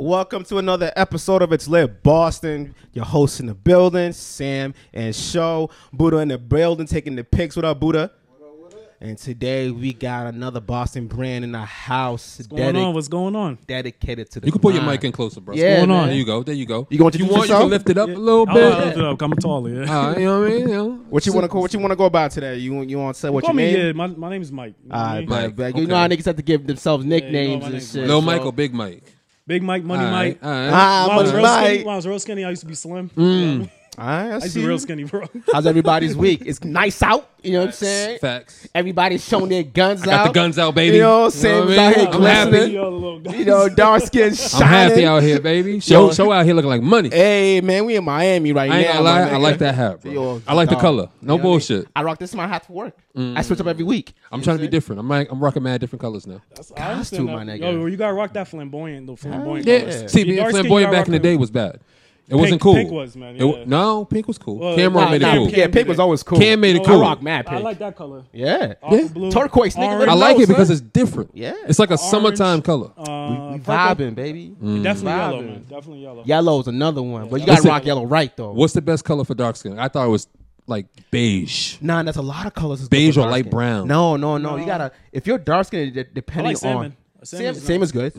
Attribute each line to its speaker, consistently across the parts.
Speaker 1: Welcome to another episode of It's Lit Boston. Your host in the building, Sam and Show. Buddha in the building, taking the pics with our Buddha. And today we got another Boston brand in the house
Speaker 2: What's going on? What's going on?
Speaker 1: dedicated to the
Speaker 3: You can put your
Speaker 1: grind.
Speaker 3: mic in closer, bro.
Speaker 1: Yeah,
Speaker 2: going on?
Speaker 3: There you go. There you go.
Speaker 1: You gonna
Speaker 3: you
Speaker 1: introduce
Speaker 3: want you
Speaker 1: yourself?
Speaker 3: can lift it up a little
Speaker 2: I'll, I'll
Speaker 3: bit.
Speaker 2: lift it up. I'm taller. Yeah.
Speaker 3: All right, you know what I mean? You know?
Speaker 1: What you want to call? What you want to go about today? You you want to say what
Speaker 2: Call
Speaker 1: you
Speaker 2: me.
Speaker 1: mean?
Speaker 2: Yeah, my, my name is Mike. You know what I mean?
Speaker 1: Alright,
Speaker 3: Mike,
Speaker 1: but- but You
Speaker 3: Mm-hmm. okay.
Speaker 1: know how niggas have to give themselves
Speaker 2: you know
Speaker 1: nicknames
Speaker 2: my
Speaker 1: and
Speaker 2: name.
Speaker 1: shit.
Speaker 3: Little
Speaker 1: so-
Speaker 3: Mike or Big Mike?
Speaker 2: Big Mike, Money
Speaker 3: All right,
Speaker 2: Mike.
Speaker 3: all right. Mm.
Speaker 1: Ah,
Speaker 2: When I was
Speaker 1: Money
Speaker 2: real skinny,
Speaker 1: Mike. Mm.
Speaker 2: when I was real skinny, I used to be slim.
Speaker 1: All right, I
Speaker 2: I used to
Speaker 1: see.
Speaker 2: be
Speaker 1: you.
Speaker 2: real skinny, bro.
Speaker 1: How's everybody's week? It's nice out. You know what I'm saying?
Speaker 3: Facts.
Speaker 1: Everybody's showing their guns
Speaker 3: Got
Speaker 1: out.
Speaker 3: the guns out, baby.
Speaker 1: You know what I'm saying?
Speaker 3: You know what I
Speaker 1: Like,
Speaker 3: mean? I'm happy.
Speaker 1: glistening. You know, dark skin
Speaker 3: I'm
Speaker 1: shining.
Speaker 3: happy out here, baby. Show show out here looking like money.
Speaker 1: Hey man, we in Miami right
Speaker 3: I ain't
Speaker 1: now.
Speaker 3: gonna lie.
Speaker 1: my
Speaker 3: I
Speaker 1: nigga.
Speaker 3: like that hat,
Speaker 1: Yo,
Speaker 3: bro. I like the
Speaker 1: dog.
Speaker 3: color.
Speaker 1: You know
Speaker 3: No Mm.
Speaker 1: what I mean?
Speaker 3: bullshot.
Speaker 1: I rock this is my hat to work. I switch up every week.
Speaker 3: I'm trying to be different. I'm like, I'm rocking mad different colors now.
Speaker 1: Costume, my nigga.
Speaker 2: Yo, you gotta rock that flamboyant, though. Flamboyant.
Speaker 3: Yeah.
Speaker 2: colours.
Speaker 3: See,
Speaker 2: You
Speaker 3: being
Speaker 2: dark skin, you
Speaker 3: flamboyant
Speaker 2: gotta
Speaker 3: back in the
Speaker 2: rock them.
Speaker 3: day was bad. It wasn't
Speaker 2: Pink-
Speaker 3: cool.
Speaker 2: pink was, man,
Speaker 3: It wa-
Speaker 2: yeah.
Speaker 3: no, pink was cool.
Speaker 2: Well,
Speaker 3: Cameron
Speaker 2: nah,
Speaker 3: made
Speaker 2: nah,
Speaker 3: it cool.
Speaker 2: pink-
Speaker 1: yeah, pink was always cool.
Speaker 3: Cam made it
Speaker 1: I
Speaker 3: cool.
Speaker 1: rock mad
Speaker 2: I
Speaker 1: pink.
Speaker 2: like that color.
Speaker 1: yeah.
Speaker 2: Aqua
Speaker 3: Yeah.
Speaker 2: blue.
Speaker 1: Turquoise, nigga.
Speaker 2: Orange.
Speaker 3: I
Speaker 1: Orange.
Speaker 3: like
Speaker 1: No,
Speaker 3: it because
Speaker 1: son.
Speaker 3: it's different.
Speaker 1: Yeah.
Speaker 3: It's like a
Speaker 2: Orange.
Speaker 3: summertime color. Mm.
Speaker 2: Uh,
Speaker 1: we
Speaker 2: purple.
Speaker 1: vibing, baby.
Speaker 2: Definitely yellow,
Speaker 1: Vibing.
Speaker 2: man. Definitely yellow.
Speaker 1: Yellow's another one, but you
Speaker 3: Yeah.
Speaker 1: gotta
Speaker 3: Listen.
Speaker 1: rock yellow right though.
Speaker 3: What's the best color for dark skin? I thought it was like beige.
Speaker 1: Nah, that's a lot of colors. is good
Speaker 3: Beige
Speaker 1: for
Speaker 3: or
Speaker 1: dark
Speaker 3: light
Speaker 1: skin.
Speaker 3: brown?
Speaker 1: No, no, no. You gotta if you're dark skinned, de- depending
Speaker 2: I like salmon.
Speaker 1: on
Speaker 2: Salmon
Speaker 1: Sam,
Speaker 2: is
Speaker 1: same
Speaker 2: nice.
Speaker 1: is good.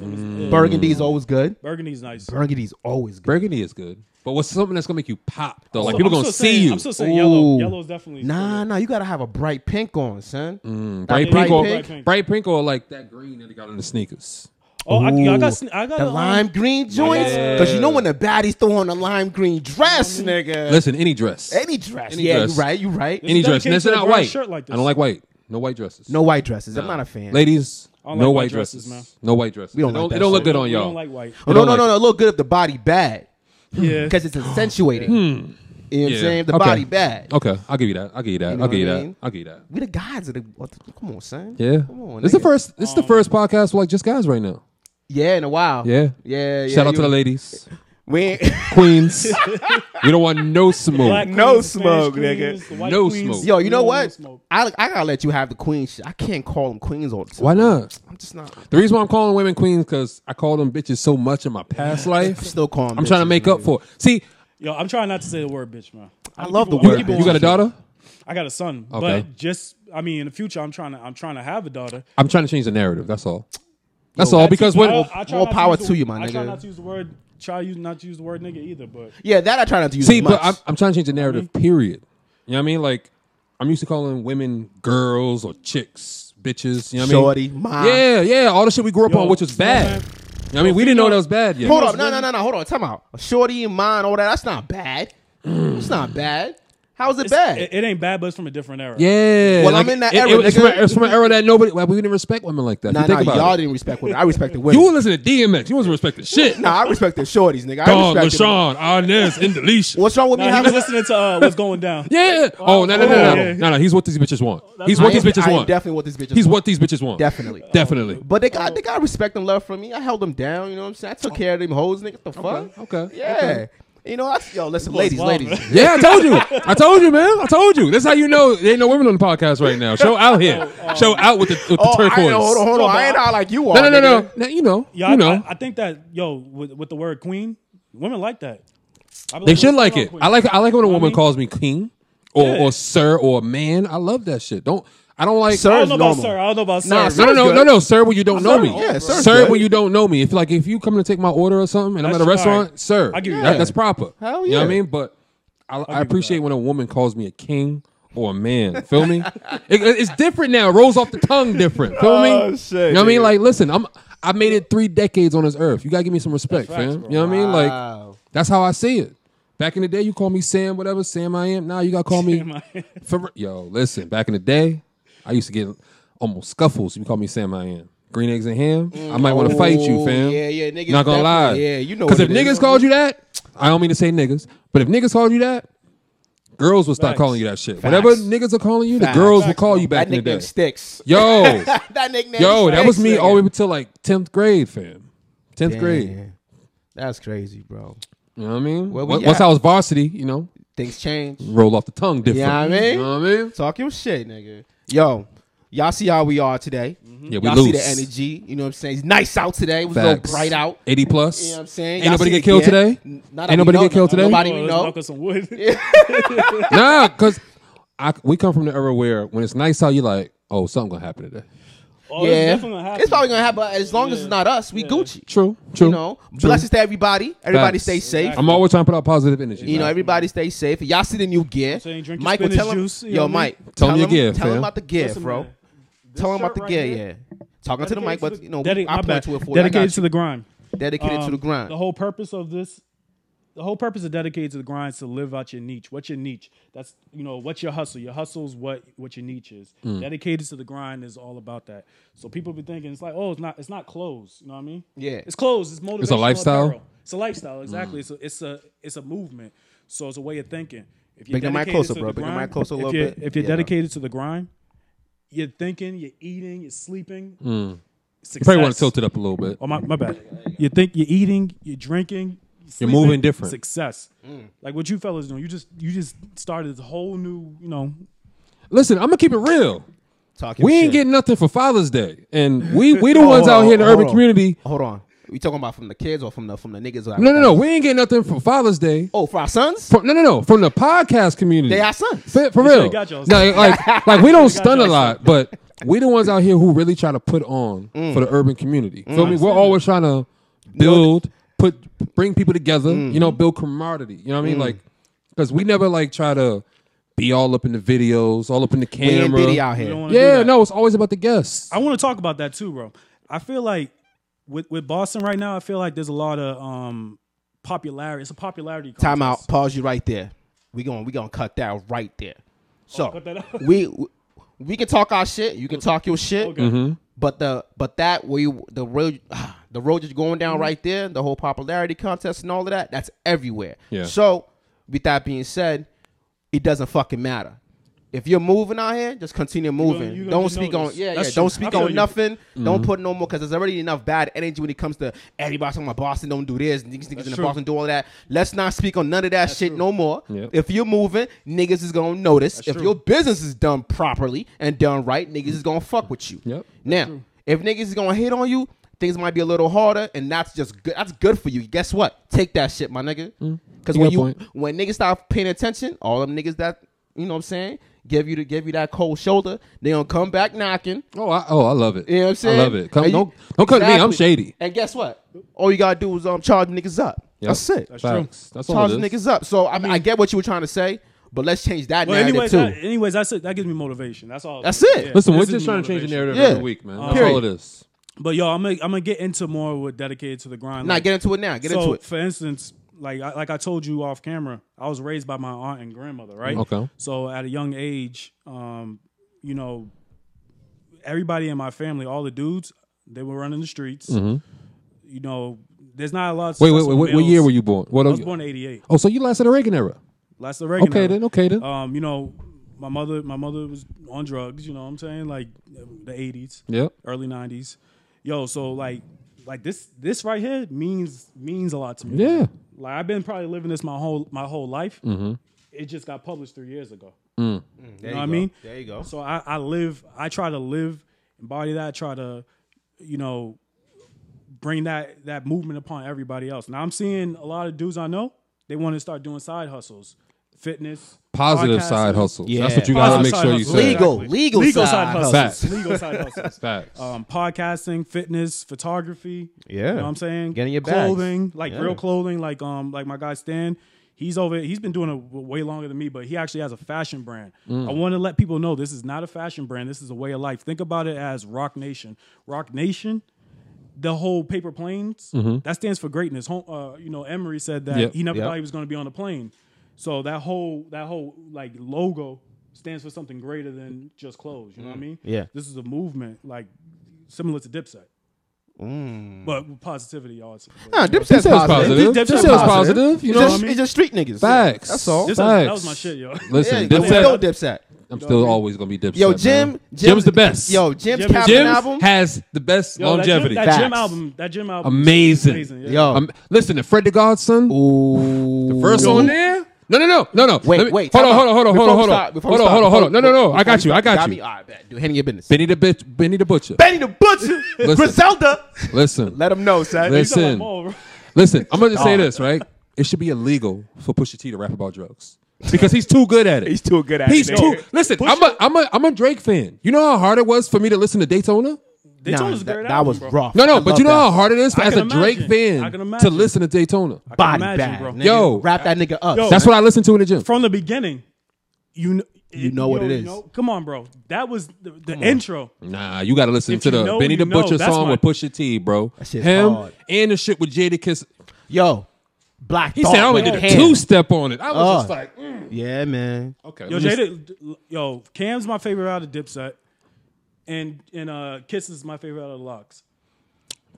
Speaker 2: Yeah.
Speaker 1: Burgundy is always good.
Speaker 2: Burgundy's nice.
Speaker 1: Burgundy's always good.
Speaker 3: Mm. Burgundy is good, but what's something that's gonna make you pop though? Like
Speaker 2: So
Speaker 3: people
Speaker 2: I'm
Speaker 3: gonna
Speaker 2: still saying-
Speaker 3: see you.
Speaker 2: I'm still saying yellow.
Speaker 1: Ooh.
Speaker 2: Yellow's definitely
Speaker 1: Nah, nah. You gotta have a bright pink on, son. That
Speaker 3: Mm, bright,
Speaker 2: bright
Speaker 3: pink or
Speaker 2: pink. Bright
Speaker 3: bright pink or like that green that they got on the sneakers.
Speaker 2: Oh, I, I got.
Speaker 1: Ooh,
Speaker 2: sn- I got
Speaker 1: the
Speaker 2: a, um,
Speaker 1: lime green joints. Because you know when the baddies throw on a lime green dress, nigga.
Speaker 3: Listen, any dress,
Speaker 1: Any dress.
Speaker 3: Any
Speaker 1: yeah,
Speaker 3: dress.
Speaker 1: you right, you right.
Speaker 3: any dress. And
Speaker 2: dedicated
Speaker 3: it's
Speaker 2: to a
Speaker 3: not
Speaker 2: brown
Speaker 3: white.
Speaker 2: shirt like this.
Speaker 3: I don't like white. No white dresses.
Speaker 1: no white dresses. I'm not a fan.
Speaker 3: ladies.
Speaker 2: I don't
Speaker 3: no
Speaker 2: like
Speaker 3: white
Speaker 2: white dresses,
Speaker 3: dresses.
Speaker 2: man.
Speaker 3: No white dresses.
Speaker 1: We don't
Speaker 3: it
Speaker 1: like
Speaker 3: don't,
Speaker 1: that
Speaker 3: it don't
Speaker 1: shit.
Speaker 3: look good on
Speaker 2: We
Speaker 3: y'all.
Speaker 2: don't like white. Hmm.
Speaker 1: Oh,
Speaker 3: I
Speaker 1: no,
Speaker 3: don't
Speaker 1: no,
Speaker 3: like
Speaker 1: no,
Speaker 3: it.
Speaker 1: no. Look good if the body bad.
Speaker 2: Yeah.
Speaker 1: Because it's accentuating. You know what I'm saying? If The
Speaker 3: Hmm. Okay.
Speaker 1: body bad.
Speaker 3: Okay, I'll give you that. I'll give you that.
Speaker 1: know
Speaker 3: I'll give you
Speaker 1: what I
Speaker 3: that.
Speaker 1: mean?
Speaker 3: I'll give you that.
Speaker 1: We the guys of the what the- come on, son.
Speaker 3: Yeah.
Speaker 1: Come on.
Speaker 3: This is the
Speaker 1: nigga.
Speaker 3: first. This is
Speaker 2: Um,
Speaker 3: the first podcast with like just guys right now.
Speaker 1: Yeah, in a while.
Speaker 3: Yeah.
Speaker 1: Yeah, yeah.
Speaker 3: Shout out
Speaker 1: you-
Speaker 3: to the ladies,
Speaker 1: We ain't-
Speaker 3: queens. we don't want no smoke.
Speaker 2: Black
Speaker 1: No
Speaker 2: queens, the Spanish
Speaker 1: smoke, nigga.
Speaker 2: queens, the white
Speaker 3: No
Speaker 2: queens.
Speaker 3: smoke.
Speaker 1: Yo, you know
Speaker 2: No
Speaker 1: what?
Speaker 2: smoke.
Speaker 1: I I gotta let you have the queen shit. I can't call them queens all the time.
Speaker 3: Why not?
Speaker 1: I'm just not
Speaker 3: The reason why I'm calling women queens because I called them bitches so much in my past life.
Speaker 1: still calling
Speaker 3: I'm trying to
Speaker 1: bitches,
Speaker 3: make up for. it. See,
Speaker 2: Yo, I'm trying not to say the word bitch, man.
Speaker 1: I
Speaker 2: I'm
Speaker 1: love
Speaker 2: keep
Speaker 1: the
Speaker 2: it-
Speaker 1: word
Speaker 2: I'm keep it
Speaker 1: bitch.
Speaker 3: you got a
Speaker 2: 100.
Speaker 3: daughter.
Speaker 2: I got a son,
Speaker 3: Okay.
Speaker 2: but just I mean, in the future, I'm trying to I'm trying to have a daughter.
Speaker 3: I'm trying to change the narrative. That's all. That's
Speaker 1: Yo,
Speaker 3: all.
Speaker 1: that's-
Speaker 3: Because when
Speaker 2: I- I try
Speaker 1: more
Speaker 2: not
Speaker 1: power
Speaker 2: use
Speaker 1: to
Speaker 2: the,
Speaker 1: you, my
Speaker 2: I try
Speaker 1: nigga.
Speaker 2: not to use the word. Try you not to use the word nigga either, but
Speaker 1: Yeah, that I try not to use.
Speaker 3: see,
Speaker 1: as much.
Speaker 3: but I'm, I'm trying to change the narrative.
Speaker 2: Mm-hmm.
Speaker 3: Period. You know what I mean? Like I'm used to calling women girls or chicks, bitches. You know what
Speaker 1: Shorty,
Speaker 3: I mean?
Speaker 1: ma.
Speaker 3: Yeah, yeah. All the shit we grew up
Speaker 2: Yo,
Speaker 3: on, which was
Speaker 2: you know
Speaker 3: bad.
Speaker 2: what, man?
Speaker 3: You know what I mean? We didn't know that was bad yet.
Speaker 1: Hold up, no, no, no, no. Hold on, time out. Shorty and mine, all that. That's not bad. It's not bad. How is it bad?
Speaker 2: it, it ain't bad, but it's from a different era.
Speaker 3: Yeah.
Speaker 1: Well, I'm in that
Speaker 3: it-
Speaker 1: era,
Speaker 3: It, it's,
Speaker 1: nigga.
Speaker 3: from, it's from an era that nobody. Well, we didn't respect women like that. If
Speaker 1: nah,
Speaker 3: you think
Speaker 1: nah.
Speaker 3: about
Speaker 1: Y'all
Speaker 3: it.
Speaker 1: didn't respect women. I respect the women.
Speaker 3: You were listening to DMX. You wasn't respecting shit.
Speaker 1: nah, I respect the shorties, nigga. I
Speaker 3: Don,
Speaker 1: respect them.
Speaker 3: LaShawn, Arnez, and Delisha.
Speaker 1: What's wrong with me
Speaker 2: Now, he was
Speaker 1: having?
Speaker 2: listening to uh, what's going down.
Speaker 3: Yeah. Oh, no, no,
Speaker 2: Oh,
Speaker 3: no,
Speaker 2: yeah.
Speaker 3: no. No, no. He's what these bitches want. He's
Speaker 1: I
Speaker 3: what these
Speaker 1: am- I
Speaker 3: bitches
Speaker 1: am
Speaker 3: want.
Speaker 1: Definitely what these bitches.
Speaker 3: He's
Speaker 1: want.
Speaker 3: what these bitches want.
Speaker 1: Definitely.
Speaker 3: Definitely.
Speaker 1: But they got they got respect and love from me. I held them down. You know what I'm saying? I
Speaker 2: Oh.
Speaker 1: took care of them hoes, nigga. What the fuck?
Speaker 3: Okay, okay.
Speaker 1: Yeah. You know, I, yo, listen,
Speaker 2: Boy's
Speaker 1: ladies,
Speaker 2: wild,
Speaker 1: ladies.
Speaker 2: man.
Speaker 3: Yeah, I told you. I told you, man. I told you. That's how you know there ain't no women on the podcast right now. Show out here. Show out with the, with the
Speaker 1: Oh, I,
Speaker 3: turquoise.
Speaker 1: know, hold on, hold
Speaker 2: Yo,
Speaker 1: on.
Speaker 2: but
Speaker 1: I ain't
Speaker 2: I-
Speaker 1: out like you are.
Speaker 3: No, no, no, no.
Speaker 1: nigga.
Speaker 3: Now, you know.
Speaker 2: Yeah, I,
Speaker 3: you know.
Speaker 2: I, I think that yo with, with the word queen, women like that. I be
Speaker 3: they
Speaker 2: what's
Speaker 3: should like
Speaker 2: going
Speaker 3: it.
Speaker 2: on, queen?
Speaker 3: I like. I like when a woman
Speaker 2: mean-
Speaker 3: calls me king, or
Speaker 2: Yeah.
Speaker 3: or sir, or man. I love that shit. Don't. I don't like.
Speaker 1: Sir
Speaker 2: I
Speaker 1: is
Speaker 2: don't know about
Speaker 1: normal.
Speaker 2: sir. I don't know about sir.
Speaker 1: Nah,
Speaker 2: man.
Speaker 1: sir
Speaker 3: No, no, no,
Speaker 1: Sir's
Speaker 3: no,
Speaker 1: good.
Speaker 3: no, sir. When you don't know
Speaker 2: sir,
Speaker 3: me,
Speaker 2: yeah,
Speaker 1: sir's
Speaker 3: sir.
Speaker 1: good.
Speaker 3: When you don't know me, if like if you come to take my order or something, and I'm at
Speaker 2: That's
Speaker 3: a restaurant,
Speaker 2: fine.
Speaker 3: sir,
Speaker 2: I give you
Speaker 3: that-
Speaker 2: that.
Speaker 3: that's proper.
Speaker 1: Hell
Speaker 3: You know what I
Speaker 1: yeah.
Speaker 3: mean? But I, I appreciate when a woman calls me a king or a man. Feel me? It- it- it's different now. It rolls off the tongue different. Feel me?
Speaker 1: Oh, shit,
Speaker 3: you know what I mean?
Speaker 1: dude.
Speaker 3: Like, listen, I'm I made it three decades on this earth. You gotta give me some respect,
Speaker 2: facts,
Speaker 3: fam.
Speaker 2: bro.
Speaker 3: You know what I mean?
Speaker 1: Wow.
Speaker 3: Like, that's how I see it. Back in the day, you call me Sam, whatever Sam I am. Now you gotta call me for, yo, listen, back in the day, I used to get almost scuffles. You call me Sam I am. Green eggs and ham. I might want to fight you,
Speaker 1: Oh,
Speaker 3: fam.
Speaker 1: yeah, yeah, niggas
Speaker 3: Not gonna lie.
Speaker 1: definitely- yeah, you know
Speaker 3: Because if
Speaker 1: what it
Speaker 3: niggas
Speaker 1: is.
Speaker 3: called you that, I don't mean to say niggas, but if niggas called you that, girls will stop
Speaker 2: Facts.
Speaker 3: calling you that shit. Whatever niggas are calling you,
Speaker 1: Facts.
Speaker 3: the girls will
Speaker 1: Facts,
Speaker 3: call
Speaker 1: bro.
Speaker 3: you back
Speaker 1: that
Speaker 3: in the
Speaker 1: nickname
Speaker 3: day.
Speaker 1: Sticks.
Speaker 3: Yo,
Speaker 1: that nickname.
Speaker 3: yo, that
Speaker 1: sticks,
Speaker 3: was me
Speaker 1: nigga.
Speaker 3: all the way up until like tenth grade, fam. Tenth grade.
Speaker 1: Damn. That's crazy, bro.
Speaker 3: You know what I mean?
Speaker 1: Where we
Speaker 3: Once once
Speaker 1: at?
Speaker 3: I was varsity, you know,
Speaker 1: Things change.
Speaker 3: roll off the tongue different.
Speaker 1: Yeah, I mean.
Speaker 3: you know what I mean?
Speaker 1: Talk your shit, nigga. Yo, Y'all see how we are today.
Speaker 3: Mm-hmm. Yeah, we
Speaker 1: Y'all
Speaker 3: lose.
Speaker 1: see the energy. You know what I'm saying? It's nice out today. It was a
Speaker 3: Facts.
Speaker 1: little bright out.
Speaker 3: 80 plus.
Speaker 1: You know what I'm saying?
Speaker 3: Ain't
Speaker 1: Y'all
Speaker 3: nobody
Speaker 1: see
Speaker 3: get
Speaker 1: it
Speaker 3: killed
Speaker 1: again.
Speaker 3: today?
Speaker 1: N- not that
Speaker 3: Ain't
Speaker 1: we
Speaker 3: nobody
Speaker 1: know
Speaker 3: get killed
Speaker 1: of.
Speaker 3: today?
Speaker 1: Nobody we
Speaker 2: Let's
Speaker 1: know.
Speaker 2: knock on some wood.
Speaker 3: nah, because we come from the era where when it's nice out, you're like, oh, something gonna happen today.
Speaker 2: Oh, it's
Speaker 1: yeah,
Speaker 2: definitely gonna happen.
Speaker 1: it's probably gonna happen. but As long as it's not us, we Gucci.
Speaker 3: True, true.
Speaker 1: You know, blessings to everybody. Everybody
Speaker 3: Facts.
Speaker 1: stay safe.
Speaker 3: I'm always trying to put out positive energy.
Speaker 1: You know,
Speaker 3: man.
Speaker 1: everybody stay safe. Y'all see the new gear.
Speaker 2: So you drink your
Speaker 1: Michael,
Speaker 2: spinach
Speaker 1: tell him,
Speaker 2: juice, you know what I
Speaker 1: yo,
Speaker 2: mean?
Speaker 1: Mike,
Speaker 3: Tell 'em your
Speaker 1: him-
Speaker 3: gear,
Speaker 1: tell him
Speaker 3: fam.
Speaker 1: about the gear,
Speaker 2: Listen,
Speaker 1: bro.
Speaker 2: man,
Speaker 1: Tell him about the
Speaker 2: shirt
Speaker 1: gear.
Speaker 2: right
Speaker 1: Yeah, talking to the mic, but you know,
Speaker 2: Dedi-
Speaker 1: I
Speaker 2: my bad.
Speaker 1: point to it for you. I
Speaker 2: dedicated
Speaker 1: got
Speaker 2: to
Speaker 1: you.
Speaker 2: the grind.
Speaker 1: Dedicated to
Speaker 2: Um,
Speaker 1: the grind.
Speaker 2: The whole purpose of this, the whole purpose of dedicated to the grind is to live out your niche. What's your niche? That's you know what's your hustle. Your hustle's what what your niche is. Dedicated to the grind is all about that. So people be thinking it's like oh it's not it's not clothes. You know what I mean?
Speaker 1: Yeah.
Speaker 2: it's clothes. It's motivational.
Speaker 3: lifestyle?
Speaker 2: apparel. It's a lifestyle. Mm. Exactly. It's a it's a it's a movement. So it's a way of thinking. If you're
Speaker 1: Bring the mic
Speaker 2: dedicated
Speaker 1: closer,
Speaker 2: to
Speaker 1: bro. Bring the
Speaker 2: grind,
Speaker 1: mic closer a
Speaker 2: if
Speaker 1: little
Speaker 2: you're-
Speaker 1: bit.
Speaker 2: If you're
Speaker 1: Yeah, bro.
Speaker 2: dedicated to the grind, you're thinking, you're eating, you're sleeping.
Speaker 3: Hmm. You probably want to tilt it up a little bit.
Speaker 2: Oh my, my bad. You think you're eating, you're drinking,
Speaker 3: You're
Speaker 2: sleeping,
Speaker 3: moving different.
Speaker 2: Success.
Speaker 1: Hmm.
Speaker 2: Like what you fellas doing. You just you just started this whole new, you know.
Speaker 3: Listen, I'm gonna keep it real.
Speaker 1: Talking
Speaker 3: We ain't
Speaker 1: shit.
Speaker 3: getting nothing for Father's Day, and we we the
Speaker 1: Oh,
Speaker 3: ones
Speaker 1: hold
Speaker 3: out
Speaker 1: on,
Speaker 3: here in the
Speaker 1: hold
Speaker 3: urban
Speaker 1: on.
Speaker 3: community.
Speaker 1: Hold on. We talking about from the kids or from the from the niggas? or-
Speaker 3: No, no, no. We ain't getting nothing for Father's Day.
Speaker 1: Oh, for our sons,
Speaker 3: From, no, no, no. From the podcast community.
Speaker 1: they our sons.
Speaker 3: For, for
Speaker 2: You should've
Speaker 3: real.
Speaker 2: got yours.
Speaker 3: No, like, like we don't stun a
Speaker 2: yours.
Speaker 3: lot, but we the ones out here who really try to put on
Speaker 1: Mm.
Speaker 3: for the urban community. Feel me? We're always trying to build, put, bring people together.
Speaker 1: Mm.
Speaker 3: You know, build camaraderie. You know what I mean? Like, because we never like try to be all up in the videos, all up in the
Speaker 1: We ain't
Speaker 3: camera.
Speaker 1: Diddy out
Speaker 2: You don't
Speaker 1: here.
Speaker 2: wanna do
Speaker 3: yeah,
Speaker 2: that.
Speaker 3: no, it's always about the guests.
Speaker 2: I want to talk about that too, bro. I feel like with with Boston right now, I feel like there's a lot of um popularity. It's a popularity contest. Oh,
Speaker 1: Time out. Pause you right there. We going we gonna cut that right there. So
Speaker 2: cut that out.
Speaker 1: we we can talk our shit. You can talk your shit.
Speaker 2: Okay.
Speaker 1: But the but that way the road the road is going
Speaker 2: Mm-hmm.
Speaker 1: down right there. The whole popularity contest and all of that. That's everywhere.
Speaker 3: Yeah.
Speaker 1: So with that being said, it doesn't fucking matter. If you're moving out here, just continue moving.
Speaker 2: you gonna
Speaker 1: don't
Speaker 2: get
Speaker 1: speak
Speaker 2: noticed.
Speaker 1: on yeah, yeah.
Speaker 2: That's true.
Speaker 1: Don't
Speaker 2: I
Speaker 1: speak
Speaker 2: feel
Speaker 1: on
Speaker 2: you.
Speaker 1: nothing. Don't put no more because there's already enough bad energy when it comes to everybody talking about Boston. Don't do this. Niggas, niggas in
Speaker 2: true.
Speaker 1: Boston do all that. Let's not speak on none of that shit no more.
Speaker 3: Yep.
Speaker 1: If you're moving, niggas is gonna notice. if
Speaker 2: true.
Speaker 1: your business is done properly and done right, niggas is gonna fuck with you.
Speaker 3: Yep.
Speaker 1: Now, if niggas is gonna hit on you, things might be a little harder, and that's just good. That's good for you. Guess what? Take that shit, my nigga.
Speaker 3: Mm. You got
Speaker 1: Because when
Speaker 3: a
Speaker 1: you
Speaker 3: point.
Speaker 1: when niggas stop paying attention, all them niggas that you know what I'm saying give you to give you that cold shoulder, they gonna come back knocking.
Speaker 3: Oh, I, oh, I love it.
Speaker 1: You know what I'm saying?
Speaker 3: I love it. Come,
Speaker 1: And you-
Speaker 3: don't don't come to me. I'm
Speaker 1: Exactly.
Speaker 3: shady.
Speaker 1: And guess what? All you gotta do is um charge niggas up.
Speaker 3: Yep.
Speaker 1: That's it.
Speaker 3: That's
Speaker 2: true.
Speaker 3: That's all
Speaker 1: charge
Speaker 3: it is.
Speaker 1: niggas up. So I, I get what you were trying to say, but let's change that
Speaker 2: Well,
Speaker 1: narrative
Speaker 2: anyways,
Speaker 1: too.
Speaker 2: that, anyways, that's it. That gives me motivation. That's all.
Speaker 1: That's it.
Speaker 3: Listen, we're
Speaker 2: This
Speaker 3: just
Speaker 2: is
Speaker 3: trying to change the
Speaker 2: motivation.
Speaker 3: narrative
Speaker 1: Yeah.
Speaker 3: every week, man. That's
Speaker 1: Period.
Speaker 3: all it is.
Speaker 2: But yo, I'm gonna I'm gonna get into more with dedicated to the grind.
Speaker 1: Nah,
Speaker 2: Like,
Speaker 1: get into it now. Get
Speaker 2: so,
Speaker 1: into it.
Speaker 2: For instance, like I, like I told you off camera, I was raised by my aunt and grandmother, right?
Speaker 3: Okay.
Speaker 2: So at a young age, um, you know, everybody in my family, all the dudes, they were running the streets. You know, there's not a lot. Of
Speaker 3: Mm-hmm. Wait, wait, wait. What, what year were you born? What
Speaker 2: I
Speaker 3: are
Speaker 2: was
Speaker 3: you-
Speaker 2: born in '88.
Speaker 3: Oh, so you lasted the Reagan era.
Speaker 2: Last Reagan.
Speaker 3: Okay
Speaker 2: era.
Speaker 3: then, okay then.
Speaker 2: Um, you know, my mother, my mother was on drugs. You know, what I'm saying like the '80s,
Speaker 3: Yep.
Speaker 2: early '90s. Yo, so like, like this, this right here means means a lot to me.
Speaker 3: Yeah. Mm-hmm.
Speaker 2: Like I've been probably living this my whole my whole life. It just got published three years ago.
Speaker 3: Mm.
Speaker 1: Mm,
Speaker 2: know
Speaker 1: There
Speaker 2: what
Speaker 1: you
Speaker 2: I
Speaker 1: go.
Speaker 2: mean?
Speaker 1: There you go.
Speaker 2: So I, I live, I try to live, embody that, try to, you know, bring that that movement upon everybody else. Now I'm seeing a lot of dudes I know, they want to start doing side hustles. Fitness.
Speaker 3: Positive
Speaker 2: podcasting.
Speaker 3: side hustles.
Speaker 1: Yeah.
Speaker 3: That's what you gotta
Speaker 2: Positive
Speaker 1: Positive
Speaker 3: make
Speaker 2: side
Speaker 3: sure you
Speaker 2: hustles.
Speaker 3: say.
Speaker 1: Legal. legal side
Speaker 3: hustles. Facts.
Speaker 2: Legal side hustles.
Speaker 3: Facts.
Speaker 2: Um, podcasting, fitness, photography.
Speaker 1: Yeah.
Speaker 2: you know what I'm saying.
Speaker 1: Getting your bags.
Speaker 2: clothing, like
Speaker 1: Yeah.
Speaker 2: real clothing, like um, like my guy Stan. He's over. He's been doing it w- way longer than me, but he actually has a fashion brand.
Speaker 1: Mm.
Speaker 2: I want to let people know this is not a fashion brand. This is a way of life. Think about it as Rock Nation. Rock Nation. The whole paper planes that stands for greatness. Home, uh, you know, Emery said that
Speaker 3: Yep.
Speaker 2: he never
Speaker 1: Mm-hmm. Yep.
Speaker 2: thought he was going to be on a plane. So that whole that whole like logo stands for something greater than just clothes. You know what I mean?
Speaker 1: Yeah.
Speaker 2: This is a movement like similar to Dipset, but with positivity also.
Speaker 1: Nah,
Speaker 3: Dipset's
Speaker 1: Dipset's positive.
Speaker 3: positive.
Speaker 1: Dipset's
Speaker 3: Dipset's positive, you
Speaker 1: It's
Speaker 3: know
Speaker 1: just-
Speaker 2: what I mean?
Speaker 1: It's just street niggas.
Speaker 3: Facts.
Speaker 1: That's all.
Speaker 2: This is- that was
Speaker 3: Facts.
Speaker 2: my shit, yo.
Speaker 1: Yeah,
Speaker 3: Listen,
Speaker 1: Dipset.
Speaker 3: Dipset-
Speaker 1: Still Dipset.
Speaker 3: I'm still always gonna be Dipset.
Speaker 1: Yo,
Speaker 3: man.
Speaker 1: Jim, Jim.
Speaker 3: Jim's the best.
Speaker 1: Yo, Jim's
Speaker 2: Jim's-
Speaker 1: Cabin
Speaker 3: Jim
Speaker 1: album.
Speaker 3: has the best
Speaker 2: Yo,
Speaker 3: longevity.
Speaker 2: That Jim, that Jim
Speaker 1: Facts.
Speaker 2: album. That Jim album. is
Speaker 3: Amazing.
Speaker 2: amazing, yeah.
Speaker 1: Yo.
Speaker 3: Um, listen, to Fred the Godson,
Speaker 1: Ooh.
Speaker 3: first on there, No, no, no, no, no.
Speaker 1: Wait,
Speaker 3: Let me-
Speaker 1: wait.
Speaker 3: Hold on,
Speaker 1: time
Speaker 3: hold on,
Speaker 1: out.
Speaker 3: hold on, hold
Speaker 1: Before
Speaker 3: on,
Speaker 1: we
Speaker 3: hold
Speaker 1: start-
Speaker 3: on,
Speaker 1: before we
Speaker 3: hold on,
Speaker 1: start,
Speaker 3: hold on, hold on.
Speaker 1: before-
Speaker 3: No, no, no. I
Speaker 1: before
Speaker 3: got you. I got
Speaker 1: Me?
Speaker 3: you.
Speaker 1: All right, bet. Do handle your business.
Speaker 3: Benny the bitch. Benny the butcher.
Speaker 1: Benny the Butcher, Griselda.
Speaker 3: Listen,
Speaker 1: Let him know, son.
Speaker 2: He's on my
Speaker 3: listen,
Speaker 2: ball, bro.
Speaker 3: listen. I'm gonna say this right. It should be illegal for Pusha T to rap about drugs because he's too good at it.
Speaker 1: He's too good at
Speaker 3: He's
Speaker 1: it.
Speaker 3: too. Listen, I'm a, I'm a, I'm a Drake fan. You know how hard it was for me to listen to Daytona?
Speaker 1: Nah,
Speaker 2: Daytona's a
Speaker 1: that,
Speaker 2: great
Speaker 1: that
Speaker 2: album,
Speaker 1: was
Speaker 2: bro.
Speaker 1: rough.
Speaker 3: No,
Speaker 1: I
Speaker 3: no, but
Speaker 1: love
Speaker 3: you know
Speaker 1: that.
Speaker 3: how hard it is for,
Speaker 2: I
Speaker 3: as a
Speaker 2: can
Speaker 3: Drake
Speaker 2: imagine. I
Speaker 3: fan
Speaker 2: can
Speaker 3: to
Speaker 2: imagine.
Speaker 3: listen to Daytona.
Speaker 2: I can
Speaker 1: body
Speaker 2: imagine,
Speaker 1: bag.
Speaker 2: bro.
Speaker 1: nigga.
Speaker 3: Yo.
Speaker 1: wrap that nigga up.
Speaker 2: Yo.
Speaker 1: son.
Speaker 3: That's what I listen to in the gym.
Speaker 2: From the beginning, you know, you
Speaker 1: know what it is.
Speaker 2: come on, bro. That was the, the intro.
Speaker 3: Nah, you got to listen
Speaker 2: If
Speaker 3: to
Speaker 2: you
Speaker 3: the
Speaker 2: know,
Speaker 3: Benny
Speaker 2: you
Speaker 3: the
Speaker 2: know.
Speaker 3: Butcher
Speaker 2: That's
Speaker 3: song
Speaker 2: my-
Speaker 3: with Pusha T, bro.
Speaker 1: That shit's
Speaker 3: Him
Speaker 1: hard.
Speaker 3: and the shit with Jadakiss.
Speaker 1: Yo, Black.
Speaker 3: He
Speaker 1: Thought
Speaker 3: said I only
Speaker 1: went
Speaker 3: did a
Speaker 1: ham.
Speaker 3: two step on it. I was
Speaker 1: Uh.
Speaker 3: just like, mm.
Speaker 1: Yeah, man.
Speaker 3: okay.
Speaker 2: Yo,
Speaker 3: let me-
Speaker 2: Jada, yo, Cam's my favorite out of Dipset, and and uh, Kiss is my favorite out of the Locks.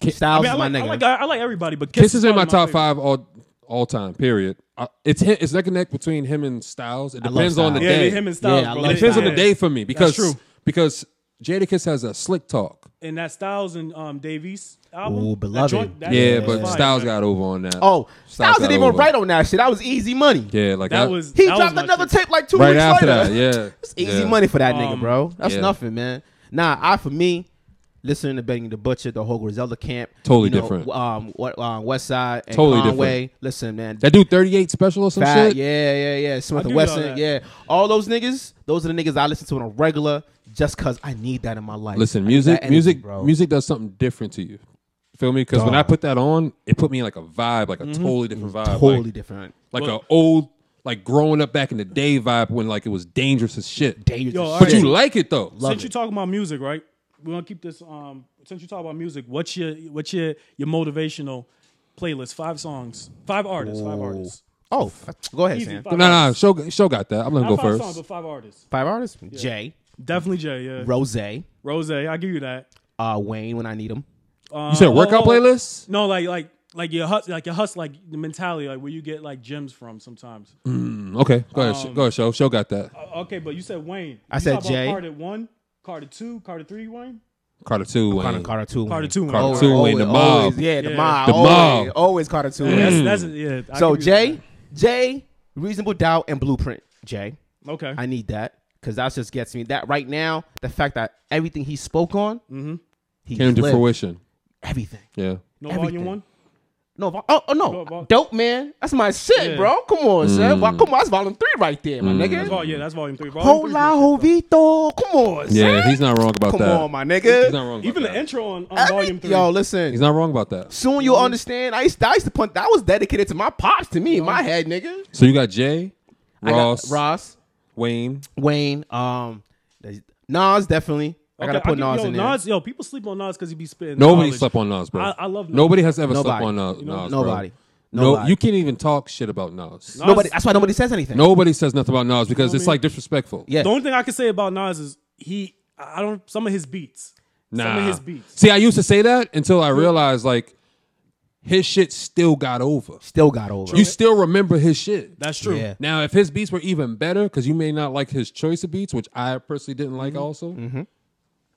Speaker 2: I
Speaker 1: Styles
Speaker 2: mean, I
Speaker 1: is
Speaker 2: like,
Speaker 1: my
Speaker 2: I
Speaker 1: nigga.
Speaker 2: like, I like everybody, but Kiss,
Speaker 3: Kiss is in my
Speaker 2: probably
Speaker 3: top
Speaker 2: favorite.
Speaker 3: five all all time. Period. I, it's hi- it's neck and neck between him and Styles. It
Speaker 1: love
Speaker 3: depends on the
Speaker 1: Styles.
Speaker 2: Yeah,
Speaker 3: day.
Speaker 2: him and Styles,
Speaker 1: I
Speaker 2: bro.
Speaker 1: love
Speaker 3: it depends on the
Speaker 1: Styles.
Speaker 3: day for me because
Speaker 2: true.
Speaker 3: because Jadakiss has a slick talk.
Speaker 2: and that Styles and um, Davies album.
Speaker 1: Ooh,
Speaker 2: that
Speaker 1: Beloved.
Speaker 2: that
Speaker 3: Yeah,
Speaker 2: joint was
Speaker 3: but
Speaker 2: fire,
Speaker 3: Styles
Speaker 2: man.
Speaker 3: got over on that.
Speaker 1: Oh, Styles
Speaker 3: got
Speaker 1: didn't even
Speaker 3: over.
Speaker 1: write on that shit. That was easy money.
Speaker 3: Yeah, like
Speaker 2: that was
Speaker 1: He
Speaker 2: that
Speaker 1: dropped
Speaker 2: was my
Speaker 1: another
Speaker 2: shit.
Speaker 1: tape like two
Speaker 3: right
Speaker 1: weeks
Speaker 3: after
Speaker 1: later.
Speaker 3: that. Yeah,
Speaker 1: It's easy
Speaker 3: yeah.
Speaker 1: money for that nigga,
Speaker 2: Um,
Speaker 1: bro. That's
Speaker 3: yeah.
Speaker 1: nothing, man. Nah, I for me, listening to Benny the Butcher, the whole Griselda camp,
Speaker 3: Totally
Speaker 1: you know,
Speaker 3: different.
Speaker 1: Um, what um, West Side and
Speaker 3: Totally
Speaker 1: Conway. Listen, man,
Speaker 3: That dude, thirty eight special or some
Speaker 1: Fat,
Speaker 3: shit.
Speaker 1: yeah, yeah, yeah. Smith and
Speaker 2: do know
Speaker 1: Wesson,
Speaker 2: that.
Speaker 1: yeah. All those niggas, those are the niggas I listen to on a regular, just cause I need that in my life. I
Speaker 3: Listen,
Speaker 1: need
Speaker 3: music,
Speaker 1: that energy,
Speaker 3: music,
Speaker 1: bro.
Speaker 3: music does something different to you. Feel me? Because when I put that on, it put me in like a vibe, like a totally different vibe,
Speaker 1: Mm-hmm. totally
Speaker 3: like,
Speaker 1: different.
Speaker 3: like a old, like growing up back in the day vibe when like it was dangerous as shit.
Speaker 1: Dangerous
Speaker 2: Yo,
Speaker 1: as
Speaker 2: all
Speaker 3: But
Speaker 1: shit.
Speaker 3: you like it though.
Speaker 1: Love
Speaker 2: since
Speaker 1: it.
Speaker 2: you talking about music, right? We're gonna keep this. Um, since you talk about music, what's your what's your your motivational playlist? Five songs, five artists, five artists.
Speaker 1: Oh, go ahead,
Speaker 2: Easy,
Speaker 1: Sam.
Speaker 2: five
Speaker 3: nah, nah,
Speaker 2: artists.
Speaker 3: show, show got that. I'm gonna
Speaker 2: Not
Speaker 3: go
Speaker 2: five
Speaker 3: first.
Speaker 2: songs, but five artists.
Speaker 1: Five artists: Jay,
Speaker 2: Definitely Jay. Yeah,
Speaker 1: Rose,
Speaker 2: Rose. I give you that.
Speaker 1: uh, Wayne when I need him.
Speaker 2: Um,
Speaker 3: you said workout
Speaker 2: oh, oh,
Speaker 3: playlist?
Speaker 2: No, like like like your hus- like your hustle, like the mentality, like where you get like gems from sometimes. Um,
Speaker 3: Mm, okay, go ahead, Sh- go ahead, show. Show got that.
Speaker 2: Uh, Okay, but you said Wayne.
Speaker 1: I
Speaker 2: You
Speaker 1: said
Speaker 2: talk about
Speaker 1: Jay.
Speaker 2: Carter one, Carter two, Carter three, Wayne.
Speaker 3: Carter two,
Speaker 1: Carter,
Speaker 3: Wayne.
Speaker 1: Carter two,
Speaker 2: Carter
Speaker 1: Wayne.
Speaker 2: two, Wayne.
Speaker 3: Carter
Speaker 2: All
Speaker 3: two,
Speaker 2: right.
Speaker 3: Wayne, the mob.
Speaker 1: Always, yeah, the
Speaker 2: Yeah.
Speaker 1: mob.
Speaker 3: The
Speaker 1: always, Oh,
Speaker 3: mob.
Speaker 1: Always Carter two. Wayne.
Speaker 2: That's that's yeah. I
Speaker 1: So
Speaker 2: give you that.
Speaker 1: Jay, Jay, reasonable doubt and blueprint. Jay,
Speaker 2: Okay.
Speaker 1: I need that because that just gets me. That right now, the fact that everything he spoke on, he
Speaker 3: Came to
Speaker 1: lived.
Speaker 3: fruition.
Speaker 1: Everything.
Speaker 3: Yeah.
Speaker 2: Mm-hmm. no
Speaker 1: everything.
Speaker 2: volume one.
Speaker 1: No, Vol- oh, oh
Speaker 2: Go,
Speaker 1: no,
Speaker 2: Vol-
Speaker 1: dope man. That's my shit,
Speaker 2: Yeah.
Speaker 1: bro. Come on, son.
Speaker 3: Mm.
Speaker 1: Well, come on, that's volume three right there, my
Speaker 2: That's
Speaker 1: nigga.
Speaker 2: vol- yeah, that's volume three. Volume three's my
Speaker 1: Hola,
Speaker 2: shit, though.
Speaker 1: Jovito. Come on,
Speaker 3: Yeah,
Speaker 1: son.
Speaker 3: he's not wrong about
Speaker 1: Come
Speaker 3: that.
Speaker 1: on, my
Speaker 3: He's
Speaker 1: nigga.
Speaker 3: not wrong. About
Speaker 2: Even
Speaker 3: that.
Speaker 2: the intro on, on
Speaker 1: Every-
Speaker 2: volume three. Mm-hmm.
Speaker 1: Yo, listen.
Speaker 3: He's not wrong about that.
Speaker 1: Soon you'll understand. I used, to, I used to punt. That was dedicated to my pops, to me, in my head, nigga.
Speaker 3: So you got Jay, Ross,
Speaker 1: I got Ross,
Speaker 3: Wayne.
Speaker 1: Wayne, um, there's- Nas definitely. I gotta
Speaker 2: Okay,
Speaker 1: put
Speaker 2: give-
Speaker 1: Nas
Speaker 2: yo,
Speaker 1: in there.
Speaker 2: Nas, yo, people sleep on Nas because he be spitting.
Speaker 3: Nobody
Speaker 2: knowledge.
Speaker 3: slept on Nas, bro.
Speaker 2: I- I love Nas.
Speaker 3: Nobody has ever slept
Speaker 1: Nobody.
Speaker 3: on Nas.
Speaker 2: You know,
Speaker 3: Nas bro.
Speaker 1: nobody.
Speaker 3: No,
Speaker 1: Nobody.
Speaker 3: you can't even talk shit about Nas.
Speaker 2: Nas-
Speaker 1: Nobody. That's why nobody says anything.
Speaker 3: Nobody says nothing about Nas because it's like disrespectful.
Speaker 1: Yeah.
Speaker 2: The only thing I can say about Nas is he. I I don't. Some of his beats. Some of
Speaker 3: Nah.
Speaker 2: his beats.
Speaker 3: See, I used to say that until I realized like his shit still got over.
Speaker 1: Still got over.
Speaker 3: You still remember his shit.
Speaker 2: That's true.
Speaker 1: Yeah.
Speaker 3: Now, if his beats were even better, because you may not like his choice of beats, which I personally didn't like
Speaker 2: Mm-hmm.
Speaker 3: also.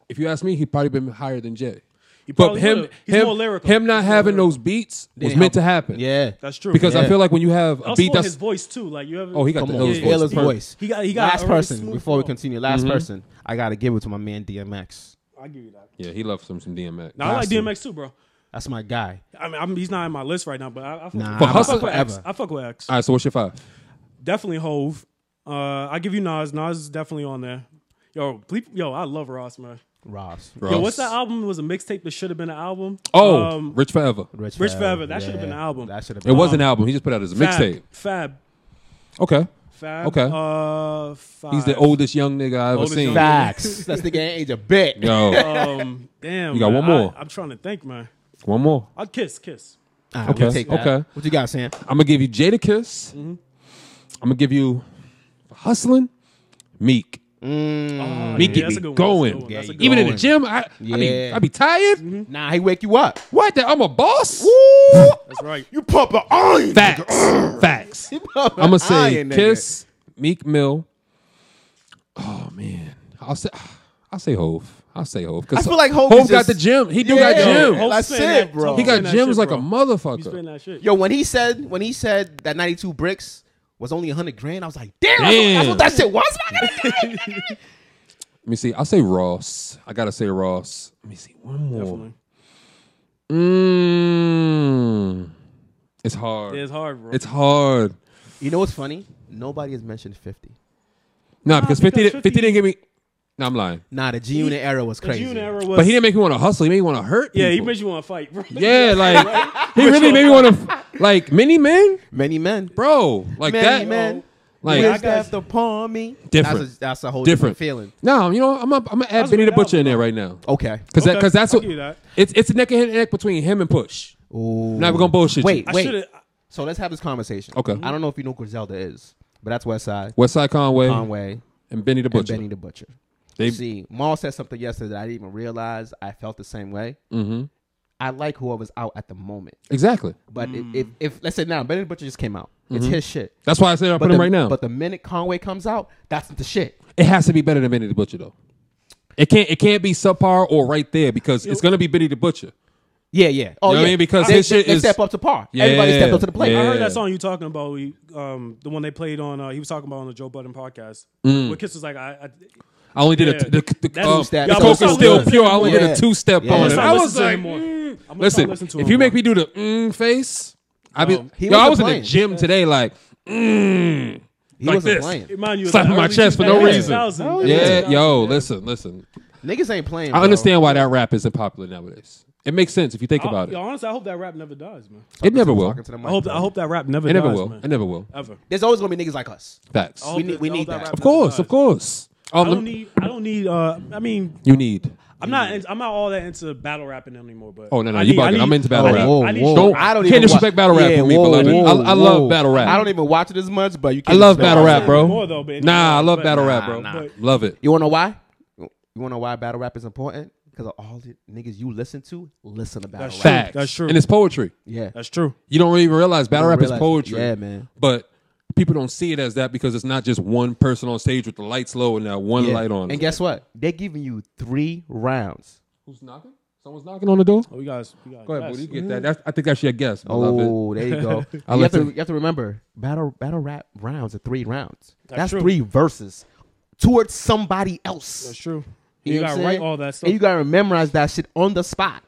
Speaker 3: If you ask me, he'd probably been higher than Jay. But
Speaker 2: probably
Speaker 3: him,
Speaker 2: would've. He's
Speaker 3: him,
Speaker 2: more lyrical.
Speaker 3: him not
Speaker 2: He's more
Speaker 3: having
Speaker 2: lyrical.
Speaker 3: those beats was
Speaker 1: Didn't
Speaker 3: meant to
Speaker 1: help.
Speaker 3: happen.
Speaker 1: Yeah.
Speaker 2: That's true.
Speaker 3: Because I
Speaker 1: Yeah.
Speaker 3: feel like when you have a
Speaker 2: also
Speaker 3: beat
Speaker 2: on his
Speaker 3: that's
Speaker 2: voice too. Like you ever.
Speaker 3: oh he got
Speaker 1: Come
Speaker 3: the
Speaker 1: on,
Speaker 3: illest
Speaker 1: the
Speaker 3: voice.
Speaker 1: illest
Speaker 3: Per-
Speaker 1: voice.
Speaker 2: He got. He got.
Speaker 1: last
Speaker 2: already
Speaker 1: person
Speaker 2: smooth
Speaker 1: before we
Speaker 2: flow.
Speaker 1: continue. Last
Speaker 3: Mm-hmm.
Speaker 1: person, I gotta give it to my man DMX.
Speaker 2: I give you that.
Speaker 3: Yeah, he loves him some DMX.
Speaker 2: Now I like
Speaker 1: Absolutely.
Speaker 2: DMX too, bro.
Speaker 1: That's my guy.
Speaker 2: I mean, I'm, he's not in my list right now, but I, I fuck,
Speaker 1: Nah,
Speaker 2: with-
Speaker 1: For
Speaker 2: I
Speaker 3: hustle
Speaker 2: fuck with
Speaker 1: forever.
Speaker 2: X. I fuck with X.
Speaker 3: All right, so what's your five?
Speaker 2: definitely Hove. Uh, I give you Nas. Nas is definitely on there. Yo, ple- yo, I love Ross, man.
Speaker 1: Ross.
Speaker 2: Yo,
Speaker 3: Ross.
Speaker 2: what's that album? It was a mixtape that should have been an album.
Speaker 3: Oh,
Speaker 2: Um,
Speaker 3: Rich Forever.
Speaker 2: Rich Forever. That should've been an album.
Speaker 1: That should have
Speaker 3: It
Speaker 1: been.
Speaker 3: was an album. He just put out as a
Speaker 2: Fab,
Speaker 3: mixtape.
Speaker 2: Fab.
Speaker 3: Okay,
Speaker 2: Fab.
Speaker 3: Okay.
Speaker 2: Uh, five.
Speaker 3: he's the oldest young nigga I ever
Speaker 2: Oldest
Speaker 3: seen.
Speaker 2: young nigga.
Speaker 1: Facts. That's the game age a bit.
Speaker 3: Yo,
Speaker 2: Um, damn.
Speaker 3: You got
Speaker 2: man.
Speaker 3: one more.
Speaker 2: I, am trying to think, man.
Speaker 3: one more.
Speaker 2: I'll kiss, kiss.
Speaker 1: All right, we'll
Speaker 3: Okay,
Speaker 1: take that.
Speaker 3: okay.
Speaker 1: What you got, Sam?
Speaker 3: I'm gonna give you Jada Kiss.
Speaker 2: Mm-hmm.
Speaker 3: I'm gonna give you hustling, Meek.
Speaker 1: Mm.
Speaker 2: Oh,
Speaker 3: Meek
Speaker 2: yeah,
Speaker 3: get
Speaker 2: that's
Speaker 3: me
Speaker 2: a good one,
Speaker 3: going.
Speaker 2: That's a good one. That's a good
Speaker 3: Even in the
Speaker 1: going.
Speaker 3: gym, I, I be
Speaker 1: Yeah. Mm-hmm.
Speaker 3: I be tired.
Speaker 1: Nah, he wake you up.
Speaker 3: What? That I'm a boss.
Speaker 2: That's right.
Speaker 1: You pump an iron.
Speaker 3: Facts. Facts.
Speaker 1: pump
Speaker 3: I'm
Speaker 1: an
Speaker 3: gonna say
Speaker 1: iron, nigga.
Speaker 3: Kiss, Meek Mill. Oh man, I'll say I'll say Hove. I'll say Hove.
Speaker 1: I feel like Hov is
Speaker 3: got
Speaker 1: just-
Speaker 3: the gym. He do
Speaker 1: Yeah.
Speaker 3: got
Speaker 1: Hov-
Speaker 3: gym.
Speaker 1: That's
Speaker 2: spitting
Speaker 1: it,
Speaker 2: that-
Speaker 1: bro.
Speaker 2: Hov
Speaker 3: He got
Speaker 2: spitting that
Speaker 3: gyms
Speaker 2: shit,
Speaker 3: like a
Speaker 2: bro. He's spitting
Speaker 3: motherfucker.
Speaker 2: that shit.
Speaker 1: Yo, when he said when he said that 92 bricks. was only hundred grand. I was like, damn, That's, what, that's what that shit was. back in the day.
Speaker 3: Let me see. I'll say Ross. I gotta say Ross. Let me see. One more.
Speaker 2: Definitely.
Speaker 3: Mmm. It's hard.
Speaker 2: Yeah, it's hard, bro.
Speaker 3: It's hard.
Speaker 1: you know what's funny? Nobody has mentioned fifty.
Speaker 3: Nah, because 50,
Speaker 2: because
Speaker 3: didn't- 50 didn't give me. Nah, I'm lying.
Speaker 1: Nah, the G Unit era was
Speaker 2: The
Speaker 1: crazy.
Speaker 2: June era was.
Speaker 3: But he didn't make me want to hustle. He made me want to hurt.
Speaker 2: yeah, he
Speaker 3: people.
Speaker 2: made you want to fight, bro.
Speaker 3: Yeah, like he really made me want to. Like many men,
Speaker 1: Many men,
Speaker 3: bro. Like
Speaker 1: many
Speaker 3: that.
Speaker 1: men.
Speaker 3: Like
Speaker 1: Wish
Speaker 2: I got-
Speaker 1: left upon me.
Speaker 3: Different.
Speaker 1: That's a, that's a whole
Speaker 3: different
Speaker 1: different, feeling.
Speaker 3: No, you know, I'm gonna I'm gonna add
Speaker 2: was
Speaker 3: Benny
Speaker 2: a
Speaker 3: the
Speaker 2: good
Speaker 3: Butcher in there right now.
Speaker 1: Okay.
Speaker 3: Cause that,
Speaker 2: Okay,
Speaker 3: cause that's
Speaker 2: I'll
Speaker 3: what
Speaker 2: give you that.
Speaker 3: it's it's neck and neck between him and Push.
Speaker 1: Ooh.
Speaker 3: Now we're gonna bullshit. you.
Speaker 1: Wait,
Speaker 2: I
Speaker 1: wait.
Speaker 2: should have.
Speaker 1: So let's have this conversation.
Speaker 3: Okay.
Speaker 1: I don't know if you know who Griselda is, but that's Westside,
Speaker 3: Westside Conway,
Speaker 1: Conway,
Speaker 3: and Benny the
Speaker 1: and
Speaker 3: Butcher.
Speaker 1: Benny the Butcher.
Speaker 3: They-
Speaker 1: See, Maul said something yesterday that I didn't even realize. I felt the same way.
Speaker 3: Mhm.
Speaker 1: I like whoever's out at the moment.
Speaker 3: Exactly. Mm-hmm.
Speaker 1: But if, if, if let's say now Benny the Butcher just came out, it's his shit.
Speaker 3: That's why I said I put
Speaker 1: But
Speaker 3: him
Speaker 1: the-
Speaker 3: right now.
Speaker 1: But the minute Conway comes out, that's the shit.
Speaker 3: it has to be better than Benny the Butcher though. It can't it can't be subpar or right there because it's gonna be Benny the Butcher.
Speaker 1: Yeah, yeah. Oh,
Speaker 3: You know what I
Speaker 1: yeah.
Speaker 3: mean? Because
Speaker 1: they,
Speaker 3: his shit
Speaker 1: they- they
Speaker 3: is-
Speaker 1: step up to par.
Speaker 3: Yeah,
Speaker 1: Everybody stepped up to the plate.
Speaker 3: yeah.
Speaker 2: I heard that song you talking about. We, um, the one they played on. Uh, he was talking about on the Joe Budden podcast.
Speaker 1: Mm.
Speaker 2: Where Kiss was like, I, I
Speaker 3: I only did
Speaker 2: Yeah.
Speaker 3: a t- the, the
Speaker 2: That's
Speaker 3: um,
Speaker 2: two step.
Speaker 3: the
Speaker 2: Y'all
Speaker 3: Coke
Speaker 2: must
Speaker 3: is
Speaker 2: not
Speaker 3: still
Speaker 2: listen to
Speaker 3: pure. I
Speaker 2: him
Speaker 3: only did
Speaker 1: more.
Speaker 3: a two step
Speaker 1: Yeah.
Speaker 3: on it.
Speaker 1: Y'all
Speaker 3: I
Speaker 2: must
Speaker 3: was
Speaker 2: not
Speaker 3: like,
Speaker 2: listen to him more.
Speaker 3: mm.
Speaker 2: I'm gonna
Speaker 3: listen,
Speaker 2: stop listening to
Speaker 3: if
Speaker 2: him
Speaker 3: you make
Speaker 2: more.
Speaker 3: me do the mm face, I be
Speaker 1: He
Speaker 3: yo. I
Speaker 1: wasn't
Speaker 3: was in the
Speaker 1: playing.
Speaker 3: gym today, like mm,
Speaker 1: He
Speaker 3: like
Speaker 1: wasn't
Speaker 3: this.
Speaker 1: playing.
Speaker 2: remind you, of
Speaker 3: Slapping
Speaker 2: the
Speaker 3: my
Speaker 2: early
Speaker 3: chest for no
Speaker 2: 2000s.
Speaker 3: reason.
Speaker 1: Hell
Speaker 3: Yeah, yo, listen, listen.
Speaker 1: Niggas ain't playing.
Speaker 3: I
Speaker 1: bro.
Speaker 3: understand why that rap isn't popular nowadays. It makes sense if you think
Speaker 2: I,
Speaker 3: about
Speaker 2: Oh, yo,
Speaker 3: it.
Speaker 2: honestly, I hope that rap never dies, man.
Speaker 3: It never
Speaker 1: Talking
Speaker 3: will.
Speaker 1: to the mic,
Speaker 2: I hope
Speaker 1: bro.
Speaker 2: I hope that rap Oh, never
Speaker 3: It never
Speaker 2: dies,
Speaker 3: will.
Speaker 2: man.
Speaker 3: It never will.
Speaker 2: Ever.
Speaker 1: There's always gonna be niggas like us.
Speaker 3: Facts.
Speaker 2: I
Speaker 1: We
Speaker 2: hope
Speaker 1: need-
Speaker 2: that-
Speaker 1: we
Speaker 2: I
Speaker 1: need
Speaker 2: hope
Speaker 1: that.
Speaker 2: rap
Speaker 3: Of
Speaker 2: never
Speaker 3: course,
Speaker 2: dies.
Speaker 3: of course.
Speaker 2: I
Speaker 3: All
Speaker 2: don't
Speaker 3: them,
Speaker 2: need. I don't need. Uh, I mean,
Speaker 3: you need.
Speaker 2: I'm not. I'm not all that into battle rapping anymore. But
Speaker 3: Oh, no, no,
Speaker 2: I
Speaker 3: you
Speaker 2: need- I
Speaker 3: bugging. I'm
Speaker 2: need-
Speaker 3: into battle
Speaker 2: I
Speaker 3: rap.
Speaker 2: need-
Speaker 3: Whoa,
Speaker 2: I need-
Speaker 3: whoa. Don't-
Speaker 1: I don't
Speaker 3: Can't
Speaker 1: even
Speaker 3: disrespect
Speaker 1: watch-
Speaker 3: battle rap with me, beloved. I- I love battle rap.
Speaker 1: I don't even watch it as much, but you
Speaker 3: I
Speaker 1: can't
Speaker 3: love
Speaker 1: disrespect
Speaker 3: battle
Speaker 1: it.
Speaker 3: rap, bro.
Speaker 2: More though, but-
Speaker 3: nah, I love
Speaker 2: but-
Speaker 3: battle
Speaker 2: Nah,
Speaker 3: rap, bro.
Speaker 2: nah.
Speaker 3: Love it.
Speaker 1: You wanna know why? You wanna know why battle rap is important? Because all the niggas you listen to listen to battle
Speaker 2: That's
Speaker 1: rap.
Speaker 2: fact.
Speaker 3: Facts.
Speaker 2: That's true.
Speaker 3: And it's poetry.
Speaker 1: Yeah.
Speaker 2: That's true.
Speaker 3: You don't even realize battle
Speaker 1: don't
Speaker 3: rap is
Speaker 1: realize-
Speaker 3: poetry.
Speaker 1: yeah, man.
Speaker 3: But people don't see it as that because it's not just one person on stage with the lights low and that one
Speaker 1: Yeah.
Speaker 3: light on.
Speaker 1: And guess what? They're giving you three rounds.
Speaker 3: Who's knocking? Someone's knocking on the door.
Speaker 2: Oh, you guys. You guys
Speaker 3: Go ahead,
Speaker 2: yes.
Speaker 3: booty. Get that. That's, I think that's your guess. Beloved.
Speaker 1: Oh, there you go.
Speaker 3: I
Speaker 1: you,
Speaker 3: like
Speaker 1: have to,
Speaker 3: to-
Speaker 1: you have to remember battle battle rap rounds are three rounds. That's,
Speaker 2: true.
Speaker 1: three verses towards somebody else.
Speaker 2: That's true.
Speaker 1: You,
Speaker 2: You,
Speaker 1: know what
Speaker 2: gotta
Speaker 1: I'm
Speaker 2: write
Speaker 1: saying?
Speaker 2: all that stuff.
Speaker 1: And you gotta memorize that shit on the spot.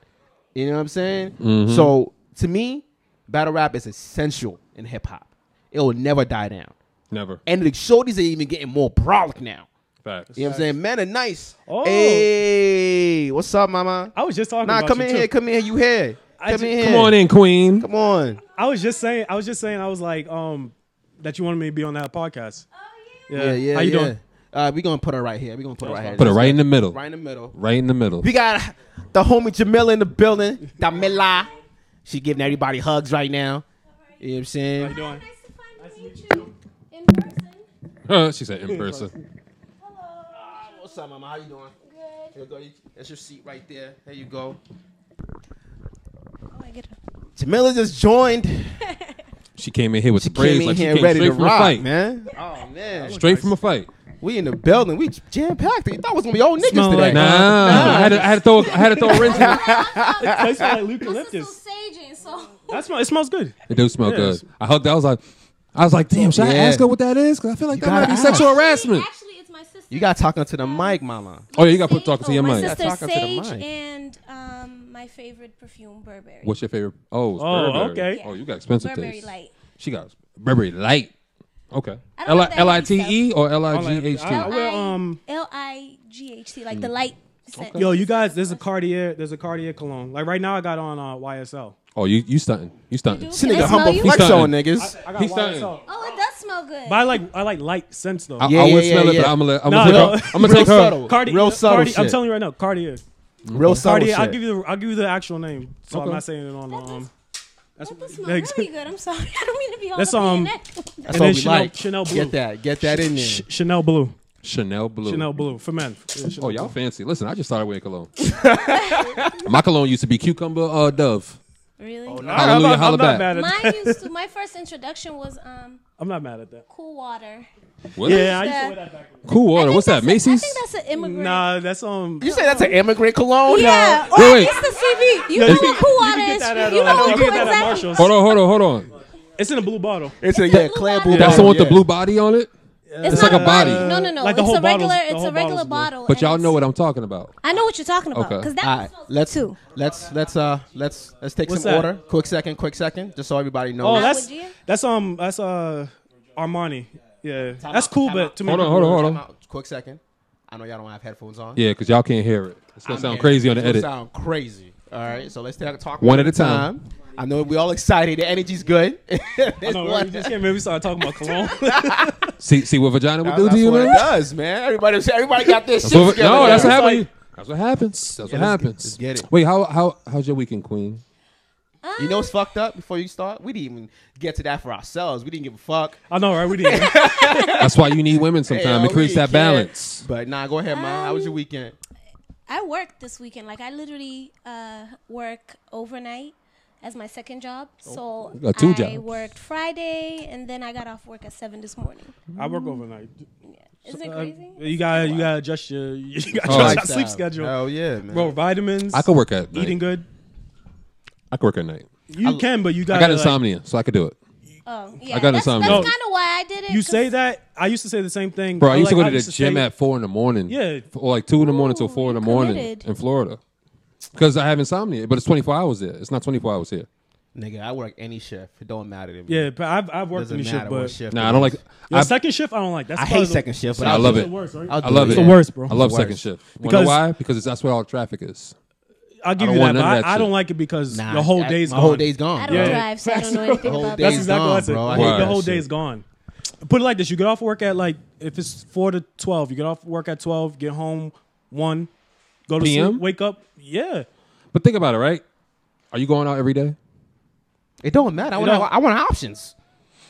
Speaker 1: You know what I'm saying?
Speaker 3: Mm-hmm.
Speaker 1: So to me, battle rap is essential in hip hop. It will never die down.
Speaker 3: Never.
Speaker 1: And the shorties are even getting more brolic now.
Speaker 3: Facts.
Speaker 1: You know what I'm saying? Men are nice.
Speaker 2: Oh.
Speaker 1: Hey, what's up, mama?
Speaker 2: I was just talking
Speaker 1: Nah,
Speaker 2: about
Speaker 1: come
Speaker 2: you
Speaker 1: in
Speaker 2: too.
Speaker 1: here, come in here, you here.
Speaker 2: I
Speaker 1: Come
Speaker 2: ju-
Speaker 1: in here.
Speaker 3: Come on in, Queen.
Speaker 1: Come on.
Speaker 2: I was just saying. I was just saying. I was like, um, that you wanted me to be on that podcast.
Speaker 4: Oh,
Speaker 2: Yeah,
Speaker 1: Yeah, yeah.
Speaker 2: How you
Speaker 1: yeah.
Speaker 2: doing?
Speaker 1: Uh, we gonna put her right here. We gonna put her right here.
Speaker 3: Put it right in the middle.
Speaker 1: right in the middle.
Speaker 3: Right in the middle.
Speaker 1: We got the homie Jamila in the building. Jamila. She giving everybody hugs right now. You know what I'm
Speaker 2: How you
Speaker 1: saying?
Speaker 2: doing?
Speaker 4: Nice to finally meet you in person.
Speaker 3: she said in person.
Speaker 4: Hello.
Speaker 1: What's up, mama? How you doing?
Speaker 4: Good.
Speaker 1: Here you go. That's your seat right there. There you go.
Speaker 4: Oh, I get a-
Speaker 1: Jamila just joined.
Speaker 3: She came in here with
Speaker 1: She
Speaker 3: the braids
Speaker 1: came in
Speaker 3: like she
Speaker 1: here
Speaker 3: came
Speaker 1: ready
Speaker 3: straight
Speaker 1: to
Speaker 3: from
Speaker 1: rock,
Speaker 3: a fight.
Speaker 1: man. Oh man,
Speaker 3: Straight from a fight.
Speaker 1: we in the building. We jam packed. You thought it was gonna be old niggas
Speaker 2: Smell
Speaker 1: today?
Speaker 2: like-
Speaker 3: Nah, I had to, I had to throw I had to throw a wrench. in it.
Speaker 2: It tastes like
Speaker 4: This is
Speaker 2: eucalyptus.
Speaker 4: still saging, so.
Speaker 2: That smells. It smells good.
Speaker 3: It do smell
Speaker 2: Yes.
Speaker 3: good. I hugged. her. I was like, I was like, damn. Should I
Speaker 1: Yeah.
Speaker 3: ask her what that is? Because I feel like that might
Speaker 1: gotta
Speaker 3: be
Speaker 1: ask.
Speaker 3: sexual
Speaker 4: Actually,
Speaker 3: harassment.
Speaker 4: actually, it's my sister.
Speaker 1: You got talking to the mic, mama.
Speaker 3: Oh yeah, you got to put talking to your
Speaker 4: my
Speaker 3: mic.
Speaker 1: sis-
Speaker 4: sister
Speaker 1: Talking to the
Speaker 4: Sage
Speaker 1: mic.
Speaker 4: and um, my favorite perfume, Burberry.
Speaker 3: What's your favorite? Oh, it's
Speaker 2: Oh,
Speaker 3: Burberry.
Speaker 2: okay.
Speaker 3: Oh, you got expensive
Speaker 4: Burberry
Speaker 3: taste.
Speaker 4: Light.
Speaker 3: She got Burberry light. Okay.
Speaker 4: I don't
Speaker 3: L
Speaker 4: know
Speaker 3: I
Speaker 4: that
Speaker 3: L I T E
Speaker 4: many
Speaker 3: or
Speaker 2: Uh,
Speaker 3: L I G H
Speaker 2: I- I
Speaker 3: T.
Speaker 2: wear um.
Speaker 4: L I G H T,
Speaker 3: Hmm.
Speaker 4: like the light. scent.
Speaker 2: Yo, you guys. There's a Cartier. There's a Cartier cologne. Like right now, I got on uh, YSL.
Speaker 3: Oh, you you stunting. You stunting.
Speaker 4: do?
Speaker 1: This
Speaker 4: Can I
Speaker 1: nigga
Speaker 4: smell
Speaker 1: humble
Speaker 4: you?
Speaker 1: flex
Speaker 3: He's
Speaker 1: on
Speaker 3: done.
Speaker 1: niggas.
Speaker 2: I got
Speaker 3: He's
Speaker 2: YSL.
Speaker 3: starting.
Speaker 4: Oh, it does smell good.
Speaker 2: But I like I like light scents though.
Speaker 3: I,
Speaker 1: Yeah,
Speaker 3: I would
Speaker 1: yeah,
Speaker 3: smell
Speaker 1: yeah,
Speaker 3: it, but
Speaker 1: yeah.
Speaker 3: I'm gonna I'm
Speaker 2: No,
Speaker 3: gonna
Speaker 2: no.
Speaker 3: take her. I'm gonna
Speaker 1: Real
Speaker 3: take her.
Speaker 1: subtle.
Speaker 2: Cardi-
Speaker 1: Real subtle
Speaker 2: Cardi- I'm
Speaker 1: shit.
Speaker 2: telling you right now, Cartier.
Speaker 1: Real subtle
Speaker 2: Cartier.
Speaker 1: shit.
Speaker 2: I'll give you the I'll give you the actual name. So I'm
Speaker 3: Okay.
Speaker 2: not saying it on the um. That's
Speaker 4: that does smell really good. I'm sorry. I don't mean to be all
Speaker 2: That's,
Speaker 4: up in
Speaker 2: um,
Speaker 4: your neck.
Speaker 1: That's
Speaker 2: and
Speaker 1: all
Speaker 2: then
Speaker 1: we
Speaker 2: Chanel-
Speaker 1: like.
Speaker 2: Chanel Blue.
Speaker 1: Get that. Get that in there.
Speaker 2: Ch- Chanel Blue.
Speaker 3: Chanel blue.
Speaker 2: Chanel Blue for men. Yeah, Chanel
Speaker 3: Oh, y'all
Speaker 2: Blue.
Speaker 3: fancy. Listen, I just started wearing cologne. My cologne used to be cucumber uh, dove.
Speaker 4: Really?
Speaker 1: Oh,
Speaker 2: I'm
Speaker 3: Hallelujah,
Speaker 2: not- I'm,
Speaker 3: holla
Speaker 2: not
Speaker 3: back.
Speaker 2: mad at that.
Speaker 4: Mine used to. My first introduction was um,
Speaker 2: I'm not mad at that.
Speaker 4: cool water.
Speaker 3: What?
Speaker 2: Yeah, I used to
Speaker 4: that-
Speaker 2: wear that back.
Speaker 3: Cool water.
Speaker 4: I
Speaker 3: What's that?
Speaker 4: think that's a-
Speaker 3: Macy's?
Speaker 4: I think that's an immigrant.
Speaker 2: Nah, that's um.
Speaker 1: You say that's an immigrant
Speaker 2: Oh,
Speaker 1: cologne?
Speaker 4: Yeah,
Speaker 3: Wait,
Speaker 4: or
Speaker 3: wait.
Speaker 4: it's the CV. You know
Speaker 2: No, you
Speaker 4: what
Speaker 2: can-
Speaker 4: cool
Speaker 2: you
Speaker 4: water
Speaker 2: can get
Speaker 4: is.
Speaker 2: that at,
Speaker 4: You
Speaker 2: uh,
Speaker 4: know
Speaker 2: you
Speaker 4: what
Speaker 2: can
Speaker 4: cool
Speaker 2: get that at
Speaker 4: exactly.
Speaker 2: Marshalls.
Speaker 3: hold on, hold on, hold on.
Speaker 2: It's in a blue bottle.
Speaker 1: It's a
Speaker 4: It's a
Speaker 1: yeah,
Speaker 4: blue
Speaker 1: clear
Speaker 4: bottle.
Speaker 1: blue.
Speaker 3: That's
Speaker 1: bottle,
Speaker 3: the one with
Speaker 1: yeah.
Speaker 3: the blue body on it.
Speaker 4: It's,
Speaker 3: It's
Speaker 4: not
Speaker 3: like a body.
Speaker 4: No, no, no.
Speaker 2: Like the
Speaker 4: it's
Speaker 2: whole
Speaker 4: a regular.
Speaker 2: bottle's- the
Speaker 4: It's
Speaker 2: whole
Speaker 4: a regular
Speaker 2: bottle's blue.
Speaker 4: bottle.
Speaker 3: But y'all
Speaker 4: and
Speaker 3: know
Speaker 4: it's-
Speaker 3: what I'm talking about.
Speaker 4: I know what you're talking about.
Speaker 3: Okay.
Speaker 4: Because that
Speaker 1: All
Speaker 4: one
Speaker 1: right,
Speaker 4: smells
Speaker 1: let's
Speaker 4: good, too.
Speaker 1: let's let's uh let's let's take
Speaker 2: What's
Speaker 1: some
Speaker 2: that?
Speaker 1: order. Quick second, quick second, just so everybody
Speaker 2: Oh,
Speaker 1: knows.
Speaker 2: that's
Speaker 4: would you?
Speaker 2: that's um that's uh Armani. Yeah, that's cool, but too many
Speaker 3: Hold on,
Speaker 2: people-
Speaker 3: hold on, hold
Speaker 1: Time
Speaker 3: on.
Speaker 1: out, Quick second. I know y'all don't have headphones on.
Speaker 3: Yeah, because y'all can't hear it. It's gonna
Speaker 1: I'm
Speaker 3: sound
Speaker 1: here.
Speaker 3: crazy on the
Speaker 1: It's gonna
Speaker 3: edit.
Speaker 1: Sound crazy. All right, so let's take, talk
Speaker 3: One at a time.
Speaker 1: I know we all excited. The energy's good.
Speaker 2: I know, right? We just came in, we started talking about cologne.
Speaker 3: See, see what vagina would
Speaker 1: That's
Speaker 3: do to you,
Speaker 1: what it
Speaker 3: man.
Speaker 1: does, man. Everybody, everybody got this shit.
Speaker 3: That's what-
Speaker 1: together.
Speaker 3: no, that's what
Speaker 2: It's
Speaker 3: happens.
Speaker 2: like-
Speaker 3: that's what happens. That's what
Speaker 1: let's get-
Speaker 3: happens.
Speaker 1: let's get it.
Speaker 3: Wait, how how how's your weekend, Queen?
Speaker 1: You know what's fucked up? Before you start, we didn't even get to that for ourselves. We didn't give a fuck.
Speaker 2: I know, right? We did.
Speaker 3: That's why you need women sometimes.
Speaker 1: Hell,
Speaker 3: It creates
Speaker 1: we
Speaker 3: that
Speaker 1: didn't care.
Speaker 3: balance.
Speaker 1: But nah, go ahead, man. How was your weekend?
Speaker 4: I worked this weekend. Like I literally uh, work overnight as my second job. So
Speaker 3: Oh, You got two
Speaker 4: I
Speaker 3: jobs.
Speaker 4: worked Friday and then I got off work at seven this morning.
Speaker 2: I work overnight.
Speaker 4: Isn't it
Speaker 2: Uh,
Speaker 4: crazy?
Speaker 2: you gotta you gotta adjust your you gotta
Speaker 3: Oh,
Speaker 2: adjust your
Speaker 1: Lifestyle.
Speaker 2: sleep schedule.
Speaker 1: Hell yeah, man.
Speaker 2: Bro, vitamins.
Speaker 3: I could work at night.
Speaker 2: eating good.
Speaker 3: I could work at night.
Speaker 2: You can, but you
Speaker 3: I
Speaker 2: gotta.
Speaker 3: got
Speaker 2: like,
Speaker 3: insomnia, so I could do it.
Speaker 4: Oh, yeah.
Speaker 3: got
Speaker 4: that's
Speaker 3: insomnia.
Speaker 4: that's
Speaker 2: No.
Speaker 4: kind of why I did it.
Speaker 2: You
Speaker 4: 'cause
Speaker 2: say that. I used to say the same thing.
Speaker 3: Bro, I used to
Speaker 2: like,
Speaker 3: go to the
Speaker 2: used
Speaker 3: gym
Speaker 2: say-
Speaker 3: at four in the morning.
Speaker 2: Yeah.
Speaker 3: For, like two in the morning till
Speaker 4: Ooh,
Speaker 3: four in the
Speaker 4: you
Speaker 3: morning
Speaker 4: committed.
Speaker 3: in Florida. Because I have insomnia, but it's 24 hours there. It's not 24 hours here.
Speaker 1: Nigga, I work any shift. It don't matter to me.
Speaker 2: Yeah, but I've I've worked
Speaker 1: doesn't
Speaker 2: in the
Speaker 1: matter
Speaker 2: shift,
Speaker 1: what
Speaker 2: but
Speaker 1: shift.
Speaker 3: Nah,
Speaker 1: it
Speaker 3: I don't
Speaker 1: is.
Speaker 3: like.
Speaker 2: Yo,
Speaker 3: I,
Speaker 2: second shift I don't like. That's
Speaker 1: I
Speaker 2: probably
Speaker 1: hate
Speaker 2: the-
Speaker 1: second shift, but
Speaker 3: I
Speaker 1: I'll
Speaker 3: love
Speaker 1: do
Speaker 3: it.
Speaker 2: the worst, right?
Speaker 1: I'll do
Speaker 3: I love
Speaker 1: it.
Speaker 3: it.
Speaker 2: It's the worst, bro.
Speaker 3: I love
Speaker 1: It's the
Speaker 3: second
Speaker 1: worst.
Speaker 3: shift. Because,
Speaker 2: Because-
Speaker 3: know why? Because that's where all the traffic is.
Speaker 2: I'll give
Speaker 3: I don't
Speaker 2: you that.
Speaker 3: want
Speaker 2: But
Speaker 3: none of
Speaker 2: I,
Speaker 3: that
Speaker 2: I don't
Speaker 3: shit.
Speaker 2: like it because
Speaker 1: Nah,
Speaker 2: your whole
Speaker 1: that-
Speaker 2: day's
Speaker 1: my
Speaker 2: gone.
Speaker 1: whole day's gone.
Speaker 4: I don't
Speaker 1: bro.
Speaker 2: Yeah.
Speaker 4: drive, so I don't know
Speaker 1: The
Speaker 4: anything
Speaker 1: whole
Speaker 4: about
Speaker 1: day.
Speaker 4: that.
Speaker 2: That's
Speaker 1: Day's
Speaker 2: exactly what I
Speaker 1: gone,
Speaker 2: said.
Speaker 1: bro. I
Speaker 2: The
Speaker 3: hate
Speaker 2: whole-
Speaker 3: that
Speaker 2: the whole
Speaker 3: shit.
Speaker 2: day's gone. Put it like this: you get off work at like if it's four to twelve, you get off work at twelve, get home one, go to
Speaker 3: PM?
Speaker 2: sleep, wake up. Yeah,
Speaker 3: But think about it, right? Are you going out every day?
Speaker 1: It don't matter. I want,
Speaker 2: don't-
Speaker 1: I want options.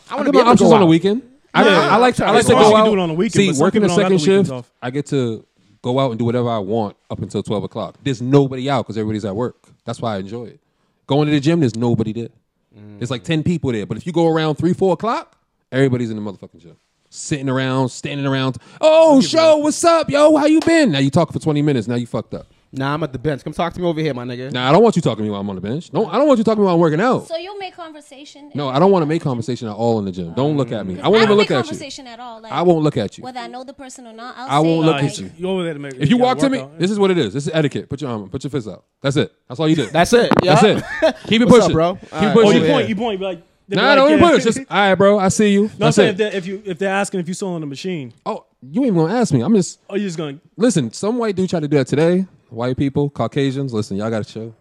Speaker 1: I
Speaker 3: I
Speaker 1: want to
Speaker 3: get
Speaker 1: be
Speaker 3: my
Speaker 1: able to
Speaker 3: options
Speaker 1: go
Speaker 3: on the
Speaker 1: out.
Speaker 3: weekend. I,
Speaker 2: Yeah.
Speaker 3: I like to, I like to
Speaker 2: Of course
Speaker 3: go
Speaker 2: you can
Speaker 3: out.
Speaker 2: do it on the weekend,
Speaker 3: See,
Speaker 2: but some
Speaker 3: working the
Speaker 2: people don't got
Speaker 3: second
Speaker 2: the weekends
Speaker 3: shift,
Speaker 2: off.
Speaker 3: I get to go out and do whatever I want up until twelve o'clock. There's nobody out because everybody's at work. That's why I enjoy it. Going to the gym, there's nobody there. There's like ten people there, but if you go around three, four o'clock, everybody's in the motherfucking gym, sitting around, standing around. Oh, show, what's up, yo? How you been? Now you talk for twenty minutes. Now you fucked up.
Speaker 1: Nah, I'm at the bench. Come talk to me over here, my nigga.
Speaker 3: Now I don't want you talking to me while I'm on the bench. No, I don't want you talking to me while I'm working out.
Speaker 4: So you'll make conversation.
Speaker 3: No, I don't want to make conversation at all in the gym. Don't look at me. I
Speaker 4: I
Speaker 3: won't
Speaker 4: don't
Speaker 3: even
Speaker 4: make
Speaker 3: look at you.
Speaker 4: conversation at all. Like,
Speaker 3: I won't look at you.
Speaker 4: Whether I know the person or not, I'll
Speaker 3: I
Speaker 4: say,
Speaker 3: won't look
Speaker 4: like,
Speaker 3: at you.
Speaker 2: you over there to make.
Speaker 3: If you walk to me,
Speaker 2: workout.
Speaker 3: this is what it is. This is etiquette. Put your arm, put your fist out. That's it. That's all you do.
Speaker 1: That's it. Yeah.
Speaker 3: That's it. Keep it
Speaker 1: What's up,
Speaker 3: pushing,
Speaker 1: bro?
Speaker 3: Keep
Speaker 1: All right.
Speaker 3: it
Speaker 2: Oh,
Speaker 3: pushing.
Speaker 2: you
Speaker 1: Yeah.
Speaker 2: point. You point. Like they'll be
Speaker 3: Nah,
Speaker 2: like,
Speaker 3: don't even
Speaker 2: yeah.
Speaker 3: push. Just, all right, bro. I see you.
Speaker 2: No, I'm
Speaker 3: That's
Speaker 2: saying if
Speaker 3: it.
Speaker 2: they're, if you if they're asking if you still on the machine,
Speaker 3: Oh, you ain't gonna ask me. I'm just
Speaker 2: are Oh, you just gonna?
Speaker 3: listen. Some white dude tried to do that today. White people, Caucasians. Listen, y'all gotta chill.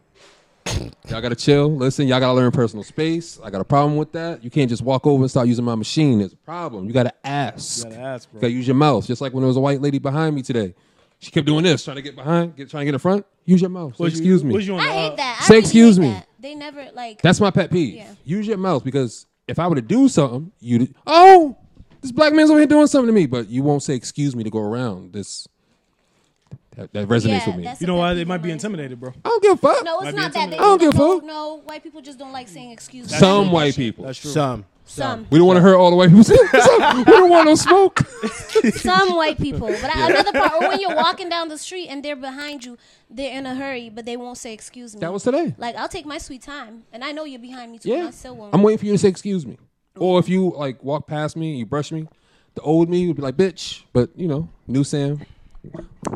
Speaker 3: Y'all gotta chill. Listen, y'all gotta learn personal space. I got a problem with that. You can't just walk over and start using my machine. There's a problem. You gotta ask.
Speaker 2: You gotta ask, bro.
Speaker 3: gotta use your mouth. Just like when there was a white lady behind me today. She kept doing this, trying to get behind, get, trying to get in front. Use your mouth. Say,
Speaker 2: was you-
Speaker 3: excuse me.
Speaker 2: was you on
Speaker 4: I
Speaker 2: the,
Speaker 4: hate
Speaker 2: uh,
Speaker 4: that. I
Speaker 3: say
Speaker 4: really
Speaker 3: excuse
Speaker 4: hate
Speaker 3: me.
Speaker 4: that. They never like.
Speaker 3: That's my pet peeve.
Speaker 4: Yeah.
Speaker 3: Use your mouth because if I were to do something, you oh this black man's over here doing something to me, but you won't say excuse me to go around. This that, that resonates
Speaker 4: yeah,
Speaker 3: with me.
Speaker 4: that's
Speaker 2: You
Speaker 4: a
Speaker 2: know
Speaker 4: pet
Speaker 2: why they
Speaker 4: peeve
Speaker 2: might
Speaker 4: of
Speaker 2: be
Speaker 4: mine.
Speaker 2: intimidated, bro.
Speaker 3: I don't give a fuck.
Speaker 4: No, it's
Speaker 2: be
Speaker 4: not that. They
Speaker 2: intimidated.
Speaker 3: I don't give a
Speaker 4: know-
Speaker 3: fuck.
Speaker 4: No, white people just don't like saying excuse me.
Speaker 3: Some white people.
Speaker 2: That's true.
Speaker 1: Some.
Speaker 4: Some.
Speaker 3: We don't want to hurt all the white people. we don't want no smoke.
Speaker 4: Some white people. But I another part, or when you're walking down the street and they're behind you, they're in a hurry, but they won't say excuse me.
Speaker 3: That was today.
Speaker 4: Like, I'll take my sweet time. And I know you're behind me, too. And I
Speaker 3: Yeah,
Speaker 4: still won't.
Speaker 3: I'm waiting for you to say excuse me, or if you like walk past me, you brush me. The old me would be like bitch, but you know, new Sam.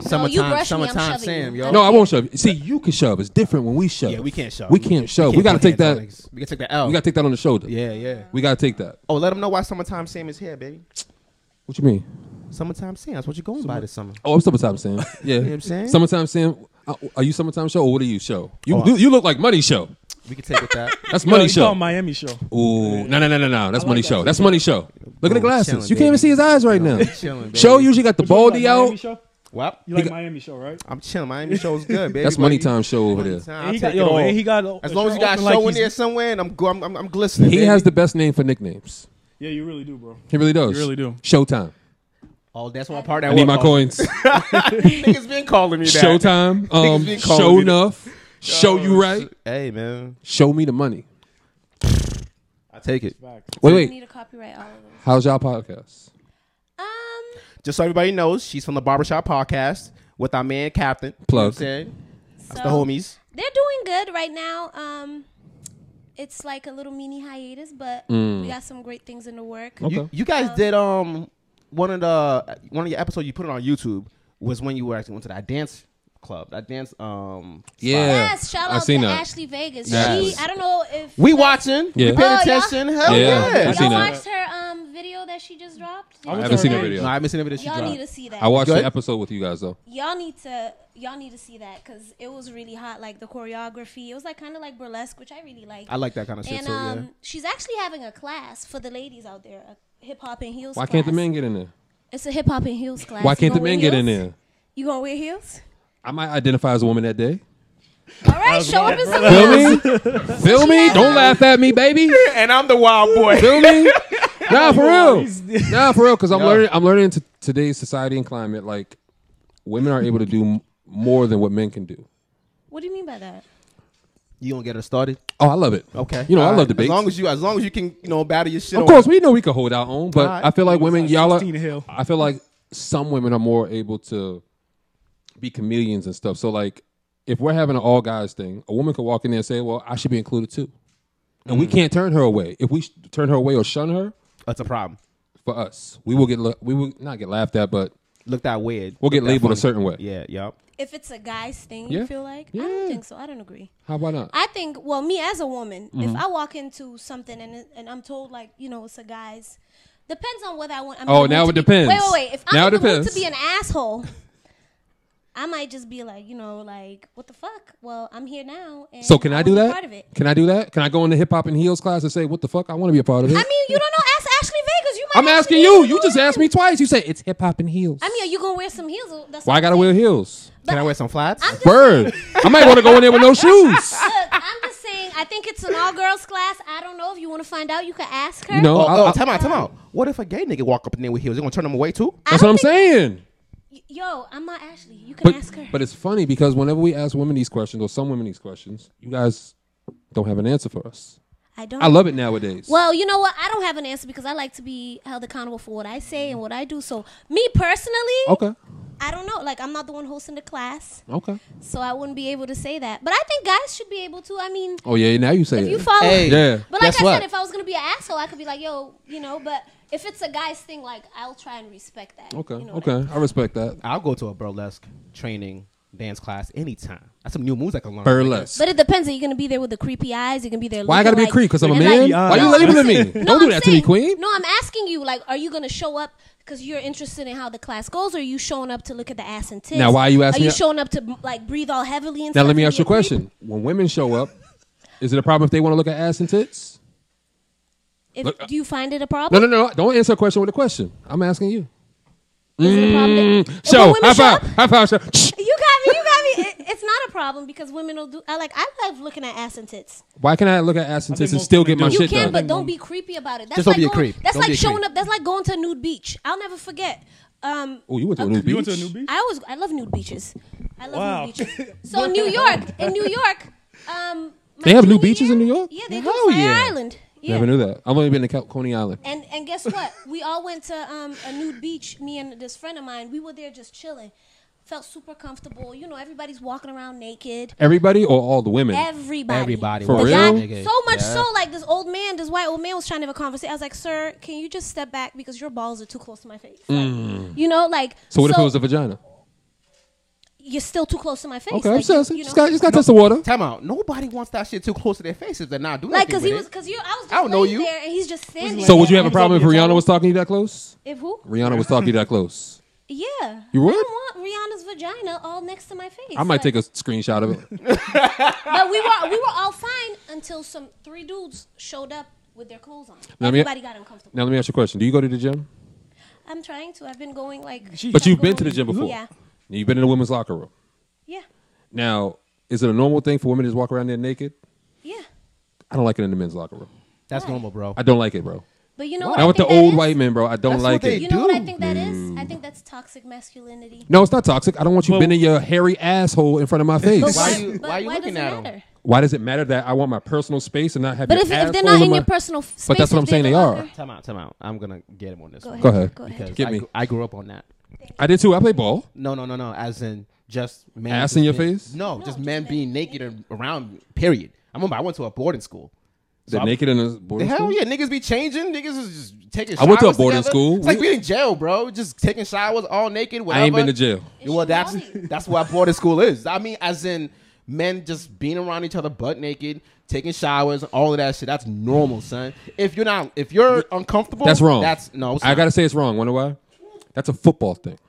Speaker 1: Summertime.
Speaker 4: you brush me, I'm
Speaker 1: summertime
Speaker 4: shoving
Speaker 1: Sam,
Speaker 4: you.
Speaker 1: yo.
Speaker 4: I
Speaker 3: No, I won't shove. you. See, you can shove. It's different when we shove.
Speaker 1: Yeah, we can't shove.
Speaker 3: We can't shove. We, gotta
Speaker 1: put
Speaker 3: take that.
Speaker 1: hands on niggas. We gotta take that L.
Speaker 3: We gotta take that on the shoulder.
Speaker 1: yeah, yeah.
Speaker 3: We gotta take that.
Speaker 1: Oh, let them know why summertime Sam is here, baby.
Speaker 3: What you mean?
Speaker 1: Summertime Sam. That's what you're going by this summer.
Speaker 3: Oh, I'm summertime Sam. Yeah,
Speaker 1: what I'm saying?
Speaker 3: summertime Sam. Uh, Are you summertime show or what are you show? You
Speaker 1: Oh, I-
Speaker 3: you, you look like money show.
Speaker 1: We can take it that.
Speaker 3: That's
Speaker 2: No,
Speaker 3: money
Speaker 2: you
Speaker 3: show.
Speaker 2: saw Miami show.
Speaker 3: Ooh, no no no no no. That's money show. That's money show. Look at the
Speaker 1: Boom,
Speaker 3: glasses.
Speaker 1: chilling,
Speaker 3: you can't
Speaker 1: baby.
Speaker 3: even see his eyes right now.
Speaker 1: I'm chilling,
Speaker 3: Show
Speaker 1: baby.
Speaker 3: usually got the
Speaker 2: Which one you
Speaker 3: baldy
Speaker 2: like, Miami
Speaker 3: out.
Speaker 2: show?
Speaker 1: Well,
Speaker 2: You like
Speaker 3: got-
Speaker 2: Miami show, right?
Speaker 1: I'm chilling. Miami show's good, baby.
Speaker 3: That's
Speaker 1: but
Speaker 3: money
Speaker 1: you-
Speaker 3: time show over
Speaker 1: money
Speaker 3: there.
Speaker 1: time,
Speaker 2: And
Speaker 1: I'll
Speaker 2: he got,
Speaker 1: take it
Speaker 2: yo,
Speaker 1: all.
Speaker 2: and he got a
Speaker 1: As long as you
Speaker 2: shirt
Speaker 1: got
Speaker 2: open
Speaker 1: a
Speaker 2: like
Speaker 1: show in
Speaker 2: he's-
Speaker 1: there somewhere, and I'm go- I'm, I'm, I'm glistening.
Speaker 3: He
Speaker 1: baby.
Speaker 3: has the best name for nicknames.
Speaker 2: Yeah, you really do, bro.
Speaker 3: He really does.
Speaker 2: You really do.
Speaker 3: Showtime.
Speaker 1: Oh, that's one part
Speaker 3: I
Speaker 1: that
Speaker 3: need
Speaker 1: was-
Speaker 3: my
Speaker 1: oh,
Speaker 3: coins.
Speaker 1: Niggas been calling me that.
Speaker 3: Showtime. Um,
Speaker 1: been calling
Speaker 3: show
Speaker 1: me that.
Speaker 3: enough. Show you right.
Speaker 1: Hey man,
Speaker 3: Show me the money.
Speaker 1: I take it.
Speaker 3: Wait
Speaker 4: You
Speaker 3: wait.
Speaker 4: need to copyright all of them.
Speaker 3: How's y'all podcast?
Speaker 4: Um,
Speaker 1: Just so everybody knows, she's from the Barbershop Podcast with our man Captain. You know
Speaker 3: Plug.
Speaker 1: what I'm saying?
Speaker 4: so
Speaker 1: The homies.
Speaker 4: They're doing good right now. Um, it's like a little mini hiatus, but we got some great things in the work.
Speaker 3: Mm. Okay.
Speaker 1: You, you guys did um one of the one of your episodes you put it on YouTube was when you were actually went to that dance club, that dance um.
Speaker 3: Yeah.
Speaker 4: Yes, shout
Speaker 3: I
Speaker 4: out to
Speaker 3: seen that.
Speaker 4: Ashley Vegas.
Speaker 3: Yes.
Speaker 4: She, I don't know if
Speaker 1: We watching.
Speaker 3: Yeah.
Speaker 1: We paying
Speaker 4: Oh, y'all-
Speaker 1: attention. Hell
Speaker 3: Yeah,
Speaker 1: yeah.
Speaker 3: I
Speaker 4: y'all
Speaker 3: seen that.
Speaker 4: watched her um video that she just dropped.
Speaker 2: I
Speaker 3: I
Speaker 2: was
Speaker 3: haven't seen the
Speaker 2: alright.
Speaker 3: video.
Speaker 1: No, I haven't seen the video she
Speaker 4: Y'all
Speaker 1: dropped.
Speaker 4: need to see that.
Speaker 3: I watched
Speaker 1: Good.
Speaker 3: the episode with you guys though.
Speaker 4: y'all need to y'all need to see that because it was really hot. Like the choreography, it was like kind of like burlesque, which I really like.
Speaker 1: I like that kind of shit
Speaker 4: and
Speaker 1: too.
Speaker 4: um,
Speaker 1: yeah.
Speaker 4: she's actually having a class for the ladies out there, a hip hop and heels.
Speaker 3: Why can't the
Speaker 4: class.
Speaker 3: men get in there?
Speaker 4: It's a hip hop and heels class.
Speaker 3: Why
Speaker 4: You
Speaker 3: can't the
Speaker 4: gonna wear
Speaker 3: men get in
Speaker 4: heels?
Speaker 3: there?
Speaker 4: You gonna wear heels?
Speaker 3: I might identify as a woman that day.
Speaker 4: All right, show up in some
Speaker 3: Feel
Speaker 4: heels.
Speaker 3: me? Feel me? Don't laugh at me, baby.
Speaker 1: And I'm the wild boy.
Speaker 3: Feel me? Nah, for real. Nah, for real. Because I'm
Speaker 1: Yeah.
Speaker 3: learning. I'm learning to today's society and climate. Like, women are able to do m- more than what men can do.
Speaker 4: What do you mean by that?
Speaker 1: you gonna get her started?
Speaker 3: Oh, I love it.
Speaker 1: Okay.
Speaker 3: You know, I
Speaker 1: All
Speaker 3: love
Speaker 1: right.
Speaker 3: debates.
Speaker 1: As long as you, as long as you can, you know, battle your shit.
Speaker 3: of
Speaker 1: on-
Speaker 3: course, we know we could hold our own, but
Speaker 1: Alright.
Speaker 3: I feel like women, y'all
Speaker 2: Christina Hill.
Speaker 3: are. I feel like some women are more able to be chameleons and stuff. So, like, if we're having an all guys thing, a woman could walk in there and say, "Well, I should be included too," and
Speaker 1: Mm.
Speaker 3: we can't turn her away. If we sh- turn her away or shun her,
Speaker 1: That's a problem.
Speaker 3: for us, we will get lo- we will not get laughed at, but
Speaker 1: Look that weird.
Speaker 3: we'll get
Speaker 1: Look that
Speaker 3: labeled a
Speaker 1: funny.
Speaker 3: certain way.
Speaker 1: Yeah. Yep.
Speaker 4: If it's a guy's thing,
Speaker 3: Yeah.
Speaker 4: you feel like I don't
Speaker 3: Yeah.
Speaker 4: think so. I don't agree.
Speaker 3: How about not?
Speaker 4: I think, well, me as a woman,
Speaker 3: Mm-hmm.
Speaker 4: if I walk into something and it- and I'm told like, you know, it's a guy's, depends on whether I want. I'm
Speaker 3: Oh,
Speaker 4: in the
Speaker 3: now
Speaker 4: mood
Speaker 3: it
Speaker 4: to be-
Speaker 3: depends.
Speaker 4: Wait, wait, wait. If I'm
Speaker 3: Now
Speaker 4: in
Speaker 3: it
Speaker 4: the mood to
Speaker 3: depends.
Speaker 4: be an asshole, I might just be like, you know, like what the fuck? Well, I'm here now. And
Speaker 3: So can I, do
Speaker 4: wanna be
Speaker 3: that?
Speaker 4: Part of it.
Speaker 3: Can I do that? Can I go into hip hop and heels class and say, "What the fuck? I want to be a part of it."
Speaker 4: I mean, you don't know. Ask Ashley Vegas. You might.
Speaker 3: I'm
Speaker 4: actually
Speaker 3: asking
Speaker 4: be
Speaker 3: you.
Speaker 4: able to
Speaker 3: You
Speaker 4: do
Speaker 3: just
Speaker 4: it.
Speaker 3: asked me twice. You said it's hip hop and heels.
Speaker 4: I mean, are you gonna wear some heels? That's
Speaker 3: Why I
Speaker 4: what
Speaker 3: gotta
Speaker 4: I'm
Speaker 3: wear
Speaker 4: saying.
Speaker 3: heels?
Speaker 4: But
Speaker 1: Can I wear some flats?
Speaker 4: I'm just-
Speaker 3: Bird. I might want to go in there with no shoes.
Speaker 4: Look, I'm just saying. I think it's an all girls class. I don't know if you want to find out. You can ask her.
Speaker 3: You know,
Speaker 1: Oh,
Speaker 3: I- I-
Speaker 1: oh, time out, time out. What if a gay nigga walk up in there with heels? You gonna turn him away too?
Speaker 4: I
Speaker 3: that's what
Speaker 4: don't
Speaker 3: I'm
Speaker 4: think-
Speaker 3: saying.
Speaker 4: Y- Yo, I'm not Ashley. You can
Speaker 3: But
Speaker 4: ask her.
Speaker 3: but it's funny because whenever we ask women these questions or some women these questions, you guys don't have an answer for us.
Speaker 4: I don't.
Speaker 3: I love it nowadays.
Speaker 4: Well, you know what? I don't have an answer because I like to be held accountable for what I say and what I do. So, me personally,
Speaker 3: okay,
Speaker 4: I don't know. Like, I'm not the one hosting the class,
Speaker 3: okay.
Speaker 4: so I wouldn't be able to say that. But I think guys should be able to. I mean,
Speaker 3: Oh yeah, now you say
Speaker 4: if
Speaker 3: it.
Speaker 4: you follow,
Speaker 1: Hey,
Speaker 3: Yeah.
Speaker 4: but like
Speaker 1: guess
Speaker 4: I
Speaker 1: what?
Speaker 4: said, if I was gonna be an asshole, I could be like, yo, you know. But if it's a guy's thing, like I'll try and respect that.
Speaker 3: okay,
Speaker 4: You know,
Speaker 3: okay.
Speaker 4: like-
Speaker 3: I respect that.
Speaker 1: I'll go to a burlesque training dance class anytime. That's some new moves I can learn.
Speaker 3: Burlesque.
Speaker 4: but it depends. Are you gonna be there with the creepy eyes? You're gonna be there.
Speaker 3: Why I gotta be
Speaker 4: looking
Speaker 3: a creep? Because I'm a
Speaker 4: and
Speaker 3: man.
Speaker 4: like-
Speaker 3: Why you
Speaker 4: No,
Speaker 3: labeling me?
Speaker 4: No,
Speaker 3: Don't do
Speaker 4: I'm
Speaker 3: that
Speaker 4: saying-
Speaker 3: to me, queen.
Speaker 4: No, I'm asking you. Like, are you gonna show up because you're interested in how the class goes, or are you showing up to look at the ass and tits?
Speaker 3: Now, why are you asking
Speaker 4: Are you
Speaker 3: me-
Speaker 4: showing up to like breathe all heavily? And
Speaker 3: Now
Speaker 4: stuff
Speaker 3: let me
Speaker 4: and
Speaker 3: ask
Speaker 4: be
Speaker 3: you a
Speaker 4: creep?
Speaker 3: question. When women show up, is it a problem if they want to look at ass and tits?
Speaker 4: If,
Speaker 3: Look, uh,
Speaker 4: do you find it a
Speaker 3: No,
Speaker 4: problem?
Speaker 3: no, no. Don't answer a question with a question. I'm asking you.
Speaker 4: Is it a problem? that-
Speaker 3: Show.
Speaker 4: When women
Speaker 3: High
Speaker 4: show
Speaker 3: five.
Speaker 4: up-
Speaker 3: High five. Show.
Speaker 4: You got me. You got me. It, it's not a problem because women will do. I like. I love looking at ass and tits.
Speaker 3: Why can I look at ass and tits and
Speaker 2: most
Speaker 3: still
Speaker 2: women
Speaker 3: get my
Speaker 2: do.
Speaker 4: You
Speaker 3: shit
Speaker 4: can,
Speaker 3: done?
Speaker 4: but don't be creepy about it. That's
Speaker 1: Just don't
Speaker 4: like
Speaker 1: be a
Speaker 4: going,
Speaker 1: creep.
Speaker 4: That's
Speaker 1: Don't be
Speaker 4: like
Speaker 1: a
Speaker 4: showing
Speaker 1: creep.
Speaker 4: up. That's like going to a nude beach. I'll never forget. Um,
Speaker 3: Oh, you went to a new beach.
Speaker 2: You went to a new beach?
Speaker 4: I always I love nude beaches. I love
Speaker 2: Wow.
Speaker 4: nude beaches. So in New York, in New York, um, my
Speaker 3: They have nude
Speaker 4: junior
Speaker 3: beaches
Speaker 4: year-
Speaker 3: in New York?
Speaker 4: Yeah, they
Speaker 1: Hell
Speaker 4: do. Fire
Speaker 1: yeah.
Speaker 4: Island. Yeah.
Speaker 3: Never knew that. I've only been to Cal- Coney Island.
Speaker 4: And and guess what? We all went to um, a nude beach. Me and this friend of mine. We were there just chilling. Felt super comfortable. You know, everybody's walking around naked.
Speaker 3: Everybody or all the women?
Speaker 4: Everybody.
Speaker 1: Everybody.
Speaker 3: For
Speaker 1: was
Speaker 4: The
Speaker 1: a
Speaker 3: real?
Speaker 4: guy-
Speaker 1: nigga.
Speaker 4: so much
Speaker 1: Yeah.
Speaker 4: so, like this old man, this white old man was trying to have a conversation. I was like, "Sir, can you just step back because your balls are too close to my face?" Like, You know, like
Speaker 3: Mm. so what if it was a vagina?
Speaker 4: you're still too close to my face.
Speaker 3: Okay,
Speaker 4: like,
Speaker 3: I'm saying.
Speaker 4: you
Speaker 3: Just
Speaker 4: know?
Speaker 3: got, just got to touch the water.
Speaker 1: Time out. Nobody wants that shit too close to their faces. They're not doing
Speaker 4: Like,
Speaker 1: like,
Speaker 4: cause
Speaker 1: anything
Speaker 4: he
Speaker 1: with
Speaker 4: was,
Speaker 1: it.
Speaker 4: cause you, I was just
Speaker 1: I don't know
Speaker 4: laying
Speaker 1: you.
Speaker 4: there, and he's just standing.
Speaker 3: So
Speaker 4: there.
Speaker 3: would you have a
Speaker 2: Hands up
Speaker 3: problem if
Speaker 2: your
Speaker 3: Rihanna
Speaker 2: phone.
Speaker 3: was talking to you that close?
Speaker 4: If who?
Speaker 3: Rihanna was talking to you that close.
Speaker 4: Yeah.
Speaker 3: You would?
Speaker 4: I don't want Rihanna's vagina all next to my face.
Speaker 3: I might take a screenshot of it.
Speaker 4: But we were we were all fine until some three dudes showed up with their clothes on.
Speaker 3: Let me-
Speaker 4: Everybody got uncomfortable.
Speaker 3: Now let me ask you a question. Do you go to the gym?
Speaker 4: I'm trying to. I've been going like.
Speaker 2: She-
Speaker 3: But
Speaker 4: I'm
Speaker 3: you've been to the
Speaker 4: going-
Speaker 3: gym before.
Speaker 4: Yeah.
Speaker 3: You've been in a women's locker room.
Speaker 4: Yeah.
Speaker 3: Now, is it a normal thing for women to just walk around there naked?
Speaker 4: Yeah.
Speaker 3: I don't like it in the men's locker room.
Speaker 1: That's normal, bro.
Speaker 3: I don't like it, bro.
Speaker 4: But you know what?
Speaker 3: Not
Speaker 4: I
Speaker 3: with the
Speaker 4: think that
Speaker 3: old
Speaker 4: is?
Speaker 3: white men, bro. I don't
Speaker 1: That's
Speaker 3: like
Speaker 1: what they
Speaker 3: it.
Speaker 4: You know what I
Speaker 1: Dude.
Speaker 4: think that is? I think that's toxic masculinity.
Speaker 3: No, it's not toxic. I don't want you
Speaker 2: Well-
Speaker 3: bending your hairy asshole in front of my face.
Speaker 1: Why
Speaker 4: But
Speaker 1: you-
Speaker 4: but
Speaker 1: why you looking
Speaker 4: does it
Speaker 1: at 'em?
Speaker 4: matter?
Speaker 3: Why does it matter that I want my personal space and not have
Speaker 4: But
Speaker 3: your
Speaker 4: if, if they're
Speaker 3: asshole
Speaker 4: not in
Speaker 3: my-
Speaker 4: your personal f- space,
Speaker 3: But that's what
Speaker 4: if
Speaker 3: I'm
Speaker 4: they're
Speaker 3: saying
Speaker 4: the
Speaker 3: they are.
Speaker 4: author-
Speaker 1: Time out, time out. I'm gonna get him on this.
Speaker 4: Go
Speaker 1: one.
Speaker 4: ahead.
Speaker 3: Go ahead.
Speaker 4: Go
Speaker 1: Because
Speaker 4: ahead.
Speaker 3: Get
Speaker 1: I,
Speaker 3: me.
Speaker 1: gr- I grew up on that.
Speaker 3: I did too. I play ball.
Speaker 1: No, no, no, no. As in just men.
Speaker 3: Ass
Speaker 1: just
Speaker 3: in your
Speaker 1: being-
Speaker 3: face?
Speaker 1: No, just men being naked ar- around. Period. I remember I went to a boarding school.
Speaker 3: They're naked in a boarding
Speaker 1: Hell
Speaker 3: school?
Speaker 1: yeah, niggas be changing. Niggas is just taking.
Speaker 3: I
Speaker 1: Showers
Speaker 3: went to a boarding
Speaker 1: together.
Speaker 3: school.
Speaker 1: It's like
Speaker 3: We-
Speaker 1: we in jail, bro. Just taking showers all naked. Whatever.
Speaker 3: I ain't been to jail.
Speaker 4: It
Speaker 1: well,
Speaker 4: should
Speaker 1: that's
Speaker 4: not be.
Speaker 1: that's what boarding school is. I mean, as in men just being around each other butt naked, taking showers, all of that shit. That's normal, son. If you're not, if you're uncomfortable,
Speaker 3: That's wrong.
Speaker 1: That's no. it's
Speaker 3: I
Speaker 1: not.
Speaker 3: gotta say it's wrong. Wonder why? That's a football thing.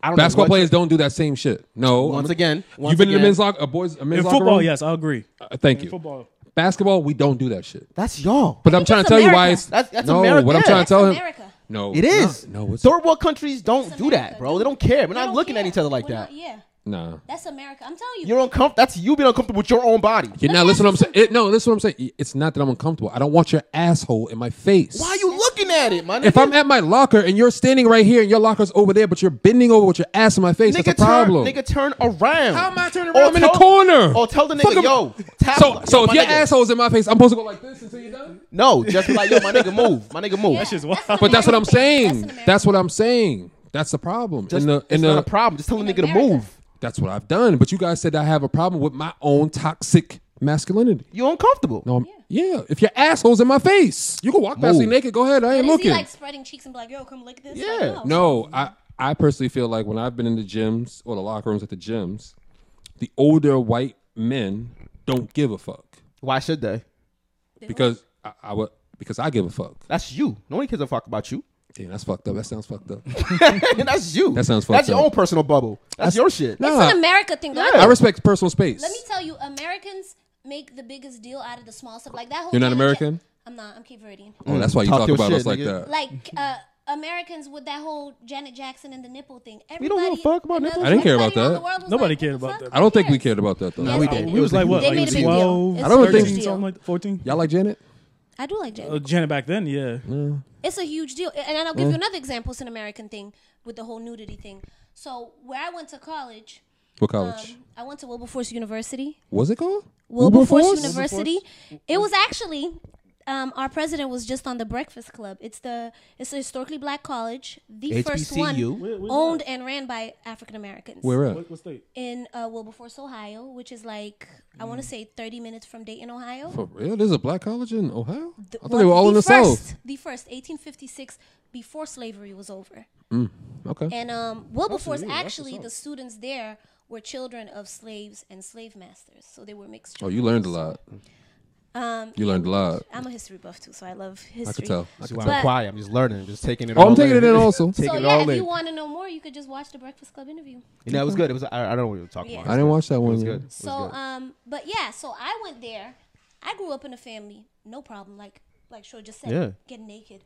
Speaker 1: I don't know
Speaker 3: Basketball
Speaker 1: what-
Speaker 3: players don't do that same shit. No.
Speaker 1: Once
Speaker 3: I'm-
Speaker 1: again, once
Speaker 3: You've been in
Speaker 1: again,
Speaker 3: a men's locker, a boys, a men's
Speaker 2: In
Speaker 3: locker
Speaker 2: football,
Speaker 3: room?
Speaker 2: yes, I agree.
Speaker 3: Uh, thank you.
Speaker 2: football.
Speaker 3: Basketball, we don't do that shit.
Speaker 1: That's y'all.
Speaker 3: But I'm trying
Speaker 4: that's
Speaker 3: to tell you why
Speaker 4: America.
Speaker 3: it's
Speaker 1: That's- that's
Speaker 3: no.
Speaker 1: America.
Speaker 3: What I'm trying to
Speaker 1: That's
Speaker 3: tell him,
Speaker 4: America.
Speaker 3: no,
Speaker 1: It is.
Speaker 3: No, no it's
Speaker 1: third world countries don't
Speaker 4: It's
Speaker 1: do that,
Speaker 4: America,
Speaker 1: bro.
Speaker 4: dude.
Speaker 1: They don't care. We're
Speaker 4: They
Speaker 1: not
Speaker 4: don't
Speaker 1: looking at
Speaker 4: care.
Speaker 1: each other like
Speaker 4: We're not-
Speaker 1: that.
Speaker 4: yeah,
Speaker 3: nah.
Speaker 4: that's America. I'm telling you.
Speaker 1: You're uncomfortable. That's you being uncomfortable with your own body.
Speaker 3: You're
Speaker 4: Let
Speaker 3: not
Speaker 4: me
Speaker 3: listening.
Speaker 4: ask
Speaker 3: What I'm saying. It- no, listen. What I'm saying. It's not that I'm uncomfortable. I don't want your asshole in my face.
Speaker 1: Why are you looking at it, man?
Speaker 3: If I'm at my locker and you're standing right here and your locker's over there, but you're bending over with your ass in my face,
Speaker 1: nigga,
Speaker 3: that's a problem.
Speaker 1: Turn, nigga, turn around.
Speaker 3: How am I turning
Speaker 1: Or
Speaker 3: around? I'm in the
Speaker 1: tell-
Speaker 3: corner.
Speaker 1: Or tell the
Speaker 3: Fuck
Speaker 1: nigga,
Speaker 3: him.
Speaker 1: yo. Tap,
Speaker 3: so, so
Speaker 1: yo,
Speaker 3: if
Speaker 1: my
Speaker 3: your
Speaker 1: nigga.
Speaker 3: asshole's in my face, I'm supposed to go like this until you're done.
Speaker 1: No, just be like, yo, my nigga, move. My nigga, move.
Speaker 4: Yeah,
Speaker 2: shit's
Speaker 4: an
Speaker 2: wild.
Speaker 3: But that's what I'm
Speaker 4: American thing.
Speaker 3: saying.
Speaker 4: an
Speaker 3: That's, what I'm saying. That's the problem.
Speaker 1: Just-
Speaker 3: in the, in
Speaker 1: it's
Speaker 3: the,
Speaker 1: not a problem. Just tell the
Speaker 4: In
Speaker 1: nigga to
Speaker 4: America.
Speaker 1: move.
Speaker 3: That's what I've done. But you guys said I have a problem with my own toxic masculinity.
Speaker 1: You're uncomfortable.
Speaker 3: No, I'm, yeah. If your asshole's in my face, you can walk past me
Speaker 1: Move.
Speaker 3: naked. Go ahead. I ain't
Speaker 4: American. Is he
Speaker 3: looking.
Speaker 4: like spreading cheeks and be like, yo, come look at this? Like, oh.
Speaker 1: Yeah.
Speaker 3: No, I, I personally feel like when I've been in the gyms or the locker rooms at the gyms, the older white men don't give a fuck
Speaker 1: Why should they?
Speaker 3: because I, I would because I give a fuck.
Speaker 1: That's you. Nobody gives a fuck about you.
Speaker 3: Damn, that's fucked up. That sounds fucked up.
Speaker 1: That's you.
Speaker 3: That sounds
Speaker 1: That's
Speaker 3: fucked
Speaker 1: your
Speaker 3: up.
Speaker 1: own personal bubble. That's, your shit.
Speaker 3: No,
Speaker 4: It's an America thing. though. I
Speaker 3: I respect personal space.
Speaker 4: Let me tell you, Americans make the biggest deal out of the small stuff. Like that whole.
Speaker 3: You're not
Speaker 4: Janet
Speaker 3: American?
Speaker 4: Jack- I'm not. I'm Cape Verdean.
Speaker 3: oh, that's why you
Speaker 1: Mm, Talk
Speaker 3: talk
Speaker 1: your
Speaker 3: about
Speaker 1: shit,
Speaker 3: us like
Speaker 1: nigga.
Speaker 3: that.
Speaker 4: Like uh, Americans with that whole Janet Jackson and the nipple thing. Everybody,
Speaker 1: We don't give a fuck about
Speaker 4: another-
Speaker 1: nipples.
Speaker 3: I didn't care about
Speaker 4: everybody around
Speaker 3: that.
Speaker 4: the world was
Speaker 2: Nobody
Speaker 4: like,
Speaker 2: cared
Speaker 4: what the
Speaker 2: about
Speaker 4: fuck?
Speaker 2: that.
Speaker 3: I don't think we
Speaker 4: Yes.
Speaker 3: cared about that though.
Speaker 4: No,
Speaker 1: we
Speaker 4: I-
Speaker 1: didn't.
Speaker 2: We
Speaker 1: It
Speaker 2: was,
Speaker 1: was a
Speaker 2: like what,
Speaker 1: huge
Speaker 4: They made
Speaker 2: like
Speaker 4: a big deal.
Speaker 2: 12,
Speaker 4: It's
Speaker 3: I don't think-
Speaker 2: 13, something like that, 14.
Speaker 3: Y'all like Janet?
Speaker 4: I do like Janet.
Speaker 2: Uh, Janet back then, yeah.
Speaker 4: it's a huge deal. And then I'll give you another example. It's an American thing with the whole nudity thing. So where I went to college,
Speaker 3: What college?
Speaker 4: um, I went to Wilberforce University.
Speaker 3: Was it called?
Speaker 4: Wilberforce,
Speaker 3: Wilberforce?
Speaker 4: University. It was actually um, our president was just on the Breakfast Club. It's the it's a historically black college, the first
Speaker 1: HBCU.
Speaker 4: one
Speaker 1: Where-
Speaker 4: owned and ran by African Americans
Speaker 3: Where at?
Speaker 2: What, what state? Mm.
Speaker 4: in uh, Wilberforce, Ohio, which is like I want to say 30 minutes from Dayton, Ohio.
Speaker 3: For real? There's a black college in Ohio?
Speaker 4: The-
Speaker 3: I thought they were all in the
Speaker 4: first,
Speaker 3: South.
Speaker 4: The first 1856 before slavery was over.
Speaker 3: Mm, Okay.
Speaker 4: And um, Wilberforce, actually, the students there were children of slaves and slave masters, so they were mixed.
Speaker 3: Oh, you learned a lot.
Speaker 4: Um,
Speaker 3: You learned a lot.
Speaker 4: I'm a history buff too, so I love
Speaker 3: I
Speaker 4: history.
Speaker 3: could tell. I
Speaker 1: That's
Speaker 3: could
Speaker 1: why
Speaker 3: tell.
Speaker 1: I'm
Speaker 4: But-
Speaker 1: quiet. I'm just learning. Just taking it.
Speaker 3: Oh, I'm
Speaker 1: all
Speaker 3: taking it in also.
Speaker 1: taking
Speaker 4: So
Speaker 1: it
Speaker 4: yeah,
Speaker 1: all
Speaker 4: if you
Speaker 1: in.
Speaker 4: want to know more, you could just watch the Breakfast Club interview.
Speaker 1: You know, it was good. It was. I, I don't know what you're talking
Speaker 4: Yeah.
Speaker 3: I
Speaker 1: about.
Speaker 3: didn't watch that
Speaker 1: It
Speaker 3: one.
Speaker 1: was
Speaker 3: yet.
Speaker 1: good.
Speaker 4: So um, but yeah, so I went there. I grew up in a family, no problem. Like like Shor just said,
Speaker 1: Yeah.
Speaker 4: get naked.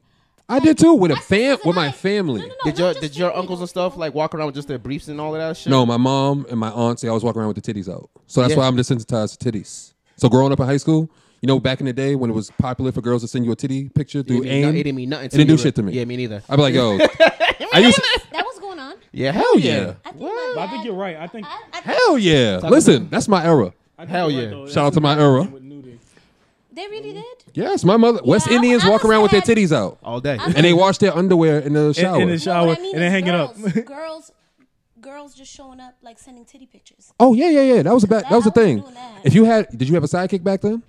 Speaker 3: I did too with a
Speaker 4: That's- this
Speaker 3: fam
Speaker 4: is
Speaker 3: with my
Speaker 4: nice.
Speaker 3: family.
Speaker 4: No, no, no,
Speaker 1: Did your
Speaker 4: not just
Speaker 1: did your
Speaker 4: family,
Speaker 1: uncles and
Speaker 4: though.
Speaker 1: stuff like walk around with just their briefs and all of that shit?
Speaker 3: No, my mom and my aunts, they always walk around with the titties out. So that's
Speaker 1: Yeah.
Speaker 3: why I'm desensitized to titties. So growing up in high school, you know, back in the day when it was popular for girls to send you a titty picture
Speaker 1: it,
Speaker 3: through
Speaker 1: didn't-
Speaker 3: AIM,
Speaker 1: it didn't mean nothing.
Speaker 3: It didn't do
Speaker 1: either.
Speaker 3: shit to me.
Speaker 1: Yeah, me neither.
Speaker 3: I'd be like, yo, I used to,
Speaker 4: That was going on.
Speaker 1: Yeah, hell yeah.
Speaker 3: yeah.
Speaker 4: I think my
Speaker 2: But I
Speaker 4: dad-
Speaker 2: think you're right. I think,
Speaker 4: I, I think
Speaker 3: hell yeah. Listen, that's my era.
Speaker 2: I think
Speaker 1: Hell
Speaker 2: you're
Speaker 1: yeah.
Speaker 2: though.
Speaker 3: Shout out to my era.
Speaker 2: With nudity.
Speaker 4: they really did.
Speaker 3: Yes, my mother, West
Speaker 4: I-
Speaker 3: Indians
Speaker 4: I
Speaker 3: walk
Speaker 4: was
Speaker 3: around with their
Speaker 4: sad.
Speaker 3: titties out.
Speaker 1: All day.
Speaker 4: I'm-
Speaker 3: And they wash their underwear in the
Speaker 2: In,
Speaker 3: shower.
Speaker 2: in the
Speaker 4: No,
Speaker 2: shower
Speaker 4: what I mean
Speaker 2: and
Speaker 4: is
Speaker 2: then hang it up.
Speaker 4: girls, girls, girls just showing up like sending titty pictures.
Speaker 3: oh yeah, yeah, yeah. That was a ba- that,
Speaker 4: That-
Speaker 3: was the
Speaker 4: I wasn't doing
Speaker 3: thing.
Speaker 4: that.
Speaker 3: If you had, did you have a sidekick back then?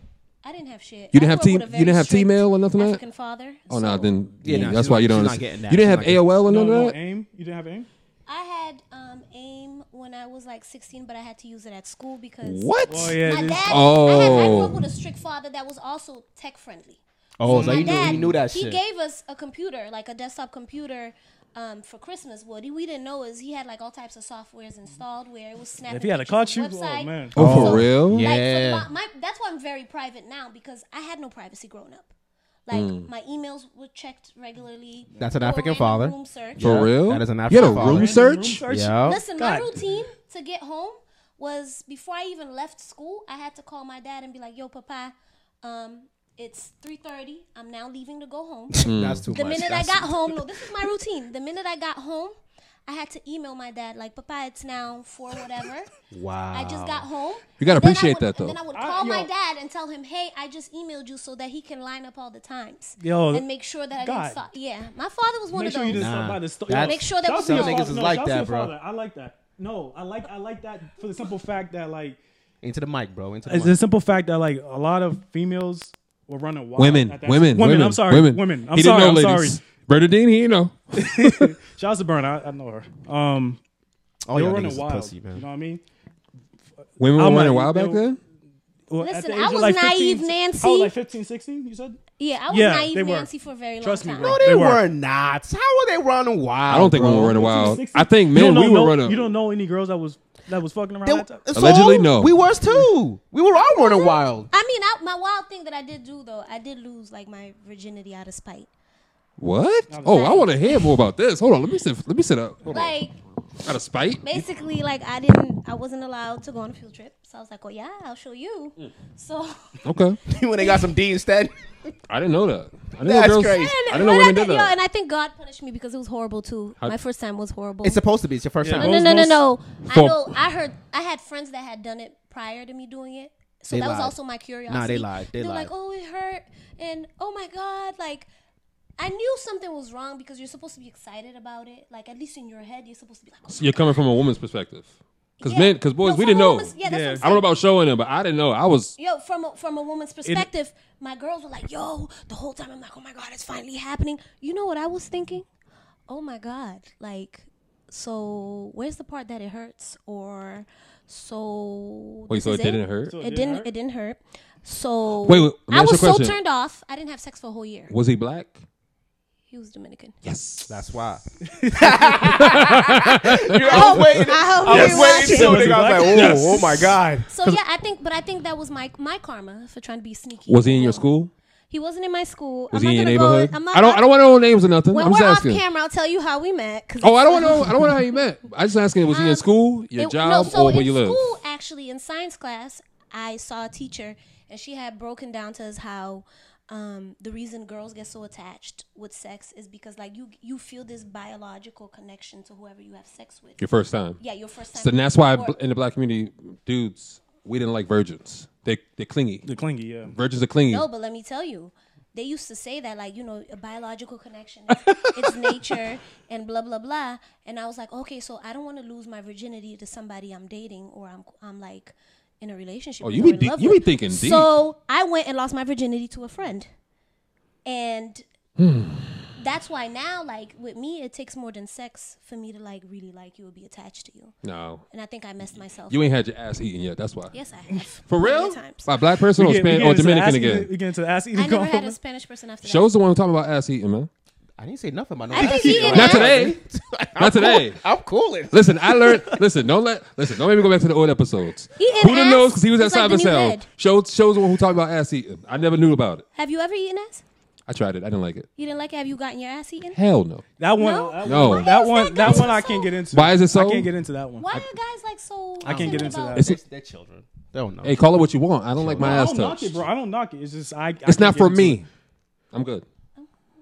Speaker 4: I didn't have shit.
Speaker 3: You didn't have
Speaker 4: I grew
Speaker 3: T-
Speaker 4: up with a
Speaker 3: you
Speaker 4: very
Speaker 3: didn't have
Speaker 4: strict
Speaker 3: T-mail or nothing like that?
Speaker 4: African father.
Speaker 3: Oh no,
Speaker 4: so
Speaker 3: then yeah,
Speaker 1: nah,
Speaker 3: that's
Speaker 1: she's
Speaker 3: why
Speaker 1: not-
Speaker 3: you don't.
Speaker 1: she's not
Speaker 3: understand.
Speaker 1: getting that.
Speaker 3: You didn't
Speaker 1: She's
Speaker 3: have
Speaker 1: not getting-
Speaker 3: AOL or
Speaker 2: No,
Speaker 3: none
Speaker 2: no,
Speaker 3: of that.
Speaker 2: aim. You didn't have aim?
Speaker 4: I had um, AIM when I was like 16, but I had to use it at school because
Speaker 3: What?
Speaker 2: Oh, yeah.
Speaker 4: my
Speaker 2: it is.
Speaker 4: dad. I, had, I grew
Speaker 3: Oh.
Speaker 4: up with a strict father that was also tech friendly.
Speaker 1: Oh, so
Speaker 4: my
Speaker 1: you knew
Speaker 4: dad,
Speaker 1: you knew that
Speaker 4: he
Speaker 1: shit.
Speaker 4: gave us a computer, like a desktop computer, um, for Christmas. What he- we didn't know is he had like all types of softwares installed where it was snapping.
Speaker 2: If he had a
Speaker 4: pictures from
Speaker 2: caught
Speaker 4: the
Speaker 2: you, oh,
Speaker 4: website.
Speaker 2: man.
Speaker 3: Oh,
Speaker 1: Oh.
Speaker 3: for real?
Speaker 1: Yeah.
Speaker 4: Like, so my, my, that's why I'm very private now because I had no privacy growing up. Like
Speaker 1: Hmm.
Speaker 4: my emails were checked regularly.
Speaker 1: That's an
Speaker 4: Or
Speaker 1: African
Speaker 4: random
Speaker 1: father.
Speaker 4: Room search.
Speaker 3: For
Speaker 1: Yeah,
Speaker 3: real?
Speaker 1: that is an
Speaker 3: You had a
Speaker 1: African
Speaker 3: room
Speaker 1: father.
Speaker 3: search?
Speaker 1: Yeah.
Speaker 4: Listen, my
Speaker 2: God.
Speaker 4: routine to get home was before I even left school, I had to call my dad and be like, "Yo, papa, um, it's 3:30. I'm now leaving to go home."
Speaker 3: Mm.
Speaker 1: That's too
Speaker 4: the
Speaker 1: much.
Speaker 4: minute I
Speaker 1: That's-
Speaker 4: got home, no, this is my routine. The minute I got home, I had to email my dad like, "Papa, it's now four whatever."
Speaker 1: Wow.
Speaker 4: I just got home.
Speaker 3: You gotta
Speaker 4: And then I
Speaker 3: appreciate
Speaker 4: would-
Speaker 3: that, though.
Speaker 4: And then I would
Speaker 2: I-
Speaker 4: call my
Speaker 2: yo.
Speaker 4: dad and tell him, "Hey, I just emailed you so that he can line up all the times
Speaker 2: Yo,
Speaker 4: and make sure that I
Speaker 2: God.
Speaker 4: didn't." Saw- yeah, my father was one of
Speaker 2: Make sure
Speaker 4: those.
Speaker 2: you just
Speaker 1: Nah.
Speaker 2: stop by the store.
Speaker 1: That's-
Speaker 4: Make sure that
Speaker 2: Y'all
Speaker 4: we
Speaker 2: see
Speaker 4: know.
Speaker 2: your
Speaker 1: Some niggas
Speaker 2: father-
Speaker 1: is
Speaker 2: no,
Speaker 1: like
Speaker 2: y'all see
Speaker 1: that,
Speaker 2: your
Speaker 1: bro.
Speaker 2: father. I like that. No, I like I like that for the simple fact that like
Speaker 1: into the mic, bro. Into the
Speaker 2: it's
Speaker 1: mic.
Speaker 2: the simple fact that like a lot of females were running wild.
Speaker 3: Women,
Speaker 2: at that-
Speaker 3: women,
Speaker 2: women.
Speaker 3: women,
Speaker 2: I'm sorry, women. I'm
Speaker 3: he
Speaker 2: sorry.
Speaker 3: didn't know
Speaker 2: I'm
Speaker 3: ladies.
Speaker 2: sorry.
Speaker 3: Bernadine, he didn't know.
Speaker 2: Shout out to Burn. I, I know her. Um,
Speaker 1: Oh,
Speaker 2: they
Speaker 1: y'all
Speaker 2: were
Speaker 1: niggas
Speaker 2: running
Speaker 1: is
Speaker 2: wild.
Speaker 1: pussy,
Speaker 2: You know
Speaker 1: man.
Speaker 2: what I mean?
Speaker 3: Women were
Speaker 2: I'm
Speaker 3: running
Speaker 2: like,
Speaker 3: wild back
Speaker 2: yo,
Speaker 3: then.
Speaker 2: Well, at
Speaker 4: Listen,
Speaker 2: the
Speaker 4: I
Speaker 2: age of
Speaker 4: was
Speaker 2: like
Speaker 4: naive,
Speaker 2: 15,
Speaker 4: Nancy.
Speaker 2: I was like 15, 16, you said?
Speaker 4: Yeah, I was
Speaker 2: Yeah, they
Speaker 4: naive
Speaker 2: were.
Speaker 4: Nancy for a very
Speaker 2: Trust me,
Speaker 4: long time.
Speaker 2: bro.
Speaker 1: No,
Speaker 2: They
Speaker 1: they,
Speaker 2: were.
Speaker 1: were not. How were they running wild?
Speaker 3: I don't think
Speaker 1: bro?
Speaker 3: women were running wild.
Speaker 2: 16.
Speaker 3: I think
Speaker 2: You
Speaker 3: men
Speaker 2: don't
Speaker 3: we
Speaker 2: know-
Speaker 3: were running.
Speaker 2: You don't know any girls that was that was fucking around
Speaker 1: They-
Speaker 2: that time?
Speaker 1: so,
Speaker 3: Allegedly, no.
Speaker 1: We was too. We were all running wild.
Speaker 4: I mean, I, my wild thing that I did do though, I did lose like my virginity out of spite.
Speaker 3: What? Oh, I want to hear more about this. Hold on, let me sit. Let me sit up. Hold
Speaker 4: Like
Speaker 3: on. Out of spite.
Speaker 4: basically, like I didn't, I wasn't allowed to go on a field trip, so I was like, "Oh yeah, I'll show you."
Speaker 3: Mm.
Speaker 4: So
Speaker 3: Okay.
Speaker 1: when they got some D instead.
Speaker 3: I didn't know that. I didn't
Speaker 1: That's
Speaker 3: know girls,
Speaker 1: crazy.
Speaker 3: I didn't know women did
Speaker 4: yo,
Speaker 3: that.
Speaker 4: and I think God punished me because it was horrible too.
Speaker 3: How-
Speaker 4: my first time was horrible.
Speaker 1: It's supposed to be. It's your first
Speaker 2: Yeah.
Speaker 1: time.
Speaker 4: no, no, no, no, no. I
Speaker 3: For-
Speaker 4: know. I heard. I had friends that had done it prior to me doing it, so
Speaker 1: They
Speaker 4: that was
Speaker 1: lied.
Speaker 4: also my curiosity.
Speaker 1: Nah, they lied. They
Speaker 4: were
Speaker 1: lied.
Speaker 4: like, "Oh, it hurt," and "Oh my God!" Like, I knew something was wrong because you're supposed to be excited about it. Like, at least in your head, you're supposed to be like, "Oh
Speaker 3: You're coming from a woman's perspective. Because
Speaker 4: Yeah.
Speaker 3: men, because boys,
Speaker 4: No,
Speaker 3: we
Speaker 4: from
Speaker 3: didn't
Speaker 4: a
Speaker 3: know.
Speaker 4: woman's- yeah, that's what I'm
Speaker 3: I don't know about showing them, but I didn't know. I was.
Speaker 4: yo, from a, from a woman's perspective, my girls were like, yo, the whole time I'm like, oh my god, it's finally happening. You know what I was thinking? Oh my god, like, so where's the part that it hurts or so?
Speaker 3: Wait,
Speaker 4: this
Speaker 3: so
Speaker 4: is
Speaker 3: it didn't hurt? So
Speaker 4: it, didn't. It didn't hurt. So
Speaker 3: Wait, wait, let me
Speaker 4: I
Speaker 3: ask you a
Speaker 4: was so
Speaker 3: question.
Speaker 4: turned off. I didn't have sex for a whole year.
Speaker 3: Was he black?
Speaker 4: He was Dominican.
Speaker 3: Yes.
Speaker 1: That's why. You're always waiting.
Speaker 4: I hope
Speaker 1: I
Speaker 4: he
Speaker 1: was waiting
Speaker 4: watches.
Speaker 1: until
Speaker 2: Was
Speaker 1: they
Speaker 2: he
Speaker 1: got
Speaker 2: black?
Speaker 1: like, oh,
Speaker 2: Yes.
Speaker 1: oh my god.
Speaker 4: So yeah, I think, but I think that was my my karma for trying to be sneaky.
Speaker 3: Was he in your school?
Speaker 4: He wasn't in my school.
Speaker 3: Was
Speaker 4: I'm
Speaker 3: he
Speaker 4: not
Speaker 3: in
Speaker 4: gonna
Speaker 3: your
Speaker 4: go-
Speaker 3: neighborhood?
Speaker 4: I'm not-
Speaker 3: I don't. I don't want to know names or nothing.
Speaker 4: When
Speaker 3: I'm
Speaker 4: we're
Speaker 3: just
Speaker 4: off
Speaker 3: asking.
Speaker 4: camera, I'll tell you how we met. 'cause
Speaker 3: Oh, I don't want to know. I don't want to know how you met. I just asking. Was he in
Speaker 4: Um,
Speaker 3: school, your
Speaker 4: It-
Speaker 3: job,
Speaker 4: no, so
Speaker 3: or where
Speaker 4: in
Speaker 3: you live?
Speaker 4: school, actually, in science class, I saw a teacher, and she had broken down to us how um, the reason girls get so attached with sex is because like you you feel this biological connection to whoever you have sex with.
Speaker 3: Your first time.
Speaker 4: yeah, your first time.
Speaker 3: So that's why
Speaker 4: Or-
Speaker 3: bl- in the black community, dudes, we didn't like virgins. They they're clingy.
Speaker 2: The clingy, yeah.
Speaker 3: Virgins are clingy.
Speaker 4: No, but let me tell you, they used to say that like you know a biological connection, it's- it's nature and blah blah blah. And I was like, okay, so I don't want to lose my virginity to somebody I'm dating or I'm I'm like in a relationship.
Speaker 3: Oh,
Speaker 4: with
Speaker 3: you
Speaker 4: or
Speaker 3: be
Speaker 4: in
Speaker 3: deep-
Speaker 4: love
Speaker 3: you
Speaker 4: with.
Speaker 3: be thinking deep.
Speaker 4: So I went and lost my virginity to a friend, and. That's why now, like with me, it takes more than sex for me to like really like you or be attached to you.
Speaker 3: No.
Speaker 4: And I think I messed myself.
Speaker 3: You
Speaker 4: up.
Speaker 3: ain't had your ass eaten yet. That's why.
Speaker 4: yes, I have.
Speaker 3: For
Speaker 4: Plenty
Speaker 3: real?
Speaker 4: of times.
Speaker 3: By black person or,
Speaker 2: We get- we
Speaker 3: Span-
Speaker 2: get
Speaker 3: or
Speaker 2: into the
Speaker 3: Dominican
Speaker 2: ass
Speaker 3: again?
Speaker 2: eating- We get into the ass eating
Speaker 4: I never had a
Speaker 2: compliments.
Speaker 4: Spanish person after that.
Speaker 3: Shows the one talking about ass eating, man.
Speaker 1: I didn't say nothing about no.
Speaker 4: I think eating
Speaker 3: Not
Speaker 4: ass-
Speaker 3: today. Not today.
Speaker 1: I'm cooling.
Speaker 3: Listen, I learned. listen, don't let. Listen, don't make me go back to the old episodes.
Speaker 4: Eating
Speaker 3: Buddha
Speaker 4: ass
Speaker 3: knows because he was at
Speaker 4: is like the
Speaker 3: Cyber
Speaker 4: new
Speaker 3: Sound.
Speaker 4: head.
Speaker 3: Shows shows the one who talked about ass eating. I never knew about it.
Speaker 4: Have you ever eaten ass?
Speaker 3: I tried it. I didn't like it.
Speaker 4: You didn't like it? Have you gotten your ass eaten?
Speaker 3: Hell no.
Speaker 2: That one,
Speaker 4: No?
Speaker 2: that
Speaker 3: No.
Speaker 2: one, that
Speaker 4: is
Speaker 2: one,
Speaker 4: that
Speaker 2: that
Speaker 4: guy
Speaker 2: one I
Speaker 4: so-
Speaker 2: can't get into.
Speaker 3: Oh. Why is it so?
Speaker 2: I can't get into that one.
Speaker 4: Why are guys like so?
Speaker 2: I can't get into
Speaker 4: about-
Speaker 2: that.
Speaker 3: It's-
Speaker 1: They're children. They don't know.
Speaker 3: Hey, call it what you want. I don't like my
Speaker 2: I
Speaker 3: ass
Speaker 2: don't knock
Speaker 3: touched.
Speaker 2: it, bro. I don't knock it. It's just I. I
Speaker 3: It's
Speaker 2: can't
Speaker 3: not
Speaker 2: get
Speaker 3: for
Speaker 2: into
Speaker 3: me. I'm good.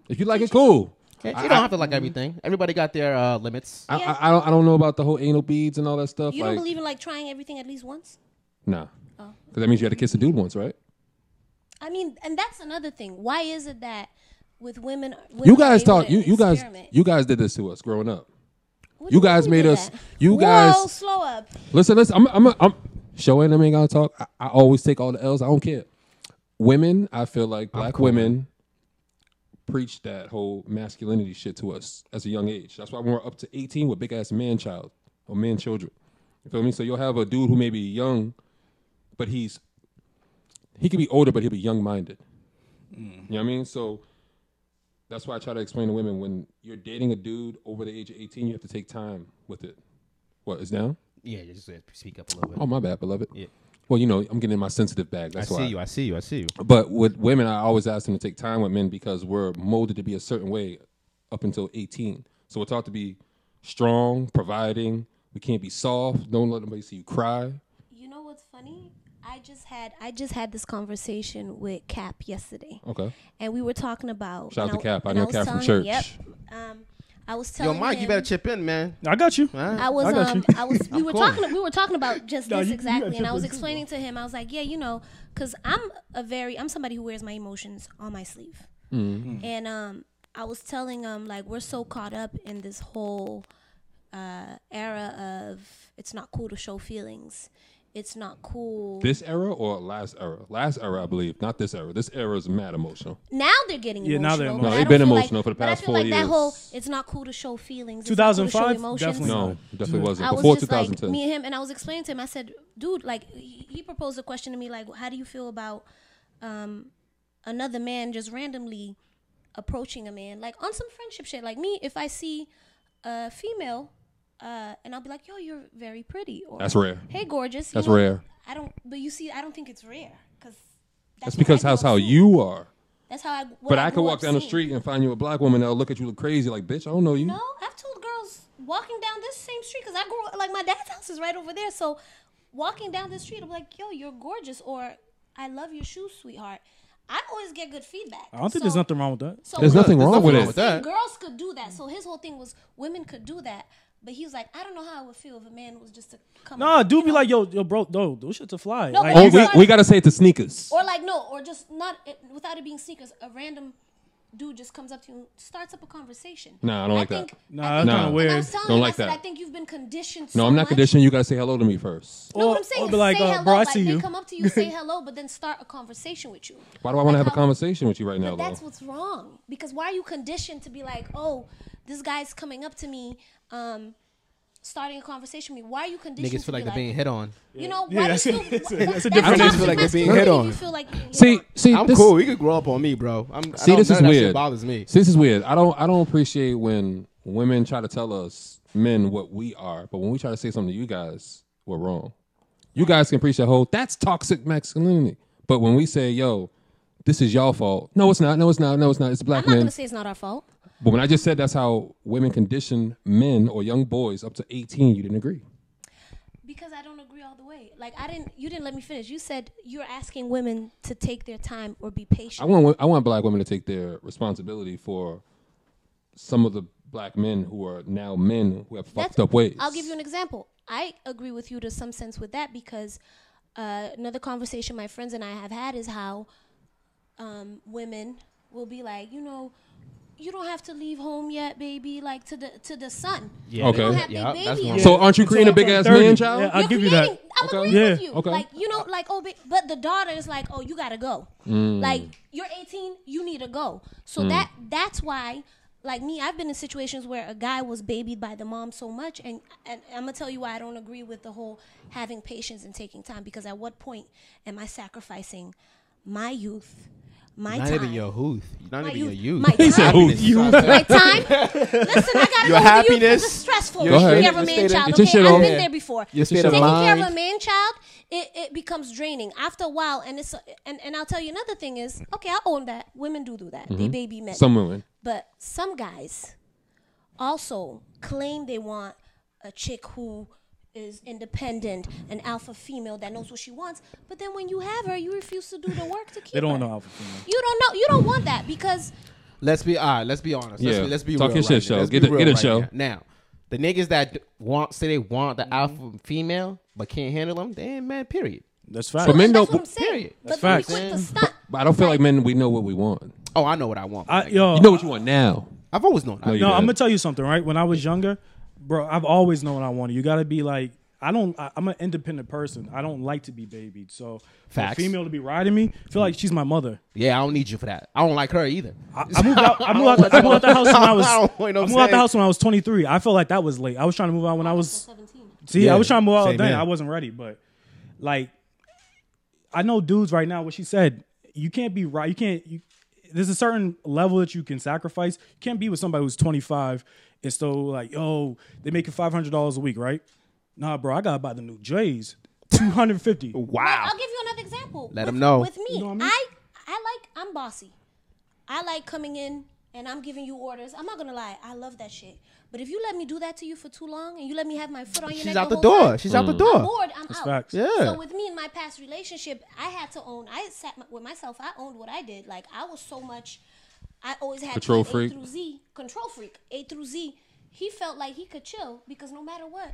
Speaker 3: If you like it, cool.
Speaker 1: you don't have to like everything. Everybody got their uh, limits.
Speaker 3: I,
Speaker 4: Yeah.
Speaker 3: I, I don't. I don't know about the whole anal beads and all that stuff.
Speaker 4: You
Speaker 3: like, Oh.
Speaker 4: don't believe in like trying everything at least once?
Speaker 3: Nah. Because that means you had to kiss a dude once, right?
Speaker 4: I mean, and that's another thing. Why is it that with women, women
Speaker 3: You
Speaker 4: are
Speaker 3: guys
Speaker 4: able
Speaker 3: thought
Speaker 4: to
Speaker 3: you, you guys
Speaker 4: experiment?
Speaker 3: you guys did this to us growing up.
Speaker 4: What do
Speaker 3: You
Speaker 4: mean
Speaker 3: guys
Speaker 4: we
Speaker 3: made
Speaker 4: did
Speaker 3: us.
Speaker 4: that?
Speaker 3: You
Speaker 4: Whoa,
Speaker 3: guys
Speaker 4: slow up.
Speaker 3: listen. Listen. I'm. I'm. I'm showing them ain't gonna talk. I, I always take all the L's. I don't care. Women, I feel like black women preach that whole masculinity shit to us as a young age. That's why when we're up to 18 with big ass man child or man children. You feel me? So you'll have a dude who may be young, but he's he could be older, but he'll be young minded. You know what I mean? So that's why I try to explain to women when you're dating a dude over the age of 18, you have to take time with it. What is down?
Speaker 1: Yeah, you just uh, speak up a little bit.
Speaker 3: Oh my bad, beloved.
Speaker 1: Yeah.
Speaker 3: Well, you know, I'm getting in my sensitive bag.
Speaker 1: I
Speaker 3: That's why.
Speaker 1: see you. I see you. I see you.
Speaker 3: But with women, I always ask them to take time with men because we're molded to be a certain way up until 18. So we're taught to be strong, providing. We can't be soft. Don't let nobody see you cry.
Speaker 4: You know what's funny? I just had I just had this conversation with Cap yesterday,
Speaker 3: Okay.
Speaker 4: and we were talking about.
Speaker 3: Shout out
Speaker 4: and
Speaker 3: to Cap. I
Speaker 4: and
Speaker 3: know
Speaker 4: was
Speaker 3: Cap from
Speaker 4: telling-
Speaker 3: church.
Speaker 4: Yep. Um, I was
Speaker 1: Yo,
Speaker 4: telling
Speaker 1: Mike, you
Speaker 4: him-
Speaker 1: better chip in, man.
Speaker 2: it. I got you.
Speaker 4: I was
Speaker 2: I got
Speaker 4: um
Speaker 2: you.
Speaker 4: I was we were
Speaker 1: cool.
Speaker 4: talking we were talking about just
Speaker 2: No,
Speaker 4: this
Speaker 2: you- you
Speaker 4: exactly
Speaker 2: got
Speaker 4: and I
Speaker 2: your
Speaker 4: was
Speaker 2: business,
Speaker 4: explaining to him I was like yeah you know cuz I'm a very I'm somebody who wears my emotions on my sleeve.
Speaker 3: Mm.
Speaker 2: Mm-hmm.
Speaker 4: And um I was telling him like we're so caught up in this whole uh era of it's not cool to show feelings it's not cool.
Speaker 3: This era or last era? Last era, I believe. Not this era. This era is mad emotional.
Speaker 4: now they're getting
Speaker 2: Yeah,
Speaker 4: emotional.
Speaker 2: now they're
Speaker 4: but
Speaker 2: emotional.
Speaker 4: I
Speaker 3: No,
Speaker 4: don't
Speaker 3: they've been
Speaker 4: feel like-
Speaker 3: emotional for the
Speaker 4: but I
Speaker 3: past
Speaker 4: feel
Speaker 3: four
Speaker 4: like That
Speaker 3: years.
Speaker 4: whole it's not cool to show feelings. It's not cool to show
Speaker 2: 2005?
Speaker 4: emotions.
Speaker 2: Definitely not.
Speaker 3: No, definitely wasn't.
Speaker 4: I was
Speaker 3: Before
Speaker 4: just like
Speaker 3: 2010.
Speaker 4: me and him, and I was explaining to him. I said, "Dude, like he he proposed a question to me, like, how do you feel about um, another man just randomly approaching a man, like on some friendship shit? Like me, if I see a female, uh, and I'll be like, yo, you're very pretty,' or
Speaker 3: That's rare.
Speaker 4: Hey, gorgeous. You
Speaker 3: That's
Speaker 4: know,
Speaker 3: rare.
Speaker 4: I don't, but you see, I don't think it's rare because
Speaker 3: That's because that's how you are.
Speaker 4: That's how I. what
Speaker 3: But I
Speaker 4: grew
Speaker 3: could walk
Speaker 4: up
Speaker 3: down the
Speaker 4: seeing.
Speaker 3: street and find you a black woman that'll look at you look crazy, like, bitch, I don't know you.
Speaker 4: No, I've told girls walking down this same street because I grew up like my dad's house is right over there. So walking down the street, I'm like, yo, you're gorgeous, or I love your shoes, sweetheart. I always get good feedback.
Speaker 2: I don't think
Speaker 4: So-
Speaker 2: there's nothing wrong with that.
Speaker 4: So
Speaker 3: There's nothing
Speaker 4: girls-
Speaker 3: wrong with
Speaker 4: I'm
Speaker 3: it.
Speaker 4: saying Girls could do that. So his whole thing was women could do that. But he was like, I don't know how I would feel if a man was just to come.
Speaker 2: Nah,
Speaker 4: up,
Speaker 2: dude,
Speaker 4: you
Speaker 2: be
Speaker 4: know?
Speaker 2: like, yo, yo, bro, no, those shits are fly.
Speaker 4: No,
Speaker 2: like,
Speaker 4: but
Speaker 3: Oh,
Speaker 2: you
Speaker 4: it's
Speaker 3: we,
Speaker 2: got-
Speaker 4: like-
Speaker 3: we gotta say it to sneakers.
Speaker 4: Or like no, or just not it, without it being sneakers. A random dude just comes up to you, and starts up a conversation.
Speaker 3: Nah, I don't like that.
Speaker 2: Nah, that's
Speaker 4: think-
Speaker 3: kinda
Speaker 4: and I
Speaker 2: weird.
Speaker 4: was telling
Speaker 3: Don't
Speaker 4: him,
Speaker 3: like
Speaker 4: I said,
Speaker 3: that.
Speaker 4: I think you've been conditioned.
Speaker 3: No,
Speaker 4: so
Speaker 3: I'm not
Speaker 4: much.
Speaker 3: conditioned. You gotta say hello to me first.
Speaker 4: No,
Speaker 2: Or-
Speaker 4: what I'm saying
Speaker 2: or
Speaker 4: is
Speaker 2: be like,
Speaker 4: say
Speaker 2: uh,
Speaker 4: hello.
Speaker 2: bro, I
Speaker 4: like,
Speaker 2: see
Speaker 4: they
Speaker 2: you.
Speaker 4: come up to you, say hello, but then start a conversation with you.
Speaker 3: Why do I want to
Speaker 4: Like
Speaker 3: have a
Speaker 4: how-
Speaker 3: conversation with you right now,
Speaker 4: But that's
Speaker 3: though?
Speaker 4: what's wrong. Because why are you conditioned to be like, oh, this guy's coming up to me, um, starting a conversation with me? Why are you conditioned
Speaker 1: Niggas
Speaker 4: to
Speaker 1: feel like
Speaker 4: be
Speaker 1: they're being hit on.
Speaker 4: You know,
Speaker 2: Yeah,
Speaker 4: why
Speaker 2: that's-
Speaker 4: do you feel,
Speaker 2: that's a-
Speaker 4: that-
Speaker 2: that's a
Speaker 4: not
Speaker 2: different issue. I just
Speaker 1: feel like they're being
Speaker 4: masculine
Speaker 1: hit
Speaker 4: if
Speaker 1: on.
Speaker 4: You feel like being hit
Speaker 3: See,
Speaker 4: on.
Speaker 3: see,
Speaker 1: I'm
Speaker 3: this,
Speaker 1: cool. You could grow up on me, bro. I'm,
Speaker 3: See,
Speaker 1: I don't,
Speaker 3: this
Speaker 1: none
Speaker 3: is
Speaker 1: of that
Speaker 3: weird.
Speaker 1: Shit bothers me.
Speaker 3: See, this is weird. I don't, I don't appreciate when women try to tell us men what we are, but when we try to say something to you guys, we're wrong. You guys can preach that whole that's toxic masculinity, but when we say, "Yo, this is y'all fault," no, it's not. No, it's not. No, it's not. It's
Speaker 4: I'm
Speaker 3: black
Speaker 4: not
Speaker 3: men.
Speaker 4: gonna say it's not our fault.
Speaker 3: but when I just said that's how women condition men or young boys up to 18, you didn't agree.
Speaker 4: Because I don't agree all the way. Like I didn't you didn't let me finish. You said you're asking women to take their time or be
Speaker 3: I
Speaker 4: patient.
Speaker 3: want wo- I want black women to take their responsibility for some of the black men who are now men who have fucked up ways.
Speaker 4: I'll give you an example. I agree with you to some sense with that because uh, another conversation my friends and I have had is how um, women will be like, you know, you don't have to leave home yet, baby, like to the to the sun.
Speaker 1: Yeah,
Speaker 3: Okay.
Speaker 4: You don't have
Speaker 1: Yeah,
Speaker 4: big
Speaker 1: that's
Speaker 4: baby.
Speaker 1: what
Speaker 4: yet.
Speaker 1: I'm-
Speaker 3: So aren't you
Speaker 2: Until
Speaker 3: creating a
Speaker 2: I
Speaker 3: big
Speaker 2: turn
Speaker 3: ass
Speaker 2: 30.
Speaker 3: man child?
Speaker 2: Yeah, I'll
Speaker 4: You're
Speaker 2: give you that.
Speaker 4: creating, I'm
Speaker 3: Okay.
Speaker 4: agreeing with
Speaker 2: Yeah.
Speaker 4: you.
Speaker 3: Okay.
Speaker 4: Like you know, like oh, ba- but the daughter is like, oh, you gotta go. Like you're 18, you need to go. So that that's why, like me, I've been in situations where a guy was babied by the mom so much, and and I'm gonna tell you why I don't agree with the whole having patience and taking time because at what point am I sacrificing my youth, my
Speaker 1: Not
Speaker 4: time,
Speaker 1: even your youth. Not
Speaker 4: My
Speaker 1: even your
Speaker 4: youth.
Speaker 1: youth.
Speaker 4: My He said time.
Speaker 3: who? You.
Speaker 4: my time? Listen, I gotta
Speaker 1: Your
Speaker 4: go happiness, with you. This
Speaker 1: happiness,
Speaker 4: is stressful.
Speaker 1: your
Speaker 4: Taking
Speaker 3: state-
Speaker 4: care of
Speaker 1: your
Speaker 4: a
Speaker 1: state
Speaker 4: man
Speaker 1: of-
Speaker 4: child.
Speaker 3: Get your
Speaker 4: Okay,
Speaker 3: shit
Speaker 4: I've
Speaker 3: off.
Speaker 4: been there before.
Speaker 1: Your state
Speaker 4: Taking
Speaker 1: of
Speaker 4: care of a
Speaker 1: mind.
Speaker 4: man child, it, it becomes draining after a while. And it's and, and I'll tell you another thing is okay. I own that. Women do do that. They baby men.
Speaker 3: Mm-hmm. Some women.
Speaker 4: But some guys also claim they want a chick who is independent, an alpha female that knows what she wants. But then when you have her, you refuse to do the work to keep.
Speaker 2: They don't
Speaker 4: her.
Speaker 2: know alpha female.
Speaker 4: You don't know. You don't want that because
Speaker 1: Let's be all right. Let's be honest.
Speaker 3: Yeah.
Speaker 1: Let's be, let's be
Speaker 3: Talk
Speaker 1: real
Speaker 3: your
Speaker 1: right
Speaker 3: shit,
Speaker 1: now.
Speaker 3: show.
Speaker 1: Let's
Speaker 3: Get
Speaker 1: be
Speaker 3: the-
Speaker 1: real
Speaker 3: get it,
Speaker 1: right
Speaker 3: show.
Speaker 1: now. Now, the niggas that want say they want the alpha female but can't handle them, they ain't man. Period.
Speaker 2: That's facts.
Speaker 3: But men
Speaker 4: that's
Speaker 3: don't-
Speaker 4: what I'm saying.
Speaker 1: Period.
Speaker 4: But
Speaker 2: That's
Speaker 4: then we
Speaker 2: facts.
Speaker 4: quick to stunt.
Speaker 3: But I don't feel like men. We know what we want.
Speaker 1: Oh, I know what I want.
Speaker 2: I,
Speaker 1: I,
Speaker 2: yo,
Speaker 3: You know what you want now.
Speaker 1: have always known.
Speaker 3: you
Speaker 1: I,
Speaker 2: No,
Speaker 3: Yeah.
Speaker 2: I'm gonna tell you something, right? When I was younger, bro, I've always known what I wanted. You gotta be like, I don't. I, I'm an independent person. I don't like to be babied. So, for a
Speaker 1: Facts.
Speaker 2: female to be riding me, I feel like she's my mother.
Speaker 1: yeah, I don't need you for that. I don't like her either.
Speaker 2: I, I moved out. I moved out, the, I moved out the house when I was.
Speaker 1: I
Speaker 2: I,
Speaker 1: don't- you know what I'm
Speaker 2: moved out the
Speaker 1: saying?
Speaker 2: house when I was 23. I felt like that was late. I was trying to move out when I was.
Speaker 4: 17.
Speaker 2: See,
Speaker 1: Yeah,
Speaker 2: I was trying to move out
Speaker 1: same
Speaker 2: then.
Speaker 1: here.
Speaker 2: I wasn't ready, but like, I know dudes right now. What she said, you can't be right. You can't. You, there's a certain level that you can sacrifice. You can't be with somebody who's 25 and still like, oh, they making 500 dollars a week, right? Nah, bro, I gotta buy the new J's, 250.
Speaker 1: Wow.
Speaker 4: I'll give you another example.
Speaker 1: Let
Speaker 4: with,
Speaker 1: 'em know.
Speaker 4: With me,
Speaker 2: You know what I
Speaker 4: I,
Speaker 2: mean?
Speaker 4: I like I'm bossy. I like coming in and I'm giving you orders. I'm not gonna lie, I love that shit. But if you let me do that to you for too long and you let me have my foot on your neck,
Speaker 1: She's out the
Speaker 4: whole
Speaker 1: door.
Speaker 4: time,
Speaker 1: She's out the
Speaker 4: I'm
Speaker 1: door.
Speaker 4: bored. I'm out.
Speaker 2: facts.
Speaker 1: Yeah.
Speaker 4: So with me in my past relationship, I had to own. I sat my, with myself. I owned what I did. Like I was so much. I always had
Speaker 3: Control
Speaker 4: my
Speaker 3: freak.
Speaker 4: A through Z control freak. A through Z. He felt like he could chill because no matter what,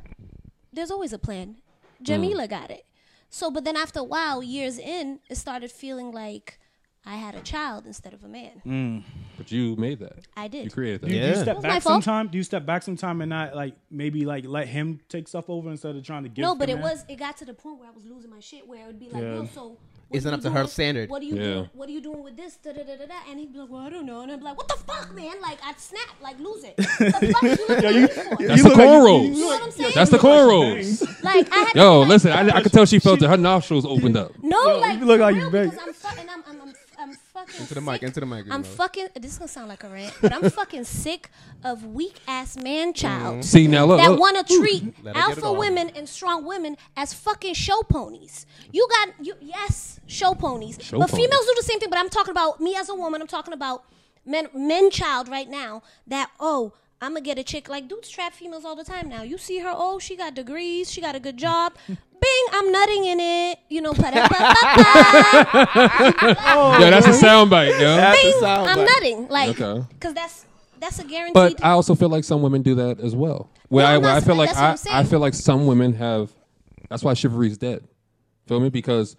Speaker 4: there's always a plan.
Speaker 1: Mm.
Speaker 4: Jamila got it. So, but then after a while, years in, it started feeling like I had a child instead of a man.
Speaker 3: But you made that.
Speaker 4: I did.
Speaker 3: You created that.
Speaker 2: Do Mm. you, do you
Speaker 1: Yeah.
Speaker 2: step
Speaker 4: was my
Speaker 2: back
Speaker 4: fault.
Speaker 2: sometime? Do you step back sometime and not like maybe like let him take stuff over instead of trying to give?
Speaker 4: No, but
Speaker 2: the
Speaker 4: it
Speaker 2: man?
Speaker 4: was it got to the point where I was losing my shit where it would be like,
Speaker 2: Yeah.
Speaker 4: yo, so what
Speaker 1: It's not
Speaker 4: you
Speaker 1: up to her
Speaker 4: doing?
Speaker 1: standard.
Speaker 4: What are you
Speaker 3: Yeah.
Speaker 4: doing? What are you doing with this? Da, da, da, da, da. And he'd be like, Well, I don't know. And I'd be like, What the fuck, man? Like I'd snap, like lose it. The fuck you looking at me for?
Speaker 3: That's
Speaker 2: You
Speaker 3: the
Speaker 2: look like-
Speaker 3: cornrows.
Speaker 4: You know what I'm saying?
Speaker 3: That's the cornrows.
Speaker 4: Like I had to
Speaker 3: Yo,
Speaker 4: be like,
Speaker 3: listen, I, I could tell she felt that her nostrils opened up.
Speaker 4: No,
Speaker 2: Yo,
Speaker 4: like
Speaker 2: you look
Speaker 4: for
Speaker 2: like you
Speaker 4: real,
Speaker 2: big.
Speaker 4: because I'm fucking I'm I'm I'm, I'm fucking
Speaker 1: Into the mic,
Speaker 4: sick.
Speaker 1: into the mic, you
Speaker 4: I'm
Speaker 1: know.
Speaker 4: fucking this is gonna sound like a rant, but I'm fucking sick of weak ass
Speaker 1: Mm-hmm.
Speaker 4: man child.
Speaker 3: See now, look,
Speaker 4: that
Speaker 3: look.
Speaker 4: want to treat
Speaker 1: Let her get it
Speaker 4: alpha
Speaker 1: on.
Speaker 4: women and strong women as fucking show ponies. You got you yes, show ponies.
Speaker 3: Show
Speaker 4: but
Speaker 3: ponies.
Speaker 4: females do the same thing, but I'm talking about me as a woman, I'm talking about men men child right now that oh I'm gonna get a chick like dudes trap females all the time now. You see her, oh, she got degrees, she got a good job. Bing, I'm nutting in it. You know, ba da ba ba ba.
Speaker 3: yeah, that's a soundbite, yo.
Speaker 1: That's
Speaker 4: Bing,
Speaker 1: a sound
Speaker 4: I'm
Speaker 1: bite.
Speaker 4: nutting. Like,
Speaker 3: Okay.
Speaker 4: because that's that's a guaranteed.
Speaker 3: But I also feel like some women do that as well. Where
Speaker 4: No,
Speaker 3: I,
Speaker 4: I'm
Speaker 3: where
Speaker 4: not
Speaker 3: I feel
Speaker 4: saying-
Speaker 3: like
Speaker 4: that's what
Speaker 3: I,
Speaker 4: I'm saying.
Speaker 3: I feel like some women have. That's why chivalry's dead. Feel me? Because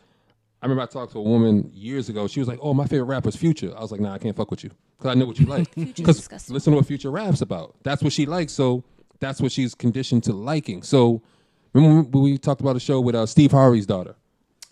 Speaker 3: I remember I talked to a woman years ago. She was like, "Oh, my favorite rapper's Future." I was like, "Nah, I can't fuck with you because I know what you like." Because
Speaker 4: disgusting.
Speaker 3: listen to what Future raps about. That's what she likes. So that's what she's conditioned to liking. So remember when we talked about a show with uh, Steve Harvey's daughter.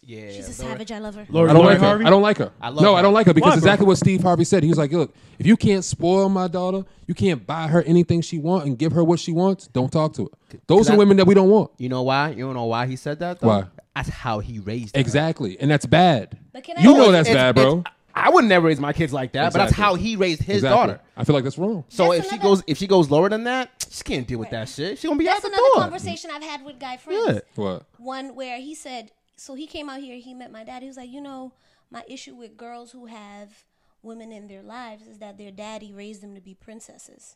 Speaker 1: Yeah.
Speaker 4: she's a
Speaker 1: don't worry.
Speaker 4: savage. I love her.
Speaker 2: Lori,
Speaker 3: I don't
Speaker 2: Lori
Speaker 3: like
Speaker 2: Harvey?
Speaker 3: her. I don't like her.
Speaker 1: I love
Speaker 3: no,
Speaker 1: her.
Speaker 3: I don't like her because
Speaker 2: Why, bro?
Speaker 3: exactly what Steve Harvey said. He was like, "Look, if you can't spoil my daughter, you can't buy her anything she wants and give her what she wants. Don't talk to her. Those
Speaker 1: Cause
Speaker 3: are
Speaker 1: I-
Speaker 3: women that we don't want.
Speaker 1: You know why? You don't know why he said that? Though?
Speaker 3: Why?
Speaker 1: That's how he raised her.
Speaker 3: Exactly, and that's bad.
Speaker 4: But can I-
Speaker 3: You
Speaker 4: No,
Speaker 3: know
Speaker 1: It's-
Speaker 3: that's
Speaker 1: it's-
Speaker 3: bad, bro.
Speaker 1: it's- I would never raise my kids like that, but that's
Speaker 3: Exactly.
Speaker 1: how he raised his
Speaker 3: Exactly.
Speaker 1: daughter.
Speaker 3: I feel like that's wrong.
Speaker 1: So
Speaker 4: That's
Speaker 1: if she
Speaker 4: another-
Speaker 1: goes if she goes lower than that, she can't deal with that shit. She gonna be
Speaker 4: That's
Speaker 1: out the
Speaker 4: another
Speaker 1: door.
Speaker 4: conversation I've had with guy friends.
Speaker 1: Yeah.
Speaker 3: What?
Speaker 4: One where he said, so he came out here, he met my dad. He was like, you know, my issue with girls who have women in their lives is that their daddy raised them to be princesses.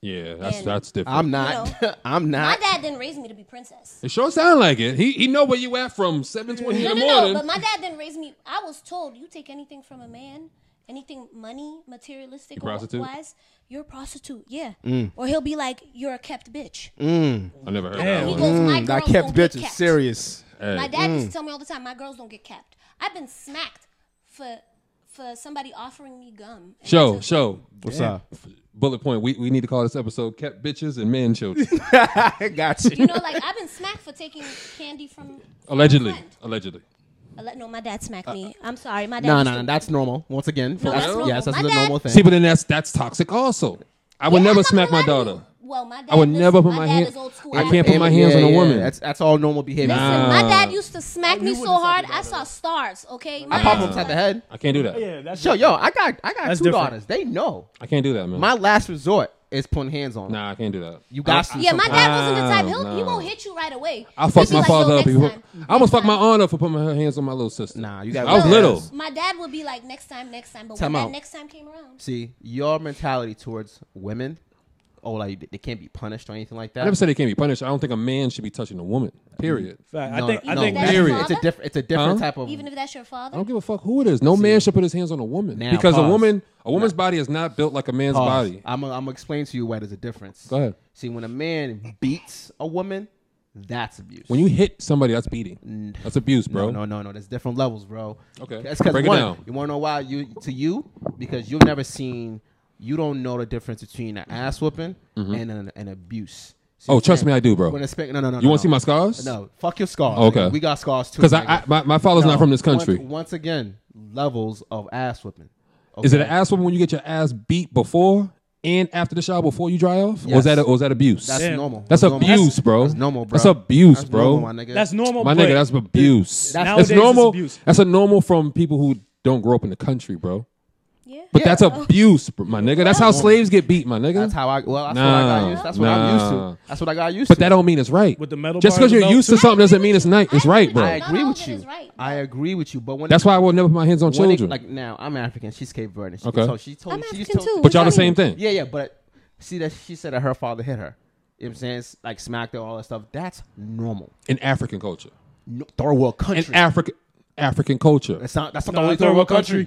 Speaker 3: Yeah, that's
Speaker 4: And-
Speaker 3: that's different.
Speaker 1: I'm not. I'm
Speaker 4: My
Speaker 1: not.
Speaker 4: dad didn't raise me to be princess.
Speaker 3: it sure sound like it. He he know where you at from seven twenty in
Speaker 4: No,
Speaker 3: the
Speaker 4: no, no.
Speaker 3: morning.
Speaker 4: But my dad didn't raise me. I was told you take anything from a man, anything money, materialistic,
Speaker 3: You're a
Speaker 4: or
Speaker 3: prostitute?
Speaker 4: wise, you're a prostitute. Yeah.
Speaker 1: Mm.
Speaker 4: Or he'll be like, you're a kept bitch.
Speaker 3: I never heard that
Speaker 4: He
Speaker 3: one.
Speaker 4: goes, my
Speaker 1: Mm, I
Speaker 4: girls
Speaker 1: Mm, kept
Speaker 4: don't get
Speaker 1: bitches
Speaker 4: kept.
Speaker 1: serious. Mm.
Speaker 4: My dad used to tell me all the time, my girls don't get kept. I've been smacked for for somebody offering me gum. And
Speaker 3: Show
Speaker 4: I said,
Speaker 3: show.
Speaker 1: What's up?
Speaker 3: Bullet point. We, we need to call this episode "Kept Bitches and Men Children."
Speaker 1: I got you.
Speaker 4: You know, like I've been smacked for taking candy from
Speaker 3: Allegedly,
Speaker 4: friend.
Speaker 3: allegedly.
Speaker 4: Ale- No, my dad smacked me. I'm sorry, my dad.
Speaker 1: No,
Speaker 4: used
Speaker 1: no,
Speaker 4: to-
Speaker 1: no. Uh, That's normal. Once again,
Speaker 4: No, that's normal.
Speaker 1: yes, that's
Speaker 4: My
Speaker 1: the
Speaker 4: dad-
Speaker 1: normal
Speaker 3: See,
Speaker 1: thing.
Speaker 3: but then that's that's toxic. Also, I would
Speaker 4: Yeah,
Speaker 3: never
Speaker 4: I'm not
Speaker 3: smack my
Speaker 4: gonna lie to
Speaker 3: daughter.
Speaker 4: you. Well, my dad.
Speaker 3: I would
Speaker 4: listen,
Speaker 3: never put my
Speaker 4: dad
Speaker 3: hand-
Speaker 4: is old school.
Speaker 3: I can't put
Speaker 1: And-
Speaker 3: my hands
Speaker 1: yeah,
Speaker 3: on a
Speaker 1: yeah,
Speaker 3: woman.
Speaker 1: That's that's all normal behavior.
Speaker 4: Listen,
Speaker 3: Nah.
Speaker 4: my dad used to smack me so
Speaker 2: wouldn't talk
Speaker 4: hard
Speaker 2: about
Speaker 4: I saw stars. Okay,
Speaker 1: Uh, I
Speaker 4: My
Speaker 1: pop
Speaker 4: dad-
Speaker 1: them upside the head.
Speaker 3: I can't do that.
Speaker 2: Oh, Yeah, that's
Speaker 1: Yo, yo, I got I got
Speaker 2: That's
Speaker 1: two
Speaker 2: different.
Speaker 1: daughters. They know.
Speaker 3: I can't do that, man.
Speaker 1: My last resort is putting hands on. them.
Speaker 3: nah, I can't do that.
Speaker 1: You got
Speaker 3: I,
Speaker 1: to.
Speaker 4: Yeah, my dad wasn't the type.
Speaker 3: Ah,
Speaker 4: He'll, He
Speaker 3: no.
Speaker 4: won't hit you right away.
Speaker 3: I
Speaker 4: He'll
Speaker 3: fucked
Speaker 4: be
Speaker 3: my
Speaker 4: like, yo,
Speaker 3: father up.
Speaker 4: next
Speaker 3: He-
Speaker 4: time,
Speaker 3: I
Speaker 4: next
Speaker 3: almost fucked my
Speaker 4: time.
Speaker 3: aunt up for putting her hands on my little sister.
Speaker 1: Nah, you got.
Speaker 3: I was
Speaker 1: Yeah.
Speaker 3: little.
Speaker 4: My dad would be like, next time, next time. But
Speaker 1: Time
Speaker 4: when
Speaker 1: out.
Speaker 4: that next time came around,
Speaker 1: See your mentality towards women. Oh, like they can't be punished or anything like
Speaker 3: I
Speaker 1: that.
Speaker 3: never said they can't be punished. I don't think a man should be touching a woman. Period.
Speaker 2: Mm-hmm. Fact.
Speaker 1: No,
Speaker 2: I think I
Speaker 1: no,
Speaker 2: think
Speaker 4: that's
Speaker 1: it's-
Speaker 3: Period.
Speaker 1: It's a different. It's a different type of.
Speaker 4: even if that's your
Speaker 3: I
Speaker 4: father,
Speaker 3: don't give a fuck who it is. No man should put his hands on a woman
Speaker 1: Now,
Speaker 3: because a
Speaker 1: pause.
Speaker 3: woman, a woman's body is not built like a man's
Speaker 1: Pause.
Speaker 3: body.
Speaker 1: I'm gonna I'm gonna explain to you why there's a difference.
Speaker 3: Go ahead.
Speaker 1: See, when a man beats a woman, that's abuse.
Speaker 3: When you hit somebody, that's beating. That's abuse, bro.
Speaker 1: no, no, no, no. There's different levels, bro.
Speaker 3: Okay.
Speaker 1: That's because
Speaker 3: Break it
Speaker 1: one,
Speaker 3: down.
Speaker 1: you want to know why you to you because you've never seen, you don't know the difference between an ass whooping and an, an abuse. So
Speaker 3: Mm-hmm. Oh,
Speaker 1: you
Speaker 3: trust
Speaker 1: can't-
Speaker 3: me, I do, bro.
Speaker 1: When a spe- no, no, no.
Speaker 3: You want to see my scars?
Speaker 1: No, fuck your scars.
Speaker 3: Okay.
Speaker 1: nigga. we got scars too.
Speaker 3: Because I, I
Speaker 1: nigga.
Speaker 3: my, my father's
Speaker 1: No,
Speaker 3: not from this country.
Speaker 1: Once, once again, levels of ass whooping.
Speaker 3: Is it an
Speaker 1: Okay?
Speaker 3: ass whooping when you get your ass beat before and after the shower before you dry off? Or is that
Speaker 1: Yes.
Speaker 3: or is that abuse?
Speaker 1: That's
Speaker 2: Damn.
Speaker 1: normal.
Speaker 3: That's
Speaker 1: normal.
Speaker 3: abuse, bro.
Speaker 1: That's normal, bro.
Speaker 3: That's abuse,
Speaker 1: That's
Speaker 3: bro.
Speaker 1: normal, my nigga.
Speaker 2: that's normal.
Speaker 3: My
Speaker 2: but
Speaker 3: nigga, that's abuse. That's,
Speaker 2: nowadays it's
Speaker 3: normal.
Speaker 2: abuse.
Speaker 3: That's a normal from people who don't grow up in the country, bro.
Speaker 4: yeah.
Speaker 3: But that's abuse, bro, my nigga. That's how slaves get beat, my nigga.
Speaker 1: That's how I. Well, that's what I
Speaker 3: Nah,
Speaker 1: got used. That's what I'm used
Speaker 3: nah.
Speaker 1: to. That's what I got used
Speaker 3: but
Speaker 1: to.
Speaker 3: that don't mean it's right.
Speaker 2: With the metal
Speaker 3: Just
Speaker 2: bars
Speaker 3: because you're
Speaker 2: about
Speaker 3: used
Speaker 2: too?
Speaker 3: to something doesn't mean it's night. It's
Speaker 4: I
Speaker 3: right,
Speaker 4: agree
Speaker 1: I
Speaker 3: bro.
Speaker 4: with Not
Speaker 1: agree
Speaker 4: all
Speaker 1: with
Speaker 4: of it
Speaker 1: you.
Speaker 4: is right.
Speaker 1: I agree with you. But when
Speaker 3: That's why I will never put my hands on
Speaker 1: when it-
Speaker 3: children.
Speaker 1: like now, I'm African. She's Cape Verdean. She
Speaker 3: Okay.
Speaker 1: told, she told,
Speaker 4: I'm
Speaker 1: she
Speaker 4: African
Speaker 1: told,
Speaker 4: too.
Speaker 3: But y'all the
Speaker 4: What
Speaker 3: same
Speaker 4: you
Speaker 3: thing.
Speaker 1: Yeah, yeah. But see that she said that her father hit her. You know what I'm saying? It's like smacked her, all that stuff. That's normal.
Speaker 3: In African culture.
Speaker 1: No, third world country.
Speaker 3: In African African culture.
Speaker 1: that's not. That's not
Speaker 2: Nah,
Speaker 1: the only
Speaker 2: third world country.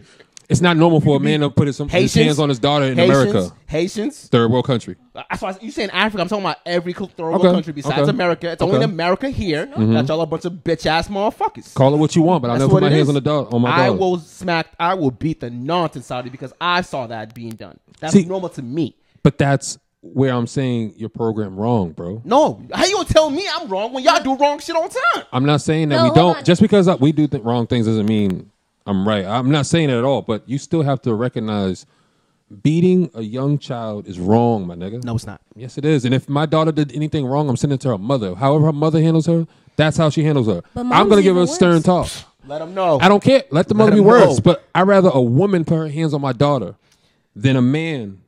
Speaker 3: It's not normal for a man to put his, his hands on his daughter in
Speaker 1: Haitians,
Speaker 3: America,
Speaker 1: Haitians.
Speaker 3: third world country.
Speaker 1: That's why I- you saying Africa. I'm talking about every cl- third world
Speaker 3: Okay,
Speaker 1: country besides
Speaker 3: okay,
Speaker 1: America. It's only in
Speaker 3: okay.
Speaker 1: America here that y'all a bunch of bitch ass motherfuckers.
Speaker 3: Call it what you want, but I'll
Speaker 1: That's
Speaker 3: never
Speaker 1: what
Speaker 3: put my
Speaker 1: it
Speaker 3: hands
Speaker 1: is.
Speaker 3: on the dog on my
Speaker 1: I
Speaker 3: dog.
Speaker 1: will smack. I will beat the nonsense out of you because I saw that being done. That's
Speaker 3: See-
Speaker 1: normal to me.
Speaker 3: But that's where I'm saying your program wrong, bro.
Speaker 1: No, how you gonna tell me I'm wrong when y'all do wrong shit all the time?
Speaker 3: I'm not saying that
Speaker 4: No,
Speaker 3: we
Speaker 4: hold
Speaker 3: don't.
Speaker 4: on.
Speaker 3: Just because I, we do th- wrong things doesn't mean I'm right. I'm not saying that at all. But you still have to recognize beating a young child is wrong, my nigga.
Speaker 1: No, it's not.
Speaker 3: Yes, it is. And if my daughter did anything wrong, I'm sending it to her mother. However, her mother handles her, that's how she handles her.
Speaker 4: But
Speaker 3: I'm
Speaker 4: mom's
Speaker 3: gonna give her a
Speaker 4: even
Speaker 3: stern
Speaker 4: worse.
Speaker 3: talk.
Speaker 1: Let them know.
Speaker 3: I don't care. Let the mother be
Speaker 1: 'em
Speaker 3: worse.
Speaker 1: know.
Speaker 3: But I'd rather a woman put her hands on my daughter than a man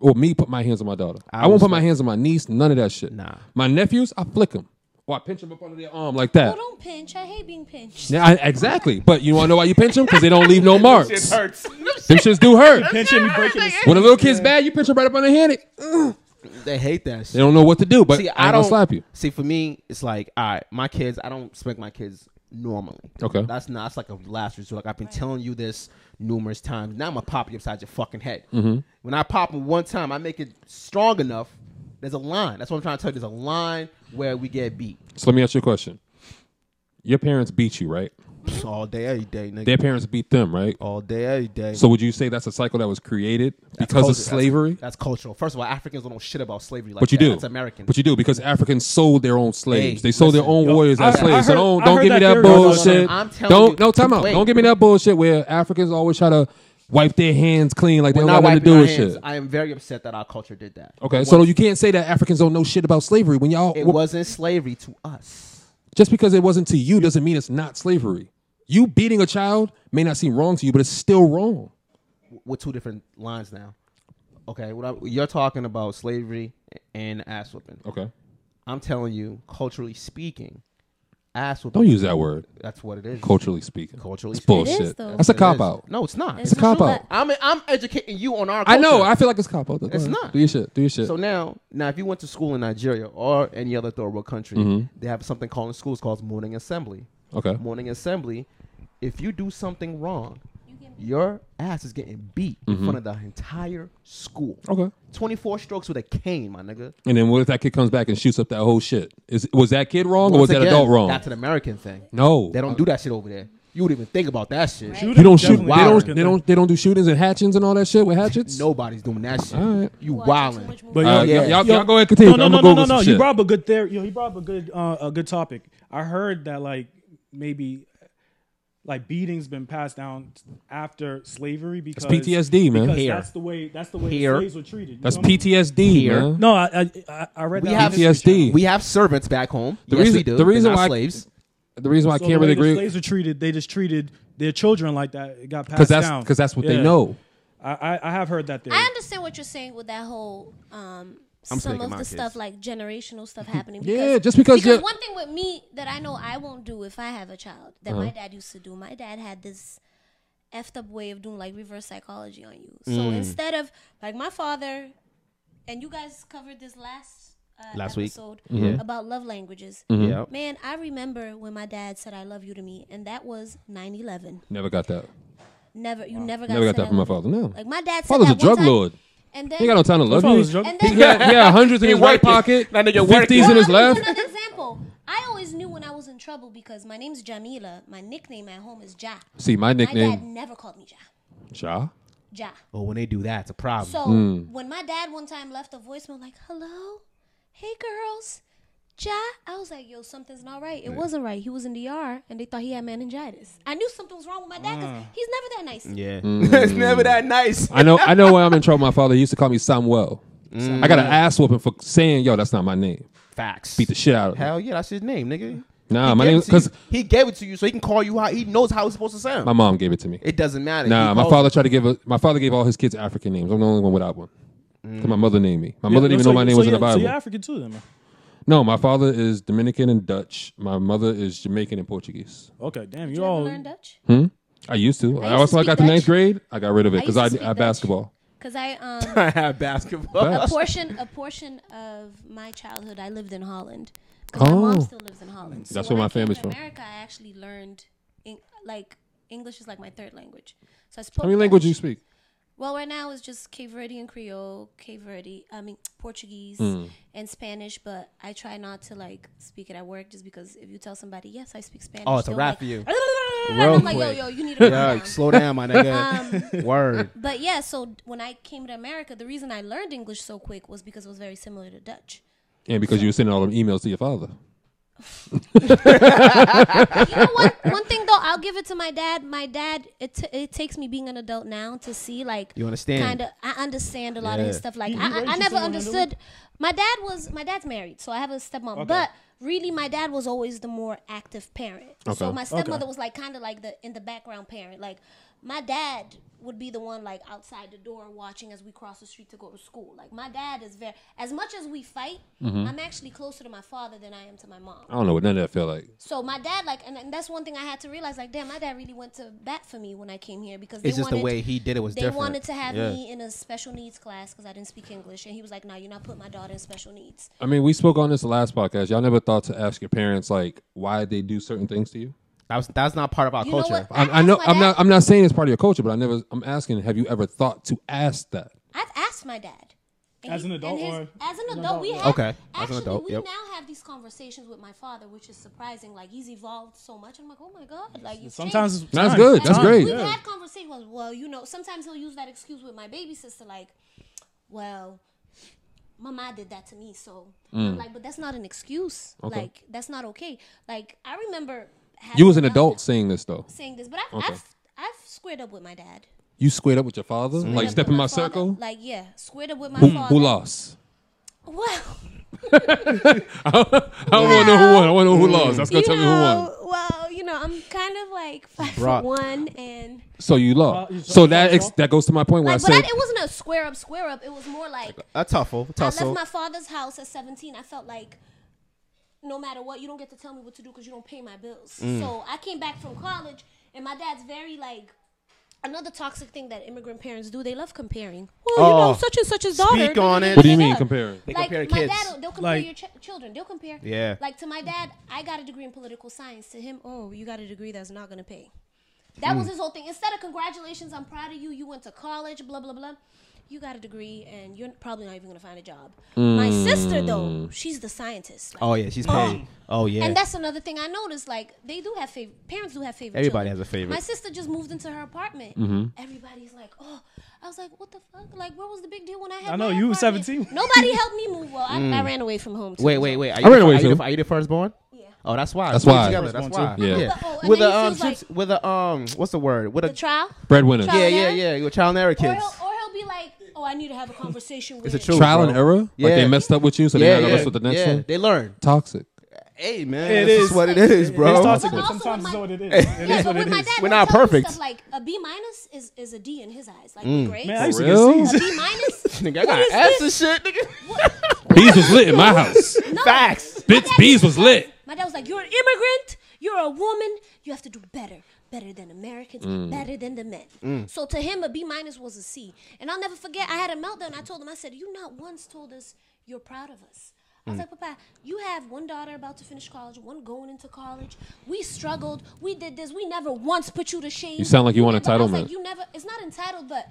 Speaker 3: or me put my hands on my daughter. I, won't put my hands on my niece, none of that shit.
Speaker 1: Nah.
Speaker 3: My nephews, I flick them. Or I pinch them up under their arm like that.
Speaker 4: Oh, don't pinch. I hate being pinched.
Speaker 3: Yeah, I, exactly. But you want to know why you pinch them? Because they don't leave no marks.
Speaker 1: hurts.
Speaker 3: Them shits do hurt.
Speaker 2: Pinching me breaking his
Speaker 3: When a little kid's bad, you pinch them right up on the hand. They
Speaker 1: they hate that shit.
Speaker 3: don't know what to do, but
Speaker 1: see,
Speaker 3: I,
Speaker 1: I
Speaker 3: ain't gonna
Speaker 1: don't
Speaker 3: slap you.
Speaker 1: See, for me, it's like, all right, my kids. I don't spank my kids normally.
Speaker 3: Okay.
Speaker 1: that's not. That's like a last resort. Like I've been telling you this numerous times. Now I'm gonna pop you upside your fucking head.
Speaker 3: Mm-hmm.
Speaker 1: When I pop them one time, I make it strong enough. There's a line. That's what I'm trying to tell you. There's a line where we get beat
Speaker 3: So let me ask you a question. Your parents beat you, right?
Speaker 5: all day, every day, nigga.
Speaker 3: Their parents beat them, right?
Speaker 5: all day, every day.
Speaker 3: So would you say that's a cycle that was created because of
Speaker 1: culture.
Speaker 3: slavery?
Speaker 1: That's cultural. First of all, Africans don't know shit about slavery like
Speaker 3: But you
Speaker 1: that.
Speaker 3: do.
Speaker 1: That's American.
Speaker 3: But you do because Africans sold their own slaves.
Speaker 1: Hey,
Speaker 3: they sold their
Speaker 1: listen.
Speaker 3: own warriors
Speaker 2: I-
Speaker 3: as
Speaker 2: I
Speaker 3: slaves. so
Speaker 2: heard-
Speaker 3: don't
Speaker 2: I
Speaker 3: don't
Speaker 2: heard
Speaker 3: give me
Speaker 2: that
Speaker 3: that
Speaker 2: theory. No, no, no, no.
Speaker 3: bullshit.
Speaker 1: I'm telling
Speaker 3: don't
Speaker 1: you
Speaker 3: no
Speaker 1: to
Speaker 3: time out.
Speaker 1: wait.
Speaker 3: Don't give me that bullshit where Africans always try to wipe their hands clean like they
Speaker 1: We're
Speaker 3: don't
Speaker 1: not
Speaker 3: got nothing to
Speaker 1: wiping
Speaker 3: do
Speaker 1: our
Speaker 3: with
Speaker 1: hands.
Speaker 3: shit.
Speaker 1: I am very upset that our culture did that.
Speaker 3: Okay, so you can't say that Africans don't know shit about slavery when y'all
Speaker 1: It
Speaker 3: well,
Speaker 1: wasn't slavery to us.
Speaker 3: just because it wasn't to you doesn't mean it's not slavery. You beating a child may not seem wrong to you, but it's still wrong.
Speaker 1: with two different lines now. Okay, what I, you're talking about slavery and ass whipping.
Speaker 3: Okay,
Speaker 1: I'm telling you, culturally speaking, ass whipping.
Speaker 3: don't use that word.
Speaker 1: That's what it is.
Speaker 3: Culturally speaking,
Speaker 1: Culturally
Speaker 3: it's
Speaker 1: speaking. It
Speaker 3: bullshit.
Speaker 4: is, though.
Speaker 3: That's a
Speaker 1: It
Speaker 3: cop
Speaker 1: is.
Speaker 3: out.
Speaker 1: No, it's not.
Speaker 3: a cop
Speaker 4: true, but
Speaker 3: out.
Speaker 1: I'm I'm educating you on our.
Speaker 3: I
Speaker 1: Culture.
Speaker 3: know. I feel like it's cop out. Go
Speaker 1: It's
Speaker 3: ahead.
Speaker 1: not.
Speaker 3: Do your shit. Do your shit.
Speaker 1: So now, now if you went to school in Nigeria or any other third world country, they have something called in schools called morning assembly.
Speaker 3: Mm-hmm. Okay.
Speaker 1: Morning assembly. If you do something wrong, your ass is getting beat in front of the entire school.
Speaker 3: Mm-hmm. Okay.
Speaker 1: 24 strokes with a cane, my nigga.
Speaker 3: And then what if that kid comes back and shoots up that whole shit? Is was that kid wrong or was
Speaker 1: Once
Speaker 3: that
Speaker 1: again,
Speaker 3: adult wrong?
Speaker 1: That's an American thing.
Speaker 3: no,
Speaker 1: They don't do that shit over there. You would even think about that shit.
Speaker 4: Right.
Speaker 3: You don't shoot. They
Speaker 2: Definitely
Speaker 1: wild.
Speaker 3: don't.
Speaker 2: American
Speaker 3: They
Speaker 2: thing.
Speaker 3: don't. They don't do shootings and hatchings and all that shit with hatchets.
Speaker 1: Nobody's doing that shit.
Speaker 3: Alright.
Speaker 1: You
Speaker 4: watching too
Speaker 1: wildin'.
Speaker 4: much movie.
Speaker 2: But
Speaker 3: Uh,
Speaker 2: yo,
Speaker 1: yeah.
Speaker 3: y'all,
Speaker 2: yo,
Speaker 3: y'all go ahead. Continue.
Speaker 2: No, no,
Speaker 3: I'm
Speaker 2: no,
Speaker 3: gonna
Speaker 2: no,
Speaker 3: Google
Speaker 2: no,
Speaker 3: some
Speaker 2: no.
Speaker 3: shit.
Speaker 2: You brought up a good there. Yo, he brought up a good uh, a good topic. I heard that like maybe like beatings been passed down after slavery because
Speaker 3: PTSD, man.
Speaker 2: Because
Speaker 1: Here.
Speaker 2: that's the way that's the way
Speaker 1: Here.
Speaker 2: slaves were treated. You
Speaker 3: That's
Speaker 2: know what I mean?
Speaker 3: PTSD,
Speaker 1: Here.
Speaker 3: man.
Speaker 2: No, I I- I, I read
Speaker 1: We
Speaker 2: that.
Speaker 1: have
Speaker 2: on History
Speaker 3: PTSD.
Speaker 2: Channel.
Speaker 1: We have servants back home.
Speaker 3: The
Speaker 1: yes,
Speaker 3: reason-
Speaker 1: we do.
Speaker 3: the reason
Speaker 1: They're not
Speaker 3: why-
Speaker 1: slaves.
Speaker 3: The reason why I
Speaker 2: So
Speaker 3: can't
Speaker 2: the way
Speaker 3: really
Speaker 2: the
Speaker 3: agree
Speaker 2: Slaves were treated. They just treated their children like that. It got passed
Speaker 3: because that's
Speaker 2: down
Speaker 3: because that's what they
Speaker 2: Yeah.
Speaker 3: know.
Speaker 2: I, I I have heard that theory.
Speaker 4: I understand what you're saying with that whole um some
Speaker 5: taking
Speaker 4: of
Speaker 5: my
Speaker 4: the
Speaker 5: kids.
Speaker 4: stuff like generational stuff happening.
Speaker 3: Yeah, just because you're-
Speaker 4: one thing with me that I know I won't do if I have a child that my dad used to do. My dad had this effed up way of doing like reverse psychology on you. So instead of like my father and you guys covered this last uh,
Speaker 5: Last week.
Speaker 4: episode
Speaker 5: Yeah.
Speaker 4: about love languages.
Speaker 5: Yeah.
Speaker 4: Man, I remember when my dad said I love you to me and that was 9/11.
Speaker 3: Never got that.
Speaker 4: Never you never got
Speaker 3: Never got
Speaker 4: said
Speaker 3: that
Speaker 4: I
Speaker 3: from my
Speaker 4: love you.
Speaker 3: father. No.
Speaker 4: Like my dad said
Speaker 3: Father's
Speaker 4: that one
Speaker 3: a drug
Speaker 4: time,
Speaker 3: lord.
Speaker 4: And then
Speaker 3: He ain't got no time to love
Speaker 2: father's a
Speaker 3: you.
Speaker 2: drug-
Speaker 4: And
Speaker 3: He
Speaker 4: then
Speaker 3: had, he had hundreds in his right pocket,
Speaker 1: That nigga working.
Speaker 3: fifties in his left.
Speaker 4: Another example. I always knew when I was in trouble because my name's Jamila. My nickname at home is Ja.
Speaker 3: See, my
Speaker 4: My dad
Speaker 3: nickname,
Speaker 4: never called me Ja.
Speaker 3: Ja.
Speaker 4: Ja.
Speaker 1: Oh,
Speaker 5: But when they do that, it's a
Speaker 1: Ah.
Speaker 5: problem.
Speaker 4: So
Speaker 3: Hmm. Mm.
Speaker 4: when my dad one time left a voicemail like, "Hello, hey girls." Ja, I was like, yo, something's not right. It wasn't right. He was in the ER and they thought he had meningitis. I knew something was wrong with my dad because
Speaker 1: Mm.
Speaker 4: he's never that nice.
Speaker 5: yeah.
Speaker 1: it's never that nice.
Speaker 3: Mm. I know. I know why I'm in trouble. My father used to call me Samuel. I got an ass whooping for saying, "Yo, that's not my name."
Speaker 1: Facts.
Speaker 3: Beat the shit out of me.
Speaker 1: Hell yeah, that's his name, nigga.
Speaker 3: Nah,
Speaker 1: He
Speaker 3: my
Speaker 1: gave
Speaker 3: name
Speaker 1: it to you.
Speaker 3: because
Speaker 1: he gave it to you, so he can call you out. He knows how it's supposed to sound.
Speaker 3: my mom gave it to me.
Speaker 1: it doesn't matter.
Speaker 3: Nah,
Speaker 1: He
Speaker 3: my
Speaker 1: calls-
Speaker 3: father tried to give a, my father gave all his kids African names. I'm the only one without one. 'Cause my mother named me. My mother didn't even
Speaker 2: so
Speaker 3: know my
Speaker 2: you-
Speaker 3: name
Speaker 2: so
Speaker 3: was in the
Speaker 2: you're-
Speaker 3: Bible.
Speaker 2: So you're African too, then. man.
Speaker 3: no, my father is Dominican and Dutch. My mother is Jamaican and Portuguese.
Speaker 2: Okay, damn,
Speaker 4: You
Speaker 2: you
Speaker 4: ever
Speaker 2: all.
Speaker 4: learn Dutch?
Speaker 3: I used to. I,
Speaker 4: used to
Speaker 3: also I
Speaker 4: speak
Speaker 3: got to
Speaker 4: Dutch.
Speaker 3: ninth grade. I got rid of it because
Speaker 4: I
Speaker 3: I,
Speaker 4: used to
Speaker 3: I,
Speaker 4: speak Dutch.
Speaker 3: basketball.
Speaker 4: Because I um,
Speaker 1: I have basketball.
Speaker 4: a
Speaker 3: Facts.
Speaker 4: portion a portion of my childhood I lived in Holland. 'Cause my
Speaker 3: Oh.
Speaker 4: mom still lives in Holland. So
Speaker 3: That's
Speaker 4: when
Speaker 3: where my
Speaker 4: I came
Speaker 3: family's
Speaker 4: to
Speaker 3: from.
Speaker 4: America, I actually learned in, like English is like my third language. So I spoke.
Speaker 3: How many languages you
Speaker 4: Dutch.
Speaker 3: speak?
Speaker 4: Well, right now it's just Cape Verdean Creole, Cape Verde, I mean Portuguese
Speaker 1: Mm.
Speaker 4: and Spanish, but I try not to like speak it at work just because if you tell somebody, yes, I speak Spanish.
Speaker 1: Oh, it's a
Speaker 4: they'll
Speaker 1: wrap
Speaker 4: like,
Speaker 1: for you.
Speaker 4: And
Speaker 1: Real
Speaker 4: I'm like, yo,
Speaker 1: quick.
Speaker 4: yo, you need to calm
Speaker 1: Yeah,
Speaker 4: down. Um,
Speaker 1: slow down, my nigga. Word.
Speaker 4: But yeah, so when I came to America, the reason I learned English so quick was because it was very similar to Dutch.
Speaker 3: And because you were sending all them emails to your father.
Speaker 4: You know one, one thing though, I'll give it to my dad. My dad, it, t- it takes me being an adult now to see like
Speaker 1: You understand.
Speaker 4: Kind of, I understand a lot of his
Speaker 1: Yeah.
Speaker 4: stuff. Like I, I, I never understood. My dad was my dad's married, so I have a stepmom. But really, my dad was always the more active parent. So
Speaker 3: Okay.
Speaker 4: my stepmother was like kind of like the in the background parent. Like my dad would be the one like outside the door watching as we cross the street to go to school. Like my dad is very as much as we fight,
Speaker 1: Mm-hmm.
Speaker 4: I'm actually closer to my father than I am to my mom.
Speaker 3: I don't know what none of that felt like.
Speaker 4: So my dad, like, and, and that's one thing I had to realize, like, damn, my dad really went to bat for me when I came here because they
Speaker 1: It's just
Speaker 4: wanted,
Speaker 1: the way he did it was
Speaker 4: they
Speaker 1: different.
Speaker 4: wanted to have
Speaker 1: Yeah.
Speaker 4: me in a special needs class because I didn't speak English, and he was like, "No, you're not putting my daughter in special needs."
Speaker 3: I mean, we spoke on this last podcast. Y'all never thought to ask your parents like why they do certain things to you.
Speaker 1: That was that's not part of our
Speaker 4: You know
Speaker 1: culture.
Speaker 4: what?
Speaker 3: I,
Speaker 4: I
Speaker 3: I know
Speaker 4: asked my
Speaker 3: I'm
Speaker 4: dad-
Speaker 3: not. I'm not saying it's part of your culture, but I never. I'm asking, have you ever thought to ask that?
Speaker 4: I've asked my dad. And
Speaker 2: As an
Speaker 4: and
Speaker 2: adult
Speaker 4: his-
Speaker 2: or-
Speaker 4: as an adult,
Speaker 2: adult,
Speaker 4: we
Speaker 2: yeah.
Speaker 4: have
Speaker 1: Okay, as an
Speaker 4: Actually,
Speaker 1: adult,
Speaker 4: we
Speaker 1: yep.
Speaker 4: now have these conversations with my father, which is surprising. Like he's evolved so much. I'm like, oh my god, like you
Speaker 2: Sometimes
Speaker 4: changed.
Speaker 2: it's
Speaker 3: That's
Speaker 2: time.
Speaker 3: good. That's
Speaker 4: And
Speaker 3: great.
Speaker 4: We've
Speaker 3: Yeah.
Speaker 4: had conversations. Well, you know, sometimes he'll use that excuse with my baby sister, like, well, mama did that to me, so I'm
Speaker 3: Mm.
Speaker 4: like, but that's not an excuse. Like, that's not okay. Like, I remember having
Speaker 3: You was an
Speaker 4: about
Speaker 3: adult saying this though.
Speaker 4: saying this, but I've,
Speaker 3: Oh. Okay.
Speaker 4: I've I've squared up with my dad.
Speaker 3: You squared up with your father,
Speaker 4: Squared
Speaker 3: like
Speaker 4: up
Speaker 3: step
Speaker 4: with
Speaker 3: in my
Speaker 4: father.
Speaker 3: circle.
Speaker 4: Like, yeah, squared up with my father.
Speaker 3: Oh. Who lost?
Speaker 4: Well.
Speaker 3: I don't want to know who won. I want to know who lost. That's gonna
Speaker 4: Mm. you
Speaker 3: tell
Speaker 4: know,
Speaker 3: me who won.
Speaker 4: Well, you know, I'm kind of like five
Speaker 1: Brock.
Speaker 4: foot one, and
Speaker 3: So you lost.
Speaker 2: Uh, you-
Speaker 3: so that
Speaker 2: you-
Speaker 3: ex- that goes to my point when
Speaker 4: like,
Speaker 3: I
Speaker 4: but I,
Speaker 3: said
Speaker 4: it wasn't a square up, square up. It was more like
Speaker 1: a tuffle,
Speaker 4: I
Speaker 1: tussle.
Speaker 4: left my father's house at 17. I felt like no matter what, you don't get to tell me what to do because you don't pay my bills.
Speaker 3: Mm.
Speaker 4: So I came back from college, and my dad's very like. Another toxic thing that immigrant parents do, they love comparing. Well, you
Speaker 1: Oh,
Speaker 4: know, such and such his daughter.
Speaker 1: speak
Speaker 4: da, da,
Speaker 1: on
Speaker 4: da,
Speaker 1: it.
Speaker 4: da,
Speaker 3: What do you
Speaker 4: da,
Speaker 3: mean,
Speaker 4: da.
Speaker 3: comparing?
Speaker 1: They
Speaker 4: like,
Speaker 1: compare
Speaker 4: my
Speaker 1: kids.
Speaker 4: dad, they'll compare
Speaker 2: Like-
Speaker 4: your ch- children. They'll compare.
Speaker 1: Yeah.
Speaker 4: Like to my dad, I got a degree in political science. To him, oh, you got a degree that's not gonna pay. That
Speaker 1: Hmm.
Speaker 4: was his whole thing. Instead of congratulations, I'm proud of you. You went to college. Blah blah blah. You got a degree, and you're probably not even gonna find a job. My sister, though, she's the scientist. Like,
Speaker 1: Hmm. oh yeah, she's paid. Oh yeah.
Speaker 4: and that's another thing I noticed. Like they do have fav- parents do have favorite.
Speaker 1: Everybody
Speaker 4: children.
Speaker 1: has a favorite. Mm-hmm.
Speaker 4: My sister just moved into her apartment. Everybody's like, oh, I was like, what the fuck? Like, where was the big deal when I had?
Speaker 2: I know,
Speaker 4: my
Speaker 2: you were
Speaker 4: apartment?
Speaker 2: 17.
Speaker 4: Nobody helped me move. Well, I, I ran away from home. Too,
Speaker 1: Hmm. wait,
Speaker 4: so-
Speaker 1: wait, wait. Are
Speaker 3: I
Speaker 1: you,
Speaker 3: ran
Speaker 1: the-
Speaker 3: away
Speaker 1: are, you
Speaker 3: too.
Speaker 1: the, are you the firstborn?
Speaker 4: Yeah.
Speaker 1: Oh, that's why.
Speaker 3: That's
Speaker 1: We're
Speaker 3: why.
Speaker 1: Together. That's
Speaker 2: Firstborn,
Speaker 1: why.
Speaker 3: too. Yeah.
Speaker 4: But, oh, and
Speaker 1: With
Speaker 4: then
Speaker 1: a
Speaker 4: he
Speaker 1: um,
Speaker 4: feels like-
Speaker 1: chips- with a um, what's the word? With
Speaker 4: the
Speaker 1: a
Speaker 4: trial.
Speaker 3: breadwinner.
Speaker 4: Trial.
Speaker 1: yeah,
Speaker 4: and
Speaker 1: yeah,
Speaker 4: error?
Speaker 1: yeah. With child and error
Speaker 4: Or
Speaker 1: kids.
Speaker 4: he'll, or he'll be like, oh, I need to have a conversation with.
Speaker 1: It's the truth.
Speaker 3: Trial
Speaker 1: bro.
Speaker 3: and error. Like
Speaker 1: Yeah.
Speaker 3: they messed up with you, so they
Speaker 1: Yeah,
Speaker 3: gotta
Speaker 1: yeah,
Speaker 3: mess with the next
Speaker 1: yeah.
Speaker 3: one.
Speaker 1: They learn.
Speaker 3: Toxic.
Speaker 1: Hey man,
Speaker 2: It
Speaker 1: this is
Speaker 2: is.
Speaker 1: what it is, bro.
Speaker 2: It's toxic, but
Speaker 4: also with
Speaker 2: sometimes
Speaker 4: my-
Speaker 2: it's what it is. It
Speaker 4: Yeah,
Speaker 2: is
Speaker 4: but
Speaker 2: what
Speaker 4: with
Speaker 2: it
Speaker 4: my
Speaker 2: is.
Speaker 4: dad,
Speaker 1: We're
Speaker 4: he'll
Speaker 1: not
Speaker 4: tell me
Speaker 1: perfect. Mm.
Speaker 4: Stuff like a B minus is, is a D in his eyes, like the grades.
Speaker 2: Man, I used to
Speaker 3: real?
Speaker 2: get
Speaker 4: a
Speaker 2: C's.
Speaker 4: B minus.
Speaker 1: Nigga, I
Speaker 4: What
Speaker 1: got
Speaker 4: is
Speaker 1: ass and
Speaker 4: this?
Speaker 1: shit, nigga.
Speaker 3: Bees was lit in my house.
Speaker 4: No,
Speaker 1: Facts.
Speaker 4: my
Speaker 3: Bitch,
Speaker 4: dad
Speaker 3: bees
Speaker 4: used to
Speaker 3: was
Speaker 4: tell
Speaker 3: lit.
Speaker 4: me- My dad was like, "You're an immigrant. You're a woman. You have to do better, better than Americans,
Speaker 3: Mm.
Speaker 4: better than the men." So to him, a B minus was a C. And I'll never forget. I had a meltdown. I told him, I said, "You not once told us you're proud of us." I was
Speaker 3: Mm.
Speaker 4: like, Papa, you have one daughter about to finish college, one going into college. We struggled. We did this. We never once put you to shame.
Speaker 3: You sound like you want
Speaker 4: never-" I was like,
Speaker 3: entitlement.
Speaker 4: you never. It's not entitled, but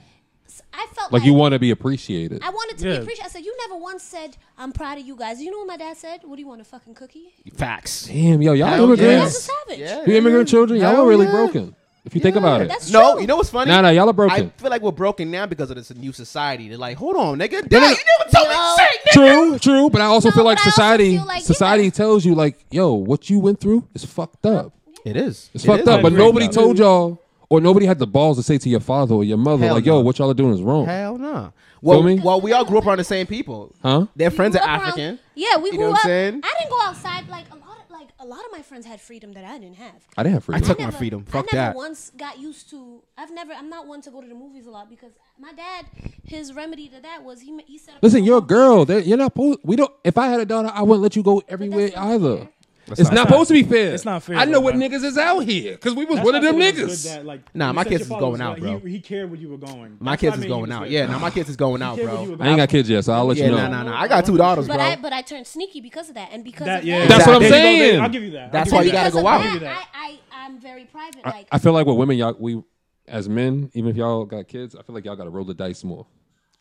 Speaker 4: s- I felt
Speaker 3: Like you want to be appreciated.
Speaker 4: I wanted to
Speaker 2: Yeah.
Speaker 4: be appreciated. I said, "You never once said I'm proud of you guys." You know what my dad said? What do you want a fucking cookie?
Speaker 1: Facts.
Speaker 3: Damn, yo, y'all
Speaker 1: Hell
Speaker 4: That's
Speaker 3: immigrants.
Speaker 4: a savage.
Speaker 1: Yeah.
Speaker 3: You immigrant children, y'all
Speaker 1: Hell
Speaker 3: are really
Speaker 1: yeah.
Speaker 3: broken. If you think about it.
Speaker 4: That's
Speaker 1: No,
Speaker 4: true.
Speaker 1: you know what's funny?
Speaker 3: Nah, nah, y'all are broken.
Speaker 1: I feel like we're broken now because of this new society. They're like, hold on, nigga. Damn, you never told me
Speaker 4: No.
Speaker 1: shit, nigga.
Speaker 3: True, true, but I also
Speaker 4: No,
Speaker 3: feel like
Speaker 4: but I also
Speaker 3: society
Speaker 4: feel like,
Speaker 3: society
Speaker 4: yeah.
Speaker 3: tells you like, yo, what you went through is fucked up.
Speaker 1: It is.
Speaker 3: It's
Speaker 1: It
Speaker 3: fucked
Speaker 1: is
Speaker 3: up, but
Speaker 1: broken.
Speaker 3: nobody told y'all or nobody had the balls to say to your father or your mother
Speaker 1: Hell
Speaker 3: like,
Speaker 1: no.
Speaker 3: yo, what y'all are doing is wrong.
Speaker 1: Hell no. Nah. Well,
Speaker 3: me?
Speaker 1: well, we all grew up around the same people.
Speaker 3: Huh?
Speaker 1: Their friends
Speaker 4: We
Speaker 1: are
Speaker 4: grew up around-
Speaker 1: African.
Speaker 4: yeah, we
Speaker 1: You know
Speaker 4: grew
Speaker 1: what I'm
Speaker 4: up.
Speaker 1: saying?
Speaker 4: I didn't go outside. Like a lot of like a lot of my friends had freedom that I didn't have.
Speaker 3: I didn't have freedom.
Speaker 1: took
Speaker 4: I
Speaker 1: my
Speaker 4: never-
Speaker 1: freedom.
Speaker 4: I
Speaker 1: Fuck
Speaker 4: never
Speaker 1: that.
Speaker 4: once got used to. I've never. I'm not one to go to the movies a lot because my dad, his remedy to that was he ma- he said.
Speaker 3: Listen, you're a girl. They're- You're not supposed. We don't. If I had a daughter, I wouldn't let you go everywhere
Speaker 4: not
Speaker 3: either.
Speaker 4: fair.
Speaker 3: It's not, supposed to be fair.
Speaker 2: it's not fair,
Speaker 3: I know
Speaker 2: though,
Speaker 3: what
Speaker 2: bro.
Speaker 3: niggas is out here because we was
Speaker 2: That's
Speaker 3: one
Speaker 2: why
Speaker 3: of them
Speaker 2: I feel it's good
Speaker 3: niggas.
Speaker 2: that, like,
Speaker 1: Nah,
Speaker 2: you
Speaker 1: my
Speaker 2: said
Speaker 1: kids
Speaker 2: your
Speaker 1: is
Speaker 2: father
Speaker 1: going
Speaker 2: was like-
Speaker 1: out, bro.
Speaker 2: He, he cared where you were going.
Speaker 1: My
Speaker 2: That's
Speaker 1: kids
Speaker 2: what I
Speaker 1: is
Speaker 2: mean, he
Speaker 1: going
Speaker 2: was
Speaker 1: out.
Speaker 2: good.
Speaker 1: Yeah, now my kids is going out,
Speaker 2: He cared where you
Speaker 1: bro.
Speaker 2: were
Speaker 3: I ain't got
Speaker 2: going.
Speaker 3: kids yet, so I'll let
Speaker 1: Yeah,
Speaker 3: you know.
Speaker 1: nah, nah, nah. I got two daughters,
Speaker 4: But
Speaker 1: bro.
Speaker 4: I but I turned sneaky because of that and because
Speaker 2: That,
Speaker 4: of
Speaker 2: yeah,
Speaker 4: that.
Speaker 3: That's what I'm
Speaker 2: There you go,
Speaker 3: saying.
Speaker 2: there- I'll give you that. I'll
Speaker 1: That's
Speaker 2: give
Speaker 1: why
Speaker 2: you
Speaker 1: you
Speaker 2: that.
Speaker 1: gotta go
Speaker 4: Because
Speaker 1: out.
Speaker 4: of that, I, I, I'm very private.
Speaker 3: I,
Speaker 4: like
Speaker 3: I feel like with women, y'all, we as men, even if y'all got kids, I feel like y'all got to roll the dice more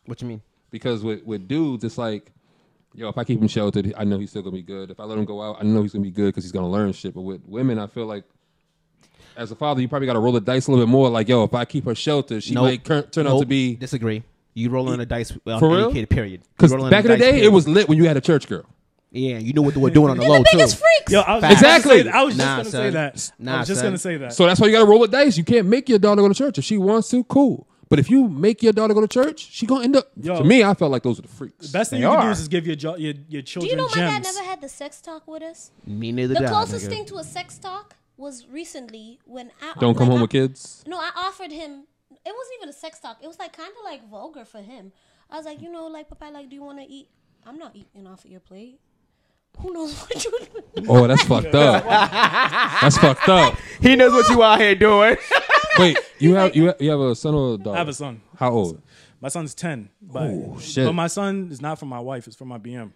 Speaker 6: What you mean?
Speaker 3: because with with dudes, it's like, yo, if I keep him sheltered, I know he's still gonna be good. If I let him go out, I know he's gonna be good because he's gonna learn shit. But with women, I feel like. As a father, you probably got to roll the dice a little bit more. Like, yo, if I keep her sheltered, she
Speaker 6: Nope.
Speaker 3: might cur- turn out to
Speaker 6: Nope.
Speaker 3: be
Speaker 6: disagree. You rolling a dice well,
Speaker 3: For
Speaker 6: any
Speaker 3: real?
Speaker 6: Kid, period. You
Speaker 3: Because
Speaker 6: rolling
Speaker 3: back
Speaker 6: a
Speaker 3: in the
Speaker 6: dice,
Speaker 3: day,
Speaker 6: period.
Speaker 3: it was lit when you had a church girl.
Speaker 6: yeah. You knew what they were doing on the
Speaker 4: they're
Speaker 6: low
Speaker 4: the
Speaker 6: too.
Speaker 4: biggest freaks.
Speaker 2: Yo, I was just
Speaker 3: Exactly.
Speaker 2: Gonna say that. I was just
Speaker 6: Nah,
Speaker 2: gonna say
Speaker 6: son.
Speaker 2: that. I
Speaker 6: Nah,
Speaker 2: was just
Speaker 6: son.
Speaker 2: gonna say that.
Speaker 3: So that's why you got to roll the dice. You can't make your daughter go to church if she wants to. Cool, but if you make your daughter go to church, she gonna end up.
Speaker 2: Yo.
Speaker 3: to me, I felt like those are the freaks.
Speaker 2: Oh. Best thing
Speaker 6: They
Speaker 2: you can do
Speaker 6: are.
Speaker 2: is just give your jo- your,
Speaker 4: Do
Speaker 2: your children
Speaker 4: you know my dad
Speaker 2: gems.
Speaker 4: never had the sex talk with us?
Speaker 6: Me neither.
Speaker 4: The
Speaker 6: did I,
Speaker 4: closest
Speaker 6: nigga.
Speaker 4: thing to a sex talk was recently when I
Speaker 3: Don't come
Speaker 4: like,
Speaker 3: home
Speaker 4: I-
Speaker 3: with kids.
Speaker 4: No, I offered him. It wasn't even a sex talk. It was like kind of like vulgar for him. I was like, you know, like Papa, like, do you want to eat? I'm not eating off of your plate. Who knows what you?
Speaker 3: Oh, that's fucked up. That's fucked up.
Speaker 6: He knows what you out here doing.
Speaker 3: Wait, you have you have, you have a son or a daughter?
Speaker 2: I have a son.
Speaker 3: How old?
Speaker 2: My son's ten, but
Speaker 3: Oh, shit.
Speaker 2: but my son is not from my wife. It's from my BM.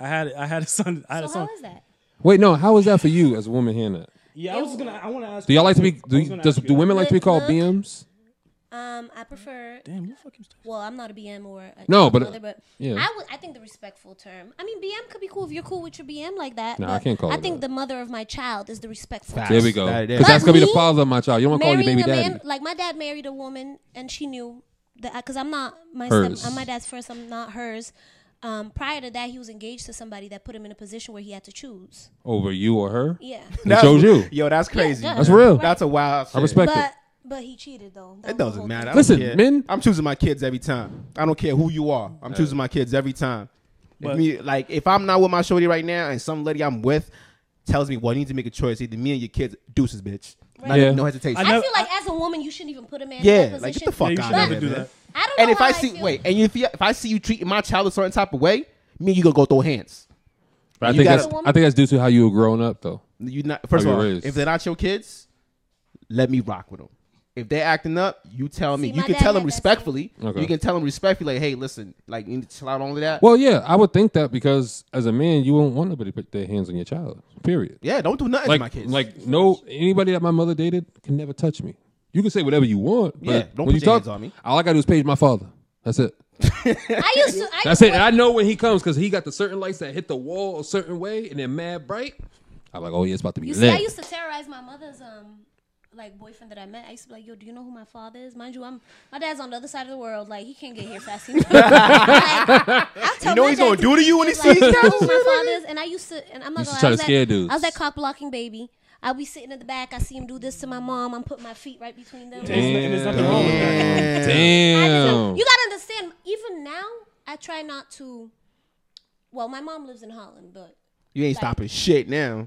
Speaker 2: I had I had a son. I had
Speaker 4: So
Speaker 2: a son.
Speaker 4: how is that?
Speaker 3: Wait, no. How is that for you as a woman hearing that?
Speaker 2: Yeah, I was gonna. I want to ask.
Speaker 3: Do y'all like to be?
Speaker 2: I
Speaker 3: Do,
Speaker 2: was
Speaker 3: you-
Speaker 2: gonna
Speaker 3: does,
Speaker 2: ask you
Speaker 3: do
Speaker 2: that.
Speaker 3: women like to be called
Speaker 4: Look.
Speaker 3: BMs?
Speaker 4: Um, I prefer.
Speaker 2: Damn, you fucking.
Speaker 4: Well, I'm not a BM or a
Speaker 3: No, but, uh,
Speaker 4: mother, but
Speaker 3: yeah.
Speaker 4: I would. I think the respectful term. I mean, BM could be cool if you're cool with your BM like that.
Speaker 3: Nah, I
Speaker 4: but
Speaker 3: can't call
Speaker 4: I
Speaker 3: it
Speaker 4: think
Speaker 3: that.
Speaker 4: the mother of my child is the respectful.
Speaker 6: Facts.
Speaker 4: term.
Speaker 3: There we go.
Speaker 6: That it is.
Speaker 3: Because that's gonna be the
Speaker 4: But me,
Speaker 3: father of my child. You don't want to call you
Speaker 4: marrying
Speaker 3: baby
Speaker 4: a
Speaker 3: daddy.
Speaker 4: man like my dad married a woman and she knew that because i'm not my
Speaker 3: Hers.
Speaker 4: Step, i'm my dad's first i'm not hers um, prior to that he was engaged to somebody that put him in a position where he had to choose
Speaker 3: over you or her.
Speaker 4: yeah
Speaker 3: It shows you.
Speaker 1: Yo, that's crazy.
Speaker 4: Yeah,
Speaker 3: That's real.
Speaker 1: That's a wild. Shit.
Speaker 3: I respect it.
Speaker 4: but but he cheated though That was
Speaker 1: It
Speaker 4: the whole
Speaker 1: doesn't matter. I
Speaker 4: thing.
Speaker 1: don't
Speaker 3: Listen,
Speaker 1: care.
Speaker 3: men-
Speaker 1: I'm choosing my kids every time. I don't care who you are. I'm choosing my kids every time. If
Speaker 2: Uh, But-
Speaker 1: me, like if I'm not with my shorty right now, and some lady I'm with tells me, "Well, you need to make a choice. Either me and your kids, deuces, bitch." Not
Speaker 3: Yeah.
Speaker 1: even- no hesitation.
Speaker 2: I
Speaker 4: i
Speaker 2: never-
Speaker 4: feel like as a woman you shouldn't even put a man in
Speaker 1: yeah,
Speaker 4: that
Speaker 1: like
Speaker 4: position
Speaker 1: get the fuck
Speaker 2: Yeah, you
Speaker 1: out
Speaker 2: should
Speaker 1: of
Speaker 2: never
Speaker 1: here,
Speaker 2: do
Speaker 1: man.
Speaker 2: that.
Speaker 4: i don't know
Speaker 6: and if
Speaker 4: how
Speaker 6: I see,
Speaker 4: feel.
Speaker 6: wait, and if you, if I see you treating my child a certain type of way, me and you gonna go throw hands.
Speaker 3: But I
Speaker 1: You
Speaker 3: think
Speaker 1: gotta-
Speaker 3: that's I think that's due to how you were growing up, though.
Speaker 1: You not first
Speaker 3: How
Speaker 1: of
Speaker 3: you
Speaker 1: all,
Speaker 3: raised.
Speaker 1: if they're not your kids, let me rock with them. If they're acting up, you tell me.
Speaker 4: See,
Speaker 1: you
Speaker 4: my
Speaker 1: can
Speaker 4: dad
Speaker 1: tell them
Speaker 4: had that same-
Speaker 1: respectfully.
Speaker 3: Okay.
Speaker 1: You can tell them respectfully, like, "Hey, listen, like you need to chill out on that."
Speaker 3: Well, yeah, I would think that because as a man, you won't want nobody to put their hands on your child. Period.
Speaker 1: yeah, don't do nothing
Speaker 3: Like,
Speaker 1: to my kids.
Speaker 3: like no anybody that my mother dated can never touch me. You can say whatever you want, but
Speaker 1: Yeah,
Speaker 3: when
Speaker 1: don't put
Speaker 3: you
Speaker 1: your
Speaker 3: talk,
Speaker 1: hands on me.
Speaker 3: all I gotta do is page my father. That's it.
Speaker 4: i used to I
Speaker 3: That's
Speaker 4: used
Speaker 3: it.
Speaker 4: to-
Speaker 3: And I know when he comes because he got the certain lights that hit the wall a certain way and they're mad bright. I'm like, oh yeah, it's about to be
Speaker 4: You see, I
Speaker 3: lit.
Speaker 4: used to terrorize my mother's um like boyfriend that I met. I used to be like, "Yo, do you know who my father is?" Mind you, I'm my dad's on the other side of the world. Like he can't get here fast enough. like, I'll tell
Speaker 1: You
Speaker 4: my
Speaker 1: know what he's
Speaker 4: dad
Speaker 1: gonna do to you when he
Speaker 4: he's like,
Speaker 1: sees
Speaker 4: "Do you know
Speaker 1: that?
Speaker 4: who my father is?" And I used to, and I'm not
Speaker 3: Used to
Speaker 4: gonna lie, I
Speaker 3: try to
Speaker 4: was that-
Speaker 3: scare dudes.
Speaker 4: I was that cock blocking baby. I'll be sitting in the back. I see him do this to my mom. I'm putting my feet right between them. oh,
Speaker 2: There's, no- there's nothing wrong with that.
Speaker 4: I just-
Speaker 3: Damn.
Speaker 4: you gotta understand. Even now, I try not to. Well, my mom lives in Holland, but
Speaker 1: You ain't stopping shit now.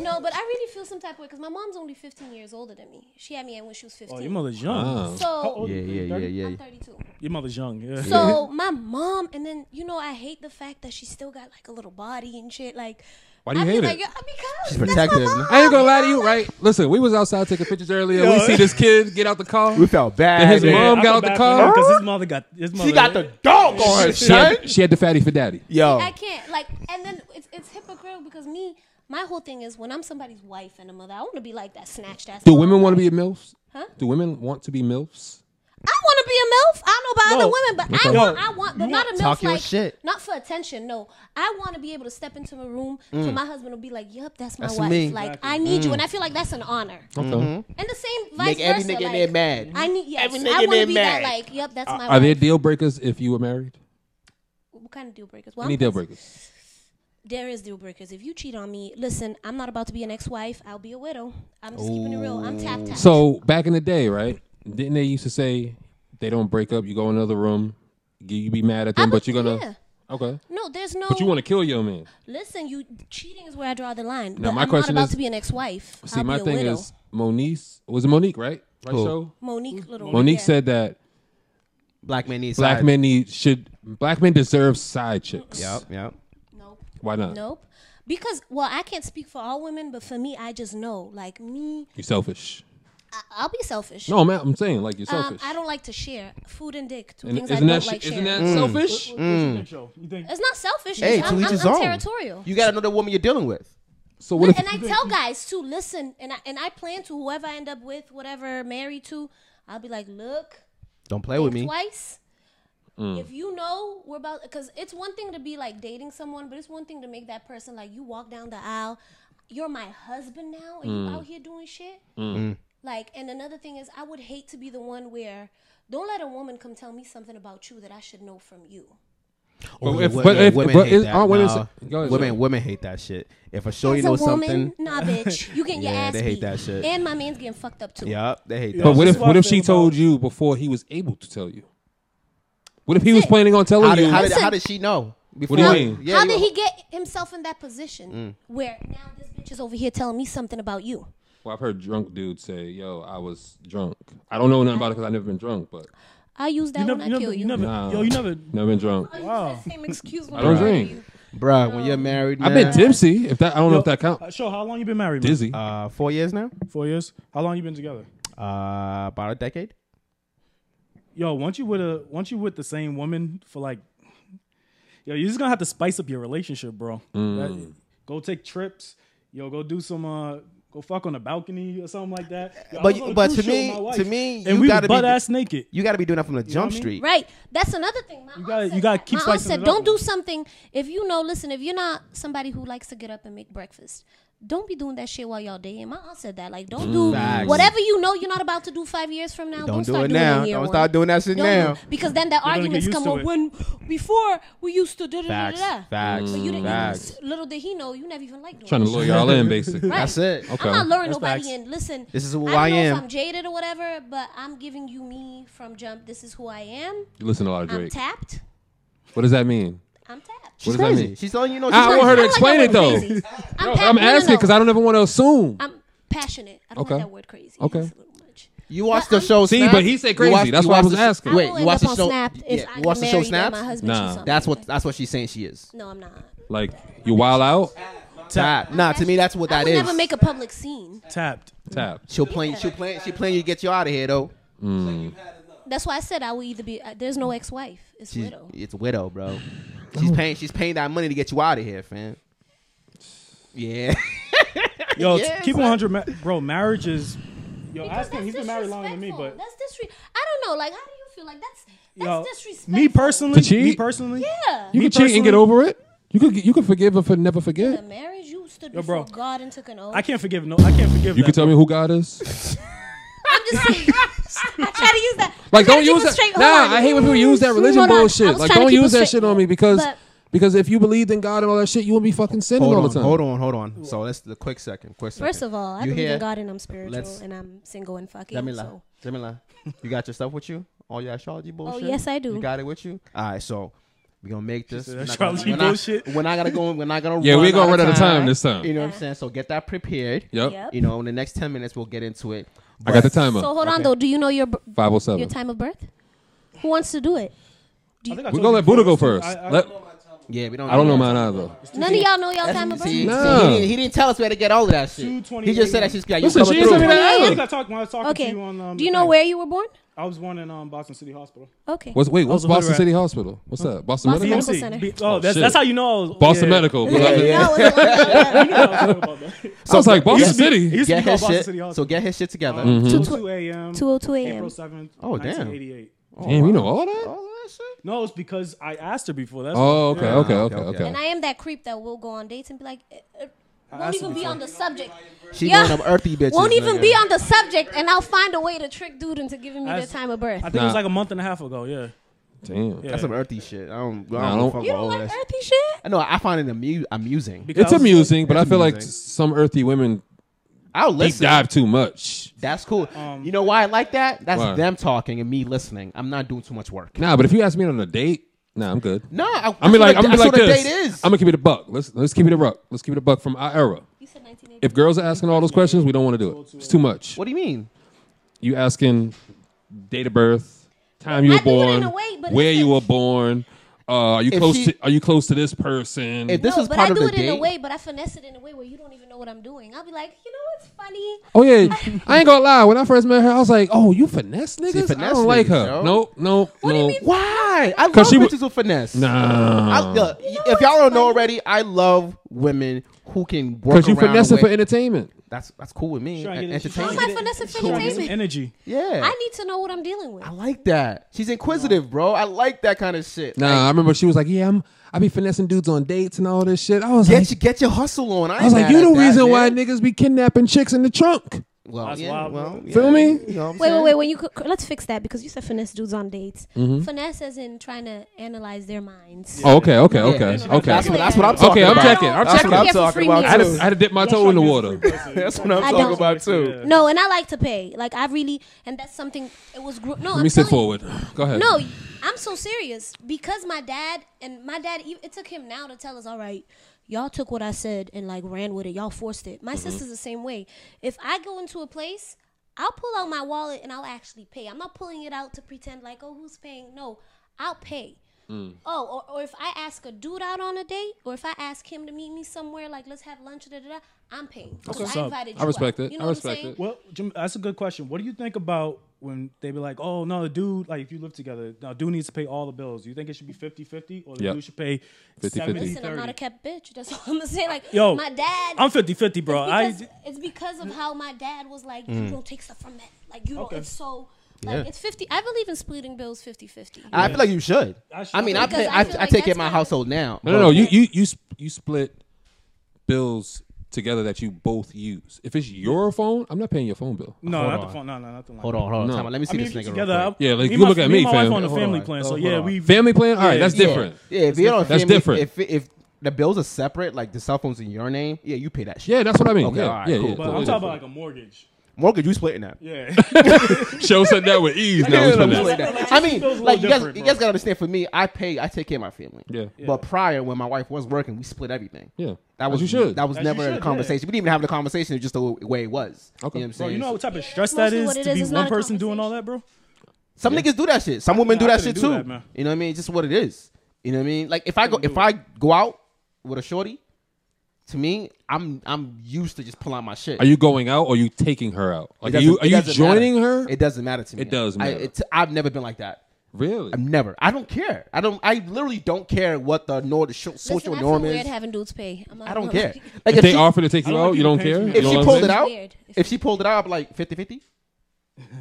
Speaker 4: No, but I really feel some type of way because my mom's only 15 years older than me. She had me at when she was 15.
Speaker 2: Oh, your mother's young.
Speaker 3: Wow.
Speaker 2: How
Speaker 4: so
Speaker 2: old are you? 30?
Speaker 6: yeah,
Speaker 4: I'm 32.
Speaker 2: Your mother's young. Yeah.
Speaker 4: So my mom, and then you know, I hate the fact that she still got like a little body and shit. Like,
Speaker 3: Why do you
Speaker 4: I be
Speaker 3: hate
Speaker 4: like,
Speaker 3: it?
Speaker 4: Yo, because
Speaker 6: She's
Speaker 4: that's
Speaker 6: protective.
Speaker 4: My mom.
Speaker 3: I ain't gonna lie to you, right? Listen, we was outside taking pictures earlier. We see this kid get out the car.
Speaker 6: We felt
Speaker 3: And
Speaker 6: bad.
Speaker 3: his
Speaker 6: man.
Speaker 3: mom- got out the car?
Speaker 2: because his mother got his mother.
Speaker 6: She got the dog on her,
Speaker 3: she,
Speaker 6: son.
Speaker 3: had, she had the fatty for daddy.
Speaker 6: Yo,
Speaker 4: I can't like, and then it's it's hypocritical because me, my whole thing is when I'm somebody's wife and a mother, I want to be like that snatched ass.
Speaker 3: Do women want to be milfs?
Speaker 4: Huh?
Speaker 3: Do women want to be milfs?
Speaker 4: I want to be a MILF. I don't know
Speaker 2: No.
Speaker 4: about other women, but
Speaker 2: Okay.
Speaker 4: I want,
Speaker 2: Yo,
Speaker 4: I want, but not a MILF
Speaker 6: Talk your
Speaker 4: like,
Speaker 6: shit.
Speaker 4: not for attention, no. I want to be able to step into a room so my husband will be like, yup, that's my
Speaker 6: Mm. That's
Speaker 4: wife.
Speaker 6: me. Mm.
Speaker 4: Like, I need you. And I feel like that's an honor.
Speaker 3: Okay.
Speaker 2: Mm-hmm.
Speaker 4: And the same vice
Speaker 6: make every
Speaker 4: versa.
Speaker 6: nigga in
Speaker 4: like,
Speaker 6: there mad.
Speaker 4: I need, yes,
Speaker 6: Every nigga
Speaker 4: I
Speaker 6: in
Speaker 4: want
Speaker 6: there
Speaker 4: to be
Speaker 6: mad. Uh,
Speaker 4: that like, yup, that's my
Speaker 3: Are there
Speaker 4: wife.
Speaker 3: deal breakers if you were married?
Speaker 4: What kind of deal breakers? Well,
Speaker 3: Any
Speaker 4: I'm-
Speaker 3: deal breakers?
Speaker 4: there is deal breakers. If you cheat on me, listen, I'm not about to be an ex-wife. I'll be a widow. I'm just keeping it real. I'm tap tap.
Speaker 3: So back in the day, right? Didn't they used to say they don't break up? You go in another room, you you be mad at them,
Speaker 4: I
Speaker 3: but
Speaker 4: would-
Speaker 3: you're gonna
Speaker 4: yeah.
Speaker 3: okay.
Speaker 4: no, there's no.
Speaker 3: But you want to kill your man.
Speaker 4: listen, you cheating is where I draw the line.
Speaker 3: Now,
Speaker 4: but
Speaker 3: my
Speaker 4: I'm
Speaker 3: question
Speaker 4: not about
Speaker 3: is-
Speaker 4: to be an ex-wife.
Speaker 3: See,
Speaker 4: I'll
Speaker 3: my
Speaker 4: be a
Speaker 3: thing
Speaker 4: widow.
Speaker 3: is Monique was it Monique, right? Right
Speaker 6: Who?
Speaker 3: show.
Speaker 4: Monique Little.
Speaker 3: Monique
Speaker 4: yeah.
Speaker 3: said that
Speaker 6: Black man needs
Speaker 3: black
Speaker 6: side.
Speaker 3: men need should black men deserve side chicks.
Speaker 6: Yep, yep.
Speaker 4: Nope.
Speaker 3: Why not?
Speaker 4: Nope. Because well, I can't speak for all women, but for me, I just know. Like me,
Speaker 3: You selfish.
Speaker 4: I, I'll be selfish.
Speaker 3: No, man, I'm saying like you're
Speaker 4: um,
Speaker 3: selfish.
Speaker 4: I don't like to share food and dick. Two
Speaker 3: And
Speaker 4: things I
Speaker 3: isn't
Speaker 4: don't
Speaker 3: that sh-
Speaker 4: like sharing.
Speaker 3: isn't that selfish?
Speaker 1: Mm.
Speaker 2: You think, Joe? You think
Speaker 4: it's not selfish.
Speaker 6: Hey,
Speaker 4: it's,
Speaker 6: to
Speaker 4: I'm,
Speaker 6: each
Speaker 4: I'm,
Speaker 6: his
Speaker 4: I'm
Speaker 6: own.
Speaker 4: territorial.
Speaker 6: You gotta know the woman you're dealing with.
Speaker 3: So what if
Speaker 4: and I tell guys to listen, and I and I plan to whoever I end up with, whatever married to, I'll be like, look,
Speaker 1: Don't play with
Speaker 4: think
Speaker 1: me.
Speaker 4: twice.
Speaker 1: Mm.
Speaker 3: Mm.
Speaker 4: If you know we're about, because it's one thing to be like dating someone, but it's one thing to make that person like you walk down the aisle, you're my husband now, and
Speaker 1: Mm.
Speaker 4: you out here doing shit. Like, and another thing is, I would hate to be the one where don't let a woman come tell me something about you that I should know from you.
Speaker 1: Oh,
Speaker 3: if-
Speaker 1: wo-
Speaker 3: but
Speaker 1: yeah,
Speaker 3: if-
Speaker 1: women
Speaker 3: but
Speaker 1: hate
Speaker 3: is-
Speaker 1: that.
Speaker 3: aren't women
Speaker 1: Nah.
Speaker 3: sa- Go ahead,
Speaker 1: women,
Speaker 3: Shorty.
Speaker 1: women hate that shit. If a shorty
Speaker 4: As
Speaker 1: knows
Speaker 4: a woman,
Speaker 1: something,
Speaker 4: nah, bitch, you getting your
Speaker 1: Yeah,
Speaker 4: ass
Speaker 1: they hate
Speaker 4: beat,
Speaker 1: that shit.
Speaker 4: and my man's getting fucked up too.
Speaker 1: yup, they hate
Speaker 3: But
Speaker 1: that.
Speaker 3: what
Speaker 1: shit.
Speaker 3: if
Speaker 2: That's what
Speaker 3: what
Speaker 2: I
Speaker 3: if she
Speaker 2: feel
Speaker 3: told
Speaker 2: about-
Speaker 3: you before he was able to tell you? What if he was
Speaker 4: it.
Speaker 3: planning on telling
Speaker 6: How did,
Speaker 3: you?
Speaker 6: how, did,
Speaker 4: Listen.
Speaker 6: how did she know? Before,
Speaker 3: do you mean?
Speaker 6: Yeah,
Speaker 4: How
Speaker 6: you-
Speaker 4: did he get himself in that
Speaker 1: Mm.
Speaker 4: position where now this bitch is over here telling me something about you?
Speaker 3: well, I've heard drunk dudes say, "Yo, I was drunk." I don't know nothing about it because I've never been drunk, but
Speaker 4: I use that
Speaker 2: You never,
Speaker 4: when
Speaker 2: you
Speaker 4: I kill
Speaker 2: never,
Speaker 4: you.
Speaker 2: you never,
Speaker 3: Nah.
Speaker 2: yo, you never.
Speaker 3: never been drunk.
Speaker 4: I use
Speaker 2: Wow.
Speaker 4: that same excuse when
Speaker 3: I don't
Speaker 4: kill
Speaker 3: drink.
Speaker 4: you.
Speaker 1: bruh? When you're married,
Speaker 3: I've been
Speaker 1: man,
Speaker 3: tipsy. If that, I don't know
Speaker 2: Yo,
Speaker 3: if that counts.
Speaker 2: uh, Sho, how long you been married? man?
Speaker 3: Dizzy.
Speaker 1: uh, four years now,
Speaker 2: Four years. How long you been together?
Speaker 1: uh, about a decade.
Speaker 2: Yo, once you with a, once you with the same woman for like, yo, you're just gonna have to spice up your relationship, bro.
Speaker 3: Mm.
Speaker 2: That- go take trips. Yo, go do some. uh Go fuck on the balcony or something like that. Yo, I
Speaker 1: But
Speaker 2: was
Speaker 1: you-
Speaker 2: on a
Speaker 1: but
Speaker 2: cruise
Speaker 1: to
Speaker 2: ship with
Speaker 1: me-
Speaker 2: my wife,
Speaker 1: to me,
Speaker 2: and
Speaker 1: you
Speaker 2: we
Speaker 1: gotta be-
Speaker 2: butt ass naked.
Speaker 1: You got to be doing that from the
Speaker 2: know
Speaker 1: jump
Speaker 2: what I mean?
Speaker 1: street.
Speaker 4: Right. That's another thing. My you
Speaker 2: gotta-
Speaker 4: said
Speaker 2: you gotta
Speaker 4: that.
Speaker 2: keep
Speaker 4: My aunt
Speaker 2: spicing
Speaker 4: said,
Speaker 2: it up,
Speaker 4: don't do
Speaker 2: man."
Speaker 4: something if you know. Listen, if you're not somebody who likes to get up and make breakfast, don't be doing that shit while y'all dating. My aunt said that. Like, don't do
Speaker 1: Facts.
Speaker 4: whatever you know you're not about to do five years from now.
Speaker 1: Don't, do
Speaker 4: start
Speaker 1: it
Speaker 4: doing
Speaker 1: now.
Speaker 4: in year
Speaker 1: Don't
Speaker 4: one.
Speaker 1: start doing that shit
Speaker 4: Don't
Speaker 1: now.
Speaker 4: do- because then the
Speaker 2: gonna
Speaker 4: arguments
Speaker 2: get
Speaker 4: come
Speaker 2: used
Speaker 4: up
Speaker 2: to
Speaker 4: when before we used to do da da da
Speaker 1: Facts.
Speaker 4: da.
Speaker 1: Facts.
Speaker 4: But you didn't.
Speaker 1: Facts.
Speaker 4: Even, little did he know, you never even liked doing
Speaker 3: Trying to
Speaker 4: that
Speaker 3: lure
Speaker 4: shit.
Speaker 3: y'all in, basically.
Speaker 4: Right.
Speaker 1: That's it.
Speaker 3: Okay.
Speaker 4: I'm not luring
Speaker 2: That's
Speaker 4: nobody
Speaker 2: facts.
Speaker 4: in. Listen,
Speaker 1: This is who
Speaker 4: I, don't
Speaker 1: I
Speaker 4: know
Speaker 1: am.
Speaker 4: If I'm jaded or whatever, but I'm giving you me from jump. This is who I am.
Speaker 3: You listen to a lot of
Speaker 4: I'm
Speaker 3: Drake.
Speaker 4: tapped.
Speaker 3: What does that mean?
Speaker 4: I'm tapped.
Speaker 3: What
Speaker 6: she's
Speaker 3: does that
Speaker 6: crazy.
Speaker 3: mean?
Speaker 6: She's telling you no.
Speaker 3: I
Speaker 6: she's
Speaker 3: want her to
Speaker 4: I don't
Speaker 3: explain
Speaker 4: like
Speaker 3: it
Speaker 4: that word
Speaker 3: though.
Speaker 4: crazy. I'm,
Speaker 3: No, I'm asking because I don't ever want to assume.
Speaker 4: I'm passionate. I don't
Speaker 3: Okay.
Speaker 4: like that word crazy.
Speaker 3: Okay.
Speaker 4: It's a little much.
Speaker 6: You watch
Speaker 4: But
Speaker 6: the
Speaker 4: I'm-
Speaker 6: show.
Speaker 3: See,
Speaker 6: Snapped?
Speaker 3: but he said
Speaker 6: You
Speaker 3: crazy.
Speaker 6: watch-
Speaker 3: That's
Speaker 6: you
Speaker 3: why I
Speaker 6: watch
Speaker 3: was
Speaker 6: the-
Speaker 3: asking.
Speaker 4: I
Speaker 6: Wait,
Speaker 4: will
Speaker 6: you
Speaker 4: end
Speaker 6: watch
Speaker 4: up
Speaker 6: the
Speaker 4: on
Speaker 6: show?
Speaker 4: Snap if
Speaker 6: Yeah,
Speaker 4: I
Speaker 6: you watch
Speaker 4: get
Speaker 6: the show
Speaker 4: married and my
Speaker 6: Snapped?
Speaker 4: husband
Speaker 3: Nah.
Speaker 4: or something.
Speaker 6: That's what. That's what she's saying. She is.
Speaker 4: No, I'm not.
Speaker 3: Like you wild out,
Speaker 6: Tap. Nah, to me that's what
Speaker 4: I
Speaker 6: that
Speaker 4: would
Speaker 6: is.
Speaker 4: never make a public scene.
Speaker 2: Tapped.
Speaker 3: tap.
Speaker 6: she'll play. She'll play. She playing you to get you out of here though.
Speaker 4: That's why I said I will either be. Uh, there's no ex-wife. It's
Speaker 6: She's,
Speaker 4: widow.
Speaker 6: it's widow, bro. She's paying. She's paying that money to get you out of here, fam. Yeah.
Speaker 2: Yo, t-
Speaker 6: Yeah,
Speaker 2: keep
Speaker 6: son.
Speaker 2: 100, ma- bro. Marriage is. Yo,
Speaker 4: Because
Speaker 2: ask
Speaker 4: that's
Speaker 2: him. He's been married longer than me,
Speaker 4: disrespectful.
Speaker 2: but
Speaker 4: that's disre. I don't know. Like, how do you feel? Like that's that's
Speaker 2: yo,
Speaker 4: disrespectful.
Speaker 2: me personally,
Speaker 3: To cheat?
Speaker 2: me personally,
Speaker 4: Yeah.
Speaker 3: You
Speaker 2: Me
Speaker 3: can cheat and get
Speaker 2: personally-
Speaker 3: over it. You could you could forgive and for never
Speaker 4: the
Speaker 3: forget.
Speaker 4: marriage you stood
Speaker 2: Yo,
Speaker 4: before
Speaker 2: bro.
Speaker 4: God and took an oath.
Speaker 2: I can't forgive. No, I can't forgive.
Speaker 3: You
Speaker 2: that,
Speaker 3: can tell me who God is.
Speaker 4: I'm just saying. I try to use that. I
Speaker 3: Like
Speaker 4: try to keep
Speaker 3: don't use
Speaker 4: it
Speaker 3: that.
Speaker 4: straight. Hold
Speaker 3: Nah,
Speaker 4: on.
Speaker 3: I hate when people use that religion
Speaker 4: Hold on. I was
Speaker 3: bullshit.
Speaker 4: trying
Speaker 3: Like
Speaker 4: to
Speaker 3: don't
Speaker 4: keep
Speaker 3: use
Speaker 4: it
Speaker 3: that
Speaker 4: straight.
Speaker 3: shit on me because
Speaker 4: But-
Speaker 3: because if you believed in God and all that shit, you wouldn't be fucking sinning
Speaker 1: Hold
Speaker 3: all
Speaker 1: on,
Speaker 3: the time.
Speaker 1: hold on, hold on. So let's the quick second. Quick second.
Speaker 4: First of all, I
Speaker 6: You
Speaker 4: believe
Speaker 6: hear?
Speaker 4: in God and I'm spiritual
Speaker 6: Let's-
Speaker 4: and I'm single and fucking.
Speaker 6: Let me lie.
Speaker 4: so. Oh,
Speaker 6: Let me lie. You got your stuff with you? All your astrology bullshit?
Speaker 4: yes, I do.
Speaker 6: You got it with you? All right, so we're going to make this. We're not gonna-
Speaker 2: astrology
Speaker 6: we're not-
Speaker 2: bullshit.
Speaker 6: We're not going to go. We're not going to
Speaker 3: Yeah, we gonna
Speaker 6: going to
Speaker 3: run out of time this time.
Speaker 6: You know what I'm saying? So get that prepared.
Speaker 3: Yep.
Speaker 4: Yep.
Speaker 6: You know, in the next 10 minutes, we'll get into it.
Speaker 3: I got the
Speaker 4: So
Speaker 3: timer.
Speaker 4: hold on though. Do you know your b-
Speaker 3: Five oh
Speaker 4: your
Speaker 3: seven.
Speaker 4: time of birth? Who wants to do it?
Speaker 2: I think
Speaker 3: We
Speaker 2: I told
Speaker 3: gonna
Speaker 2: you
Speaker 3: let Buddha go
Speaker 2: before,
Speaker 3: first.
Speaker 2: I- I-
Speaker 3: Let-
Speaker 6: Yeah, we don't.
Speaker 3: I don't know mine either.
Speaker 4: None of y'all know y'all
Speaker 6: That's-
Speaker 4: time of birth.
Speaker 6: see, see,
Speaker 3: Nah.
Speaker 6: he, didn't, he didn't tell us where to get all of that shit.
Speaker 2: 2:28
Speaker 6: He just said that she's like, you
Speaker 3: Listen, she
Speaker 6: coming
Speaker 3: ain't
Speaker 6: through.
Speaker 3: tell me that
Speaker 2: I
Speaker 3: either.
Speaker 2: think I talked when I was talking
Speaker 4: Okay.
Speaker 2: to you on. Um,
Speaker 4: do you
Speaker 2: the
Speaker 4: know
Speaker 2: thing.
Speaker 4: where you were born?
Speaker 2: I was born in um, Boston City Hospital.
Speaker 4: Oh, Okay.
Speaker 3: What's wait? What's
Speaker 2: Also, where
Speaker 3: Boston
Speaker 2: at?
Speaker 3: City Hospital? What's that? Boston
Speaker 4: Boston
Speaker 3: Medical.
Speaker 4: Medical Center.
Speaker 2: B- oh, that's
Speaker 3: shit.
Speaker 2: that's how you know. I was,
Speaker 3: Boston
Speaker 2: yeah.
Speaker 3: Medical.
Speaker 4: Yeah,
Speaker 3: beloved.
Speaker 4: no, it's like-
Speaker 2: I was about that.
Speaker 3: I was like Boston
Speaker 2: It
Speaker 3: City. Mm-hmm.
Speaker 2: used to be
Speaker 6: Get
Speaker 2: called
Speaker 6: his
Speaker 2: Boston City
Speaker 6: shit. So
Speaker 2: Hospital.
Speaker 6: get his shit together.
Speaker 4: Two-
Speaker 2: 2 a.m.
Speaker 4: 2:02
Speaker 2: April
Speaker 4: a.m.
Speaker 2: 7th.
Speaker 6: Oh, damn.
Speaker 2: 1988.
Speaker 3: Damn, you know all that?
Speaker 6: All that shit?
Speaker 2: No, it's because I asked her before. That's
Speaker 3: Oh, okay, okay, okay,
Speaker 6: okay.
Speaker 3: okay.
Speaker 4: And I am that creep that will go on dates and be like, eh, eh, won't
Speaker 2: Oh. asked
Speaker 4: even
Speaker 2: him
Speaker 4: be
Speaker 2: before.
Speaker 4: on the subject.
Speaker 6: She
Speaker 4: Yeah.
Speaker 6: going up earthy bitches.
Speaker 4: Won't even
Speaker 6: nigga.
Speaker 4: be on the subject, and I'll find a way to trick dude into giving me
Speaker 2: I
Speaker 4: their
Speaker 2: s-
Speaker 4: time of birth.
Speaker 2: I think it was
Speaker 3: Nah.
Speaker 2: like a month and a half ago. Yeah.
Speaker 3: Damn.
Speaker 2: Yeah.
Speaker 6: That's some earthy shit. I don't.
Speaker 3: Nah,
Speaker 6: I
Speaker 3: I
Speaker 6: don't
Speaker 3: don't-
Speaker 6: fuck with
Speaker 4: you don't
Speaker 6: all
Speaker 4: like
Speaker 6: that. shit.
Speaker 4: earthy shit?
Speaker 6: I know. I find it amu- amusing.
Speaker 2: Because
Speaker 3: It's amusing, but I
Speaker 1: That's
Speaker 3: feel like
Speaker 1: amusing. Oh,
Speaker 3: some earthy women
Speaker 6: I'll
Speaker 3: deep
Speaker 6: listen.
Speaker 3: dive too much.
Speaker 6: That's cool.
Speaker 2: Um,
Speaker 6: you know why I like that? That's
Speaker 3: Why?
Speaker 6: them talking and me listening. I'm not doing too much work.
Speaker 3: Nah, but if you ask me on a date, nah, I'm good.
Speaker 6: No, I,
Speaker 3: I mean, like, I'm
Speaker 6: that's
Speaker 3: gonna be
Speaker 6: what
Speaker 3: like
Speaker 6: a
Speaker 3: this.
Speaker 6: date is.
Speaker 3: I'm gonna keep it a buck. Let's let's keep it a buck. Let's keep it a buck from our era.
Speaker 4: You said 1980.
Speaker 3: If girls are asking all those questions, we don't want to do it. It's too much.
Speaker 6: what do you mean?
Speaker 3: You asking date of birth, time you
Speaker 4: I
Speaker 3: were
Speaker 4: do it in
Speaker 3: born,
Speaker 4: a way, but
Speaker 3: where
Speaker 4: it's
Speaker 3: you
Speaker 4: a-
Speaker 3: were born, uh, are you
Speaker 1: If
Speaker 3: close
Speaker 1: he-
Speaker 3: to are you close to this person?
Speaker 1: If this
Speaker 4: no,
Speaker 1: is
Speaker 4: but
Speaker 1: part
Speaker 4: I
Speaker 1: of
Speaker 4: do
Speaker 1: the
Speaker 4: it in a
Speaker 1: date-
Speaker 4: way, but I finesse it in a way where you don't even know what I'm doing. I'll be like, you know what's funny?
Speaker 3: oh yeah, I ain't gonna lie. When I first met her, I was like, oh, you finesse niggas. I
Speaker 1: finesse
Speaker 3: don't like
Speaker 1: niggas,
Speaker 3: her.
Speaker 1: yo.
Speaker 3: Nope, nope,
Speaker 4: What do you
Speaker 3: nope.
Speaker 4: mean?
Speaker 1: Why? I love
Speaker 3: 'Cause she
Speaker 1: bitches
Speaker 3: wa-
Speaker 1: with finesse. I,
Speaker 3: Nah,
Speaker 1: look,
Speaker 4: You know
Speaker 1: if y'all
Speaker 4: what's
Speaker 1: don't
Speaker 4: funny?
Speaker 1: know already, I love women who can work
Speaker 3: because you
Speaker 1: around.
Speaker 3: finesse
Speaker 1: the
Speaker 3: it for
Speaker 1: way-
Speaker 3: entertainment.
Speaker 1: that's that's cool with me.
Speaker 2: Trying to
Speaker 1: En-
Speaker 2: get it-
Speaker 4: How am
Speaker 1: E-, Entertainment.
Speaker 4: I finessing for
Speaker 2: Cool, get some
Speaker 4: entertainment?
Speaker 2: energy.
Speaker 1: Yeah,
Speaker 4: I need to know what I'm dealing with.
Speaker 1: I like that. She's inquisitive, bro. I like that kind of shit.
Speaker 3: Nah, I remember she was like, yeah, I'm I be finessing dudes on dates and all this shit. I was like,
Speaker 1: Get your, get your hustle on. I,
Speaker 3: I was
Speaker 1: ain't
Speaker 3: like,
Speaker 1: mad
Speaker 3: you
Speaker 1: at
Speaker 3: the
Speaker 1: that,
Speaker 3: reason
Speaker 1: man.
Speaker 3: why niggas be kidnapping chicks in the trunk.
Speaker 1: Well,
Speaker 2: That's
Speaker 1: yeah,
Speaker 2: wild,
Speaker 1: well,
Speaker 2: bro.
Speaker 1: yeah,
Speaker 3: Feel me?
Speaker 1: You know what I'm
Speaker 4: Wait,
Speaker 1: saying?
Speaker 4: wait, wait. When you c- let's fix that because you said finesse dudes on dates. Finesse as in trying to analyze their minds.
Speaker 3: Mm-hmm. Oh, okay, okay, okay,
Speaker 1: Yeah.
Speaker 3: okay.
Speaker 1: That's what, that's what I'm
Speaker 4: Okay,
Speaker 1: talking
Speaker 3: I'm
Speaker 1: about.
Speaker 3: checking, I'm
Speaker 1: That's what
Speaker 3: checking.
Speaker 1: I'm
Speaker 4: Yeah, for
Speaker 1: talking
Speaker 4: free
Speaker 1: about.
Speaker 4: meals.
Speaker 3: I had,
Speaker 1: too.
Speaker 3: to, I had to dip my
Speaker 2: Y'all
Speaker 3: toe in the
Speaker 2: trying to
Speaker 3: water.
Speaker 2: get a free person.
Speaker 1: That's what I'm
Speaker 4: I
Speaker 1: talking
Speaker 4: don't-
Speaker 1: about too.
Speaker 2: Yeah.
Speaker 4: No, and I like to pay. Like I really, and that's something. It was gro- no.
Speaker 3: Let
Speaker 4: I'm
Speaker 3: me sit
Speaker 4: telling you-
Speaker 3: forward. Go ahead.
Speaker 4: No, I'm so serious because my dad and my dad. e- It took him now to tell us, all right, y'all took what I said and like ran with it. Y'all forced it. My
Speaker 3: Mm-hmm.
Speaker 4: sister's the same way. If I go into a place, I'll pull out my wallet and I'll actually pay. I'm not pulling it out to pretend like, oh, who's paying? No, I'll pay. Oh, or, or if I ask a dude out on a date, or if I ask him to meet me somewhere, like let's have lunch, da da da, I'm paying. 'Cause
Speaker 2: what's
Speaker 4: I
Speaker 2: up.
Speaker 4: invited you
Speaker 3: I respect
Speaker 4: out.
Speaker 3: it.
Speaker 4: You know
Speaker 3: I
Speaker 4: what I'm
Speaker 3: respect
Speaker 4: saying?
Speaker 3: it.
Speaker 2: Well, Jim, that's a good question. What do you think about when they be like, oh, no, the dude, like if you live together, now dude needs to pay all the bills. You think it should be 50 50 or the
Speaker 3: Yeah.
Speaker 2: dude should pay
Speaker 3: 50-50.
Speaker 2: 70
Speaker 4: Listen, I'm not a
Speaker 2: 30?
Speaker 4: kept bitch. That's all I'm saying. Like,
Speaker 2: Yo,
Speaker 4: my dad.
Speaker 2: I'm 50 50, bro. I,
Speaker 4: It's because, it's because
Speaker 1: Mm.
Speaker 4: of how my dad was like, you don't take stuff from that. Like, you
Speaker 2: Okay.
Speaker 4: don't. It's so. Like, it's 50. I believe in splitting bills 50 50.
Speaker 1: I feel like you should.
Speaker 2: I
Speaker 1: I,
Speaker 2: should.
Speaker 1: mean, I,
Speaker 4: Because
Speaker 1: pay,
Speaker 4: I
Speaker 1: I,
Speaker 4: feel
Speaker 1: I
Speaker 4: like
Speaker 1: take care of
Speaker 4: that's
Speaker 1: my
Speaker 4: how-
Speaker 1: household now.
Speaker 3: No, no, no. You you you sp- you split bills together that you both use. If it's your phone, I'm not paying your phone bill.
Speaker 2: no,
Speaker 1: Hold
Speaker 2: not the
Speaker 1: on.
Speaker 2: phone. No, no, not the line.
Speaker 1: Hold on, hold on.
Speaker 3: No.
Speaker 1: Time out. Let me
Speaker 2: I
Speaker 1: see
Speaker 2: mean, if
Speaker 1: this
Speaker 2: you're
Speaker 1: nigga
Speaker 2: together,
Speaker 1: real
Speaker 2: I-
Speaker 1: quick.
Speaker 3: Yeah, like,
Speaker 2: me
Speaker 3: you
Speaker 2: and my-
Speaker 3: look at me,
Speaker 2: and my wife
Speaker 3: fam.
Speaker 2: on a
Speaker 3: Hold
Speaker 2: family
Speaker 1: on.
Speaker 2: plan.
Speaker 1: Oh,
Speaker 2: So
Speaker 1: hold
Speaker 2: yeah,
Speaker 1: on.
Speaker 2: we
Speaker 3: Family plan. All right,
Speaker 2: Yeah,
Speaker 3: that's
Speaker 2: yeah.
Speaker 3: different.
Speaker 1: Yeah, if you don't,
Speaker 3: That's
Speaker 1: if,
Speaker 3: different.
Speaker 1: If, if the bills are separate, like the cell phones in your name, yeah, you pay that shit.
Speaker 3: Yeah, that's what I mean.
Speaker 1: Okay,
Speaker 3: yeah,
Speaker 1: all right,
Speaker 3: yeah,
Speaker 1: cool.
Speaker 3: yeah.
Speaker 2: But I'm talking about like a mortgage.
Speaker 1: Mortgage, you splitting that.
Speaker 2: Yeah.
Speaker 3: show said that with ease.
Speaker 1: Yeah,
Speaker 3: Now we
Speaker 1: I'm
Speaker 3: split that.
Speaker 1: splitting
Speaker 2: that.
Speaker 1: that. I mean,
Speaker 2: Feels a little
Speaker 1: like you guys,
Speaker 2: different,
Speaker 1: you
Speaker 2: bro.
Speaker 1: guys gotta understand. For me, I pay, I take care of my family.
Speaker 3: Yeah.
Speaker 1: But prior, when my wife was working, we split everything.
Speaker 3: Yeah.
Speaker 1: that
Speaker 3: As
Speaker 1: was
Speaker 3: you should.
Speaker 1: That was
Speaker 2: As you
Speaker 1: never
Speaker 2: should,
Speaker 1: a
Speaker 2: yeah.
Speaker 1: conversation. We didn't even have the conversation. It's just the way it was.
Speaker 3: Okay.
Speaker 1: You know what I'm
Speaker 2: bro,
Speaker 1: saying?
Speaker 2: you know what type of
Speaker 4: that's
Speaker 2: stress that
Speaker 4: mostly
Speaker 2: is
Speaker 4: what it
Speaker 2: to
Speaker 4: is.
Speaker 2: be
Speaker 4: It's
Speaker 2: one
Speaker 4: not a
Speaker 2: person doing all
Speaker 4: conversation.
Speaker 2: that, bro?
Speaker 1: Some niggas do that shit. Some women do
Speaker 2: I
Speaker 1: that
Speaker 2: couldn't
Speaker 1: shit
Speaker 2: do
Speaker 1: too.
Speaker 2: that, man.
Speaker 1: you know what I mean? It's just what it is. You know what I mean? Like if I go if I go out with a shorty, to me, I'm I'm used to just pull out my shit.
Speaker 3: Are you going out or are you taking her out?
Speaker 1: It
Speaker 3: Like, are
Speaker 1: doesn't-
Speaker 3: you are
Speaker 1: it
Speaker 3: you
Speaker 1: doesn't
Speaker 3: joining
Speaker 1: matter.
Speaker 3: her?
Speaker 1: It doesn't matter to me.
Speaker 3: It does
Speaker 1: I,
Speaker 3: matter.
Speaker 1: it, I've never been like that.
Speaker 3: really?
Speaker 1: I'm never. I don't care. I don't. I literally don't care what the nor the sho-
Speaker 4: Listen,
Speaker 1: social
Speaker 4: I
Speaker 1: norm
Speaker 4: feel
Speaker 1: is.
Speaker 4: weird having dudes pay. I'm not
Speaker 1: I don't
Speaker 4: gonna
Speaker 1: care.
Speaker 4: lie.
Speaker 1: Like
Speaker 3: If they
Speaker 1: she,
Speaker 3: offer to take you
Speaker 2: I don't
Speaker 3: out,
Speaker 2: like
Speaker 3: you don't
Speaker 2: people
Speaker 3: care.
Speaker 2: paying
Speaker 3: You
Speaker 1: if
Speaker 3: know
Speaker 1: she
Speaker 3: what I'm
Speaker 1: pulled it
Speaker 3: saying?
Speaker 1: out,
Speaker 4: Weird.
Speaker 1: if she pulled it out, I'd be like 50-50.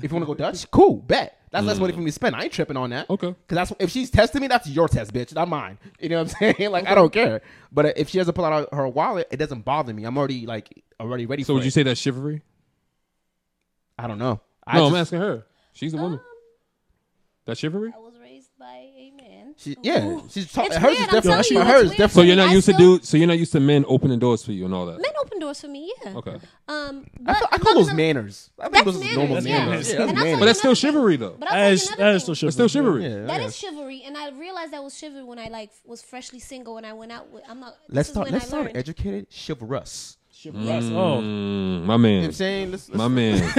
Speaker 1: If you want to go Dutch, cool, bet. That's less money for me to spend. I ain't tripping on that.
Speaker 3: Mm. Okay.
Speaker 1: Because that's if she's testing me, that's your test, bitch, not mine. You know what I'm saying? Like I don't care. But uh, if she has to pull out her wallet, it doesn't bother me. I'm already like already ready.
Speaker 3: So
Speaker 1: for
Speaker 3: would
Speaker 1: it.
Speaker 3: you say that's chivalry?
Speaker 1: I don't know. I
Speaker 3: No, I'm
Speaker 1: just-
Speaker 3: asking her. She's a woman.
Speaker 4: Um,
Speaker 3: That's chivalry.
Speaker 4: I was raised by a man.
Speaker 1: She, yeah,
Speaker 4: Ooh.
Speaker 1: she's talking.
Speaker 4: Oh. It's
Speaker 1: Hers
Speaker 4: weird.
Speaker 1: is
Speaker 4: I'm
Speaker 1: different.
Speaker 4: telling you,
Speaker 1: but hers
Speaker 4: it's
Speaker 1: is
Speaker 4: weird.
Speaker 1: different.
Speaker 3: So you're
Speaker 4: I
Speaker 3: not used to
Speaker 4: still-
Speaker 3: do. So you're not used to men opening doors for you and all that.
Speaker 4: Men open doors for me, yeah.
Speaker 3: Okay.
Speaker 4: Um, but
Speaker 1: I, feel, I call those
Speaker 4: nonetheless-
Speaker 1: manners. I think
Speaker 4: That's
Speaker 1: those are normal
Speaker 4: manners, yeah.
Speaker 1: manners. Yeah,
Speaker 4: And
Speaker 1: that's
Speaker 4: I'll tell
Speaker 1: manners.
Speaker 4: you
Speaker 3: But that's still
Speaker 4: another thing.
Speaker 3: chivalry, though.
Speaker 4: But I'll
Speaker 2: That
Speaker 4: tell you
Speaker 2: is,
Speaker 4: another
Speaker 2: that is
Speaker 4: thing.
Speaker 2: still chivalry.
Speaker 3: That's still chivalry.
Speaker 1: Yeah,
Speaker 4: That
Speaker 1: yeah.
Speaker 4: is chivalry, and I realized that was chivalry when I like was freshly single and I went out with. I'm not. this
Speaker 1: Let's
Speaker 4: is
Speaker 1: start.
Speaker 4: when
Speaker 1: Let's
Speaker 4: I
Speaker 1: start
Speaker 4: learned.
Speaker 1: educated, chivalrous.
Speaker 2: Chivalrous. Oh,
Speaker 3: Mm, my
Speaker 1: You know what I'm
Speaker 3: man.
Speaker 1: saying? Let's, let's,
Speaker 3: My man.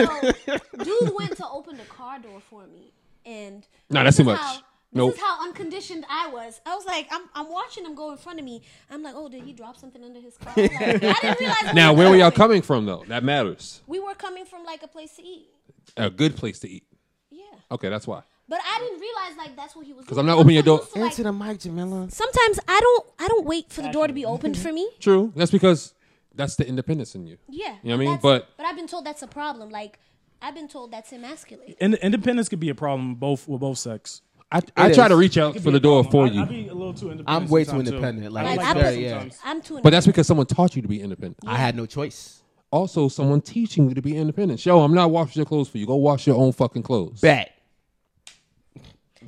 Speaker 4: So, dude went to open the car door for me, and
Speaker 3: Nah, that's
Speaker 4: this
Speaker 3: too
Speaker 4: is
Speaker 3: much.
Speaker 4: How, this
Speaker 3: Nope.
Speaker 4: is how unconditioned I was. I was like, I'm, I'm watching him go in front of me. I'm like, oh, did he drop something under his car? Like, I didn't realize. what
Speaker 3: Now,
Speaker 4: was
Speaker 3: where were y'all
Speaker 4: happening.
Speaker 3: coming from, though? That matters.
Speaker 4: We were coming from like a place to eat.
Speaker 3: A good place to eat.
Speaker 4: Yeah,
Speaker 3: Okay, that's why.
Speaker 4: but I didn't realize like that's what he was. Because
Speaker 3: I'm not opening your door.
Speaker 1: Answer the mic, Jamila.
Speaker 4: sometimes I don't, I don't wait for the door to be opened for me.
Speaker 3: True. That's because that's the independence in you.
Speaker 4: Yeah.
Speaker 3: You know what I mean?
Speaker 4: that's-
Speaker 3: But-
Speaker 4: but I've been told that's a problem. Like I've been told that's emasculating.
Speaker 2: ind- independence could be a problem both with both sex.
Speaker 3: I, I
Speaker 1: It
Speaker 3: try
Speaker 1: is.
Speaker 3: to reach out for the door for
Speaker 2: I, I
Speaker 3: you,
Speaker 2: be a little too independent.
Speaker 1: I'm way too
Speaker 2: sometimes,
Speaker 1: independent, like,
Speaker 2: I
Speaker 1: it's
Speaker 4: I
Speaker 1: very,
Speaker 2: that
Speaker 1: yeah.
Speaker 2: sometimes.
Speaker 4: I'm too.
Speaker 3: but that's because someone taught you to be independent.
Speaker 1: I had no choice.
Speaker 3: Also, someone teaching you to be independent. Yo, I'm not washing your clothes for you. Go wash your own fucking clothes.
Speaker 1: Bet.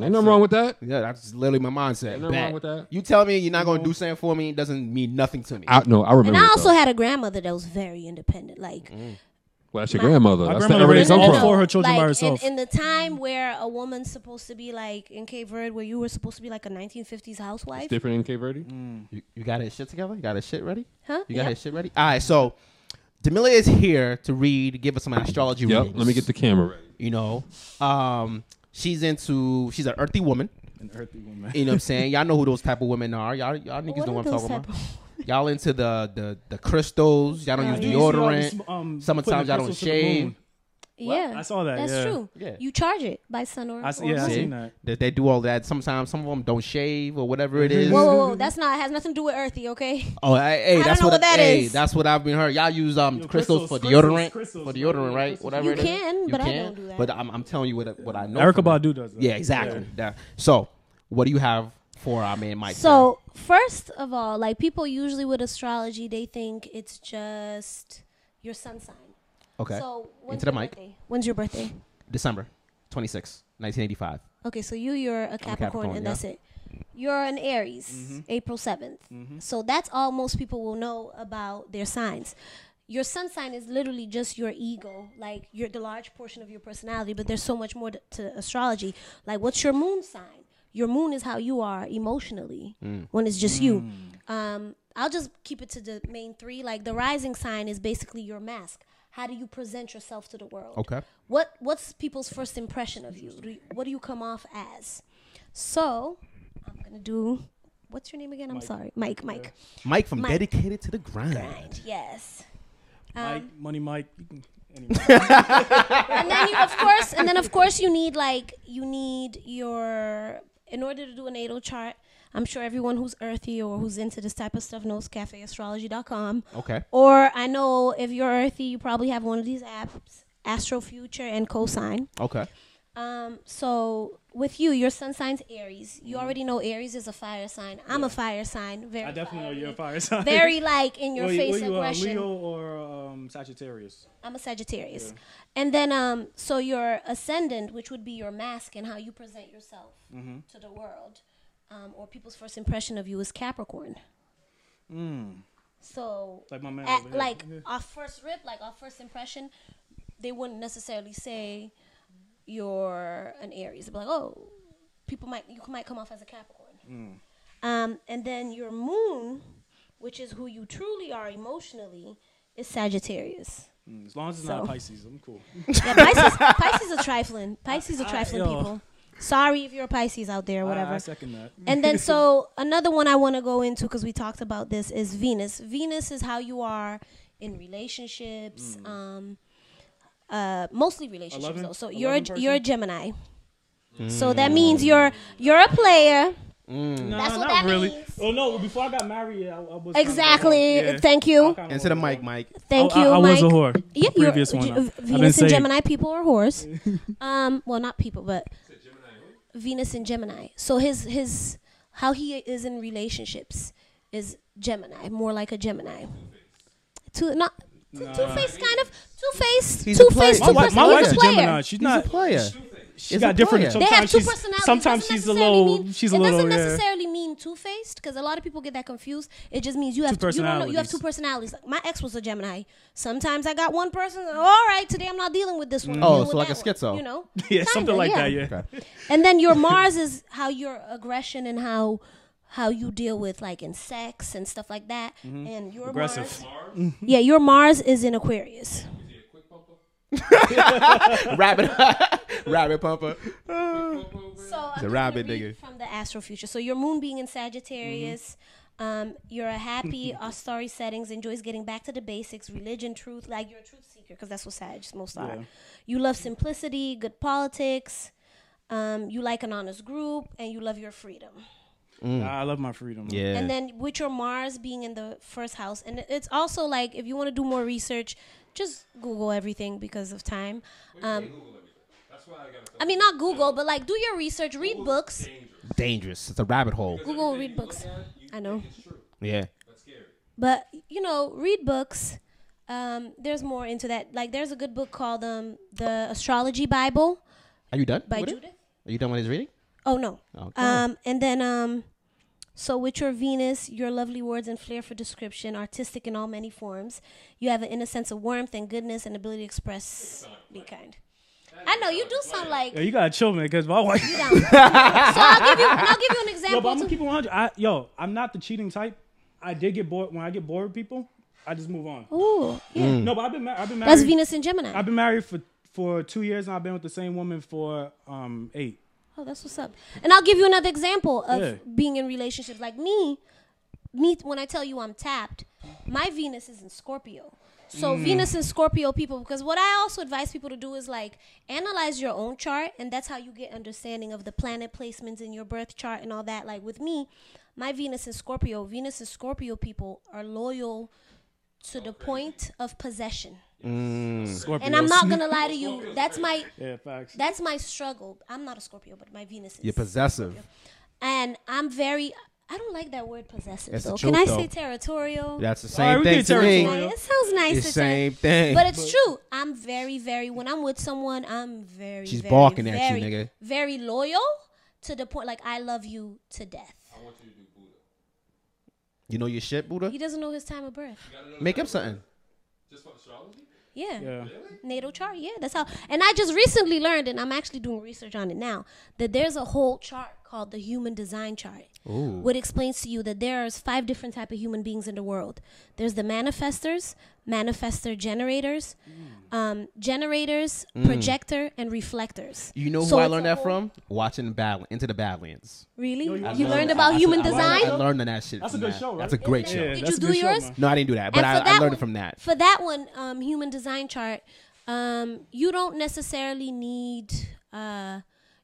Speaker 3: Ain't nothing wrong with that.
Speaker 1: Yeah, that's literally my mindset.
Speaker 3: Ain't nothing
Speaker 1: Bet.
Speaker 3: wrong with that.
Speaker 1: You tell me you're not gonna do something for me, it doesn't mean nothing to me.
Speaker 3: I no, I remember.
Speaker 4: and I
Speaker 3: it,
Speaker 4: also
Speaker 3: though. Mm.
Speaker 4: had a grandmother that was very independent. Like
Speaker 3: well, that's your grandmother.
Speaker 2: My
Speaker 3: That's
Speaker 2: grandmother
Speaker 3: where they
Speaker 2: raised
Speaker 3: come
Speaker 2: all
Speaker 3: from.
Speaker 2: four her children by
Speaker 4: like, in-
Speaker 2: herself.
Speaker 4: In, the time where a woman's supposed to be like in Cape Verde, where you were supposed to be like a 1950s housewife.
Speaker 3: Different in Cape Verde.
Speaker 2: Mm.
Speaker 1: You, you got his shit together? You got his shit ready?
Speaker 4: Huh?
Speaker 1: You got
Speaker 4: Yeah.
Speaker 1: his shit ready? All right, so Demilla is here to read, give us some astrology
Speaker 3: Yep.
Speaker 1: readings.
Speaker 3: Let me get the camera ready.
Speaker 1: You know, um, she's into, she's an earthy woman.
Speaker 2: An earthy woman.
Speaker 6: You know what I'm saying? Y'all know who those type of women are. Y'all, y'all niggas know what I'm talking about. Y'all into the the the crystals. Y'all don't
Speaker 2: Yeah,
Speaker 6: use
Speaker 2: you see all
Speaker 6: deodorant.
Speaker 2: these, um, putting
Speaker 6: Sometimes
Speaker 2: the
Speaker 6: y'all don't
Speaker 2: crystals to the
Speaker 6: shave.
Speaker 2: moon.
Speaker 4: Yeah,
Speaker 2: I saw that,
Speaker 4: That's
Speaker 2: yeah.
Speaker 4: true.
Speaker 6: Yeah.
Speaker 4: You charge it by sun or.
Speaker 2: I see,
Speaker 4: or
Speaker 2: yeah, I
Speaker 4: moon.
Speaker 2: seen that.
Speaker 6: They, they do all that. Sometimes some of them don't shave or whatever it is.
Speaker 4: Mm-hmm. Whoa, whoa, whoa! That's not has nothing to do with earthy, okay?
Speaker 6: Oh, hey, hey,
Speaker 4: I don't
Speaker 6: that's
Speaker 4: know
Speaker 6: what,
Speaker 4: what that
Speaker 6: hey,
Speaker 4: is.
Speaker 6: That's what I've been heard. Y'all use um
Speaker 2: Yo,
Speaker 6: crystals,
Speaker 2: crystals,
Speaker 6: for
Speaker 2: crystals,
Speaker 6: deodorant,
Speaker 2: crystals,
Speaker 6: for
Speaker 2: bro,
Speaker 6: deodorant,
Speaker 2: yeah,
Speaker 6: right?
Speaker 2: crystals.
Speaker 6: Whatever
Speaker 4: You
Speaker 6: it is.
Speaker 4: can, but I don't do that.
Speaker 6: But I'm, I'm telling you what what I know.
Speaker 2: Erica
Speaker 6: from it.
Speaker 2: Badu does that.
Speaker 6: Yeah, exactly. That- so, what do you have for our man Mike?
Speaker 4: So first of all, like people usually with astrology, they think it's just your sun sign.
Speaker 6: okay,
Speaker 4: So when's
Speaker 6: into the
Speaker 4: your
Speaker 6: mic.
Speaker 4: birthday? When's your birthday?
Speaker 6: December 26, 1985.
Speaker 4: Okay, so you you're a Capricorn,
Speaker 6: Capricorn,
Speaker 4: and
Speaker 6: yeah.
Speaker 4: that's it. You're an Aries, April 7th So that's all most people will know about their signs. Your sun sign is literally just your ego, like your the large portion of your personality. But there's so much more to, to astrology. Like, what's your moon sign? Your moon is how you are emotionally when it's just
Speaker 2: Mm.
Speaker 4: you. Um, I'll just keep it to the main three. Like the rising sign is basically your mask. How do you present yourself to the world?
Speaker 6: Okay.
Speaker 4: What what's people's first impression of you? Do you what do you come off as? So I'm gonna do. What's your name again? I'm sorry, Mike. Mike.
Speaker 6: Mike from
Speaker 4: Mike.
Speaker 6: Dedicated to the Grind.
Speaker 4: Yes. Um,
Speaker 2: Mike, Money Mike. you can- Anyway.
Speaker 4: And then you, of course, and then of course you need like you need your in order to do a natal chart. I'm sure everyone who's earthy or who's into this type of stuff knows cafeastrology.com.
Speaker 6: Okay.
Speaker 4: Or I know if you're earthy, you probably have one of these apps, Astro Future and Cosine.
Speaker 6: Okay.
Speaker 4: Um, so with you, your sun sign's Aries.
Speaker 2: Mm-hmm.
Speaker 4: You already know Aries is a fire sign. I'm a fire sign. Very
Speaker 2: I definitely know
Speaker 4: fiery.
Speaker 2: you're a fire sign.
Speaker 4: Very like in your
Speaker 2: What you-
Speaker 4: face
Speaker 2: what you, uh,
Speaker 4: aggression.
Speaker 2: Leo or um, Sagittarius?
Speaker 4: I'm a Sagittarius. And then um so your ascendant, which would be your mask and how you present yourself
Speaker 2: Mm-hmm.
Speaker 4: to the world, um, or people's first impression of you is Capricorn.
Speaker 3: Hmm.
Speaker 4: So
Speaker 2: Like my man
Speaker 4: at-
Speaker 2: over here.
Speaker 4: like
Speaker 2: Yeah.
Speaker 4: our first rip, like our first impression, they wouldn't necessarily say you're an Aries. They'd be like, oh, people might you might come off as a Capricorn.
Speaker 2: Mm.
Speaker 4: Um, and then your moon, which is who you truly are emotionally, is Sagittarius.
Speaker 2: Mm, As long as it's not
Speaker 4: So.
Speaker 2: a Pisces, I'm cool.
Speaker 4: Yeah, Pisces, Pisces are trifling. Pisces are trifling
Speaker 2: yo.
Speaker 4: people. Sorry if you're a Pisces out there, whatever.
Speaker 2: I, I second that.
Speaker 4: and then so another one I want to go into because we talked about this is Venus. Venus is how you are in relationships, um, uh, mostly relationships.
Speaker 2: Hmm. Eleven-
Speaker 4: though. So you're a,
Speaker 2: eleven
Speaker 4: you're a Gemini. So
Speaker 2: Mm.
Speaker 4: that means you're you're a player.
Speaker 6: Mm.
Speaker 2: No,
Speaker 4: That's what
Speaker 2: not
Speaker 4: that
Speaker 2: really.
Speaker 4: means.
Speaker 2: Oh no! Before I got married, I, I was kinda
Speaker 4: Exactly.
Speaker 2: a whore. Yeah.
Speaker 4: Thank
Speaker 2: I
Speaker 4: you.
Speaker 2: kinda
Speaker 1: Into the
Speaker 2: was a
Speaker 1: mic,
Speaker 2: whore.
Speaker 1: Mike.
Speaker 4: Thank
Speaker 2: Oh, I-
Speaker 4: you.
Speaker 2: I, I was a
Speaker 4: Mike.
Speaker 2: whore.
Speaker 4: Yeah, you're,
Speaker 2: previous one.
Speaker 4: G-
Speaker 2: I've been
Speaker 4: Venus and
Speaker 2: saved.
Speaker 4: Gemini people are whores. um, well, not people, but Venus and Gemini. So his his how he is in relationships is Gemini, more like a Gemini. Two not two faced kind of two faced
Speaker 6: He's a
Speaker 4: two
Speaker 6: player.
Speaker 4: faced
Speaker 2: My,
Speaker 4: two
Speaker 6: Two
Speaker 2: wife,
Speaker 6: person-
Speaker 2: my
Speaker 6: he's
Speaker 2: wife's
Speaker 6: a
Speaker 2: a
Speaker 4: personalities.
Speaker 2: Gemini. She's
Speaker 6: He's a
Speaker 2: not.
Speaker 6: player.
Speaker 2: She
Speaker 6: It's
Speaker 2: got
Speaker 6: a
Speaker 2: different.
Speaker 6: player. They
Speaker 4: They
Speaker 2: Sometimes
Speaker 4: have two
Speaker 2: she's,
Speaker 4: personalities.
Speaker 2: Sometimes
Speaker 4: Doesn't
Speaker 2: she's a
Speaker 4: necessarily
Speaker 2: little.
Speaker 4: mean-
Speaker 2: she's
Speaker 4: it
Speaker 2: a little.
Speaker 4: doesn't
Speaker 2: Yeah.
Speaker 4: necessarily mean two faced because a lot of people get that confused. It just means you have
Speaker 2: Two
Speaker 4: you don't know, you have
Speaker 2: personalities.
Speaker 4: two personalities. Like, my ex was a Gemini. Sometimes I got one person. All right, today I'm not dealing with this one. I'm
Speaker 6: Oh,
Speaker 4: dealing
Speaker 6: so like
Speaker 4: with that
Speaker 6: a schizo.
Speaker 4: One, you know,
Speaker 2: Yeah,
Speaker 4: Kinda,
Speaker 2: something like that. Yeah.
Speaker 4: And then your Mars is how your aggression and how how you deal with like in sex and stuff like that.
Speaker 2: Mm-hmm.
Speaker 4: And your
Speaker 2: Aggressive.
Speaker 4: Mars, yeah, your Mars is in Aquarius.
Speaker 6: Rabbit, rabbit pumper.
Speaker 4: So I'm just
Speaker 1: rabbit
Speaker 4: gonna
Speaker 1: nigga.
Speaker 4: read from the astral future. So your moon being in Sagittarius,
Speaker 1: Mm-hmm.
Speaker 4: um, you're a happy, starry settings, enjoys getting back to the basics, religion, truth, like you're a truth seeker because that's what Sags most are.
Speaker 2: Yeah.
Speaker 4: You love simplicity, good politics. Um, you like an honest group, and you love your freedom.
Speaker 2: I love my freedom.
Speaker 1: Yeah.
Speaker 4: And then with your Mars being in the first house, and it's also like if you want to do more research, just Google everything because of time. Um, I mean, not Google, but like do your research, read books.
Speaker 6: Dangerous. It's a rabbit hole.
Speaker 4: Google, read books. I know,
Speaker 1: yeah.
Speaker 4: but you know, read books. Um, there's more into that. Like, there's a good book called um, the Astrology Bible
Speaker 6: Are you done?
Speaker 4: by
Speaker 6: with it?
Speaker 4: Judith.
Speaker 6: Are you done with his reading?
Speaker 4: Oh no.
Speaker 6: Okay.
Speaker 4: Um, and then um, so with your Venus, your lovely words and flair for description, artistic in all many forms. You have an inner sense of warmth and goodness and ability to express. Be kind. I know you do sound like.
Speaker 2: Yo, you gotta chill, man, because my wife.
Speaker 4: down. so I'll give you. I'll give you an
Speaker 2: Yo, but
Speaker 4: example.
Speaker 2: I'm gonna
Speaker 4: to-
Speaker 2: keep it 100. I, yo, I'm not the cheating type. I did get bored when I get bored with people. I just move on.
Speaker 4: Ooh, yeah.
Speaker 7: Mm.
Speaker 2: No, but I've been, mar- I've been married.
Speaker 4: That's Venus and Gemini.
Speaker 2: I've been married for for two years, and I've been with the same woman for um eight.
Speaker 4: oh, that's what's up. And I'll give you another example of
Speaker 2: Yeah.
Speaker 4: being in relationships. Like me, me when I tell you I'm tapped, my Venus is in Scorpio. So
Speaker 2: Mm.
Speaker 4: Venus and Scorpio people, because what I also advise people to do is like analyze your own chart, and that's how you get understanding of the planet placements in your birth chart and all that. Like with me, my Venus and Scorpio, Venus and Scorpio people are loyal to the point of possession.
Speaker 6: Mm.
Speaker 4: And I'm not gonna lie to you, that's my
Speaker 2: Yeah, facts.
Speaker 4: that's my struggle. I'm not a Scorpio, but my Venus is.
Speaker 1: You're possessive.
Speaker 4: and I'm very. I don't like that word possessive.
Speaker 1: That's the
Speaker 4: though. Can I
Speaker 1: truth,
Speaker 4: say
Speaker 1: though.
Speaker 4: territorial?
Speaker 1: That's the
Speaker 2: All right,
Speaker 1: same
Speaker 2: we
Speaker 1: thing
Speaker 2: did
Speaker 1: to me.
Speaker 2: territorial.
Speaker 4: Like, it sounds nice.
Speaker 1: It's
Speaker 4: to
Speaker 1: same
Speaker 4: say,
Speaker 1: thing.
Speaker 4: But it's true. I'm very, very. When I'm with someone, I'm very.
Speaker 1: She's
Speaker 4: very,
Speaker 1: barking at you,
Speaker 4: very,
Speaker 1: nigga.
Speaker 4: Very loyal to the point, like I love you to death.
Speaker 1: You know your shit, Buddha.
Speaker 4: He doesn't know his time of birth.
Speaker 1: Make up something.
Speaker 4: Yeah.
Speaker 2: Yeah.
Speaker 4: natal chart. Yeah, that's how. And I just recently learned, and I'm actually doing research on it now, that there's a whole chart called the Human Design Chart,
Speaker 1: Mm.
Speaker 4: Ooh. what explains to you that there are five different type of human beings in the world. There's the manifestors, manifestor generators,
Speaker 6: Mm.
Speaker 4: um, generators, projector, and reflectors.
Speaker 6: You know who
Speaker 4: So
Speaker 6: I
Speaker 4: it's
Speaker 6: learned
Speaker 4: a
Speaker 6: that
Speaker 4: whole-
Speaker 6: from? Watching Battle Into the Badlands.
Speaker 4: Really,
Speaker 6: I
Speaker 4: you learned
Speaker 6: that.
Speaker 4: about
Speaker 6: I- I-
Speaker 4: human
Speaker 6: I learned-
Speaker 4: design.
Speaker 6: I learned that shit.
Speaker 2: That's a
Speaker 6: from
Speaker 2: good
Speaker 6: that.
Speaker 2: show, right?
Speaker 6: That's a great show.
Speaker 2: Yeah,
Speaker 4: Did
Speaker 2: that's
Speaker 4: you
Speaker 2: a
Speaker 4: do
Speaker 2: good show,
Speaker 4: yours?
Speaker 2: man.
Speaker 1: No, I didn't do that, but
Speaker 4: and
Speaker 1: I,
Speaker 4: for
Speaker 1: I
Speaker 4: that
Speaker 1: learned
Speaker 4: one-
Speaker 1: it from that.
Speaker 4: For that one, um, human design chart, um, you don't necessarily need uh,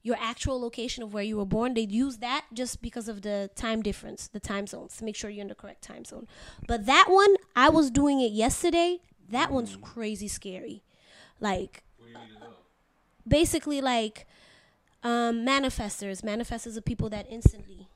Speaker 4: your actual location of where you were born. They use that just because of the time difference, the time zones, to make sure you're in the correct time zone. But that one, I was doing it yesterday. That one's crazy scary. Like, basically, like um, manifestors. Manifestors are people that instantly,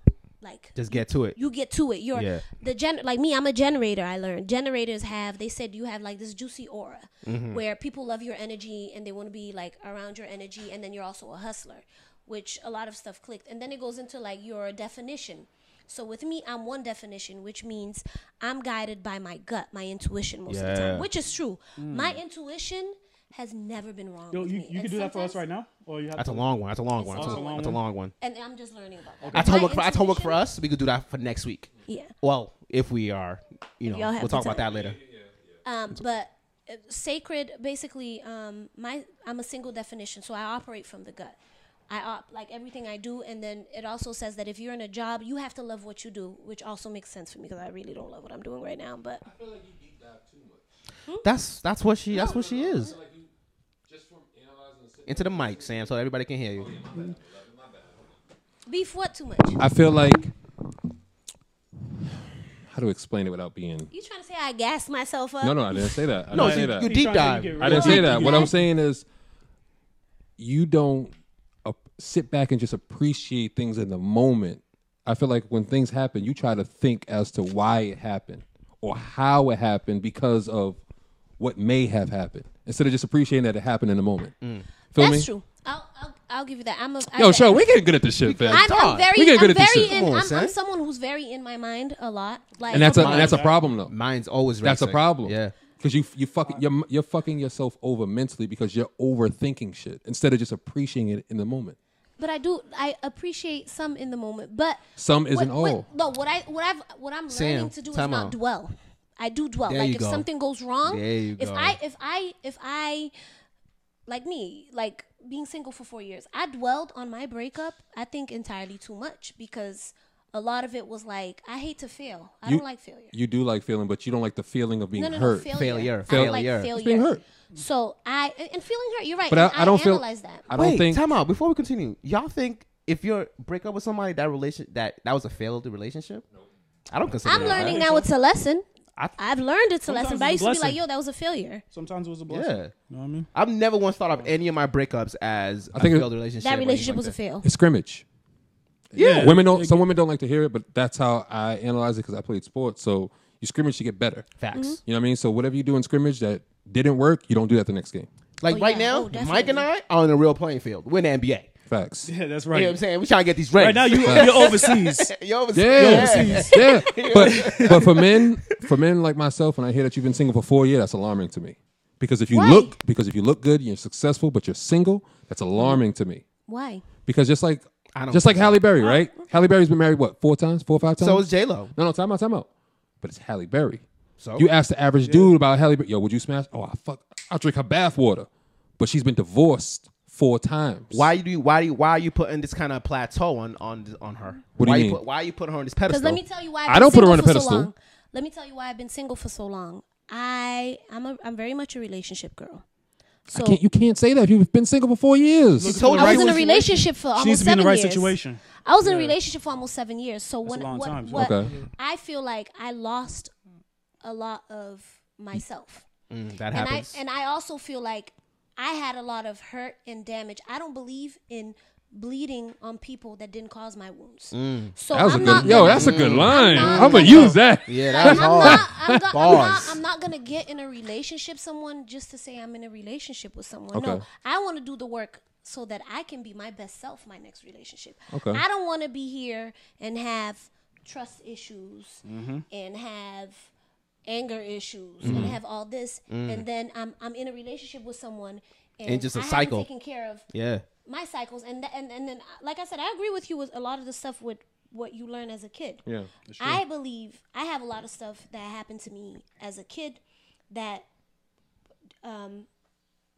Speaker 4: like,
Speaker 1: Just get to it.
Speaker 4: you get to it. You're
Speaker 1: Yeah.
Speaker 4: the gen like me, I'm a generator, I learned. Generators have they said you have like this juicy aura
Speaker 1: Mm-hmm.
Speaker 4: where people love your energy and they want to be like around your energy and then you're also a hustler, which a lot of stuff clicked. And then it goes into like your definition. So with me, I'm one definition, which means I'm guided by my gut, my intuition most of the
Speaker 1: Yeah.
Speaker 4: time, which is true. My intuition has never been wrong.
Speaker 2: Mm. Yo,
Speaker 4: with
Speaker 2: you,
Speaker 4: me.
Speaker 2: you can
Speaker 4: Oh, And
Speaker 2: do that for us
Speaker 4: sometimes-
Speaker 2: right now, or you have
Speaker 1: That's a
Speaker 2: to.
Speaker 1: long one. That's a long one. That's a,
Speaker 2: That's a long
Speaker 1: that's a
Speaker 2: one.
Speaker 1: long one.
Speaker 4: And I'm just learning about that.
Speaker 6: I told work for, I told work for
Speaker 4: intuition-
Speaker 6: us. We could do that for next week.
Speaker 4: Yeah.
Speaker 6: Well, if we are, you know,
Speaker 4: y'all have
Speaker 6: we'll talk
Speaker 4: the
Speaker 6: about
Speaker 4: time.
Speaker 6: that later.
Speaker 4: Um, but uh, sacred, basically, um, my I'm a single definition, so I operate from the gut. I op like everything I do, and then it also says that if you're in a job, you have to love what you do, which also makes sense for me because I really don't love what I'm doing right now. But Hmm?
Speaker 6: That's that's what she that's what she is. Into the mic, Sam, so everybody can hear you.
Speaker 4: beef what too much?
Speaker 3: I feel like how to explain it without being.
Speaker 4: You trying to say I gassed myself up?
Speaker 3: No, no, I didn't say that. I
Speaker 6: No,
Speaker 3: didn't say
Speaker 6: you,
Speaker 3: that.
Speaker 6: you deep dive.
Speaker 3: I didn't say that. What I'm saying is, you don't uh, sit back and just appreciate things in the moment. I feel like when things happen, you try to think as to why it happened or how it happened because of what may have happened instead of just appreciating that it happened in the moment.
Speaker 6: Mm.
Speaker 4: That's
Speaker 3: Feel me?
Speaker 4: true. I'll, I'll I'll give you that. I'm a I-
Speaker 3: Yo, show we getting good at this shit, fam.
Speaker 4: I'm, I'm very,
Speaker 3: We get good
Speaker 4: I'm
Speaker 3: at this
Speaker 4: very
Speaker 3: shit.
Speaker 4: in.
Speaker 1: Come on,
Speaker 4: I'm, I'm
Speaker 1: son.
Speaker 4: someone who's very in my mind a lot. Like,
Speaker 3: and that's a and that's a problem though.
Speaker 6: Mine's always
Speaker 3: That's a
Speaker 6: racing.
Speaker 3: problem.
Speaker 6: Yeah.
Speaker 3: Because you you fucking you're, you're fucking yourself over mentally because you're overthinking shit instead of just appreciating it in the moment.
Speaker 4: but I do I appreciate some in the moment, but
Speaker 3: Some isn't
Speaker 4: what- what-
Speaker 3: all.
Speaker 4: no, what I what I've what I'm
Speaker 6: Sam,
Speaker 4: learning to do is
Speaker 6: time
Speaker 4: not
Speaker 6: out.
Speaker 4: dwell. I do dwell.
Speaker 6: There
Speaker 4: like
Speaker 6: you
Speaker 4: if
Speaker 6: go.
Speaker 4: something goes wrong,
Speaker 6: There you
Speaker 4: if
Speaker 6: go.
Speaker 4: I if I if I like me like being single for four years, I dwelled on my breakup. I think entirely too much because a lot of it was like I hate to fail. I
Speaker 3: You-
Speaker 4: don't like failure.
Speaker 3: You do like feeling, but you don't like the feeling of being
Speaker 4: No, no,
Speaker 3: hurt.
Speaker 4: no,
Speaker 6: Failure.
Speaker 4: failure. I don't like
Speaker 6: Failure.
Speaker 4: failure.
Speaker 3: It's being hurt.
Speaker 4: So I and feeling hurt. You're right.
Speaker 3: But I,
Speaker 4: and
Speaker 3: I don't feel.
Speaker 4: analyze that.
Speaker 3: I don't
Speaker 6: Wait,
Speaker 3: think.
Speaker 6: time out. Before we continue, y'all think if you're break up with somebody that relation that that was a failed relationship? I don't consider.
Speaker 4: I'm
Speaker 6: that,
Speaker 4: learning
Speaker 6: right?
Speaker 4: now it's a lesson.
Speaker 6: I-
Speaker 4: I've learned it's a
Speaker 2: Sometimes
Speaker 4: lesson, but I
Speaker 2: it's
Speaker 4: used
Speaker 2: a
Speaker 4: to be like,
Speaker 2: blessing.
Speaker 4: yo, that was a failure.
Speaker 2: Sometimes it was a blessing.
Speaker 6: Yeah,
Speaker 2: You know what I mean?
Speaker 6: I've never once thought of any of my breakups as I
Speaker 3: think
Speaker 6: think
Speaker 3: it-
Speaker 6: a failed relationship. or
Speaker 4: That
Speaker 6: anything
Speaker 4: relationship
Speaker 6: like
Speaker 4: was a
Speaker 6: that.
Speaker 4: fail.
Speaker 3: It's scrimmage.
Speaker 2: Yeah.
Speaker 3: Women don't. Some women don't like to hear it, but that's how I analyze it because I played sports. So you scrimmage to get better.
Speaker 6: Facts.
Speaker 3: You know what I mean? So whatever you do in scrimmage that didn't work, you don't do that the next game.
Speaker 6: Like
Speaker 4: Oh,
Speaker 6: right
Speaker 4: yeah. Oh,
Speaker 6: now,
Speaker 4: definitely.
Speaker 6: Mike and I are on a real playing field. We're in the NBA.
Speaker 3: Facts.
Speaker 2: Yeah, that's
Speaker 6: You
Speaker 2: right.
Speaker 6: know what I'm saying? We're trying to get these rings.
Speaker 2: right now you you're overseas.
Speaker 6: Yo, it was-
Speaker 3: Yeah, yeah. But but for men, for men like myself, when I hear that you've been single for four years, that's alarming to me. Because if you
Speaker 4: Why?
Speaker 3: look, because if you look good, you're successful, but you're single, that's alarming to me.
Speaker 4: Why?
Speaker 3: Because just like
Speaker 6: I don't
Speaker 3: just like Halle Berry, right? Halle Berry's been married what four times, four or five times.
Speaker 6: So is J Lo.
Speaker 3: no, no, time out, time out. But it's Halle Berry.
Speaker 6: So?
Speaker 3: you ask the average dude about Halle Berry, yo, would you smash? Oh, I fuck, I'll drink her bath water. But she's been divorced four times.
Speaker 1: Why you do you, why do you, why are you putting this kind of plateau on on on her?
Speaker 3: What do
Speaker 1: why
Speaker 3: you mean?
Speaker 1: Put, why are you putting her on this pedestal?
Speaker 4: Because let me tell you why I've
Speaker 3: I
Speaker 4: been
Speaker 3: don't put her
Speaker 4: single
Speaker 3: on a
Speaker 4: for
Speaker 3: pedestal.
Speaker 4: So long. Let me tell you why I've been single for so long. I I'm a, I'm very much a relationship girl. So
Speaker 3: I can't, you can't say that if you've been single for four years.
Speaker 1: told
Speaker 4: I was
Speaker 1: you-
Speaker 4: in a relationship for almost
Speaker 2: She needs to be
Speaker 4: seven
Speaker 2: in the right
Speaker 4: years.
Speaker 2: situation.
Speaker 4: I was in a relationship for almost seven years. So when
Speaker 2: a long
Speaker 4: what,
Speaker 2: time, so-
Speaker 4: what
Speaker 3: Okay.
Speaker 4: I feel like I lost a lot of myself.
Speaker 6: Mm,
Speaker 1: that
Speaker 4: and I
Speaker 1: happens.
Speaker 4: and I also feel like I had a lot of hurt and damage. I don't believe in bleeding on people that didn't cause my wounds. So
Speaker 3: Mm. That was a
Speaker 4: I'm
Speaker 3: good.
Speaker 4: not
Speaker 3: Yo,
Speaker 4: gonna-
Speaker 3: that's a good line.
Speaker 4: not
Speaker 3: I'm gonna
Speaker 4: gonna-
Speaker 3: use that.
Speaker 1: yeah,
Speaker 4: like,
Speaker 1: that's
Speaker 4: I'm,
Speaker 1: hard.
Speaker 4: not, I'm, go- I'm, not,
Speaker 1: Bars.
Speaker 4: I'm not gonna get in a relationship someone just to say I'm in a relationship with someone. No,
Speaker 3: Okay.
Speaker 4: I want to do the work so that I can be my best self my next relationship.
Speaker 3: Okay.
Speaker 4: I don't want to be here and have trust issues
Speaker 1: Mm-hmm.
Speaker 4: and have anger issues and have all this, and then I'm I'm in a relationship with someone and,
Speaker 1: Mm. And just a
Speaker 4: I haven't
Speaker 1: cycle.
Speaker 4: taken care of
Speaker 1: yeah.
Speaker 4: my cycles and th- and and then like I said, I agree with you with a lot of the stuff with what you learn as a kid.
Speaker 3: Yeah.
Speaker 4: I believe I have a lot of stuff that happened to me as a kid that um,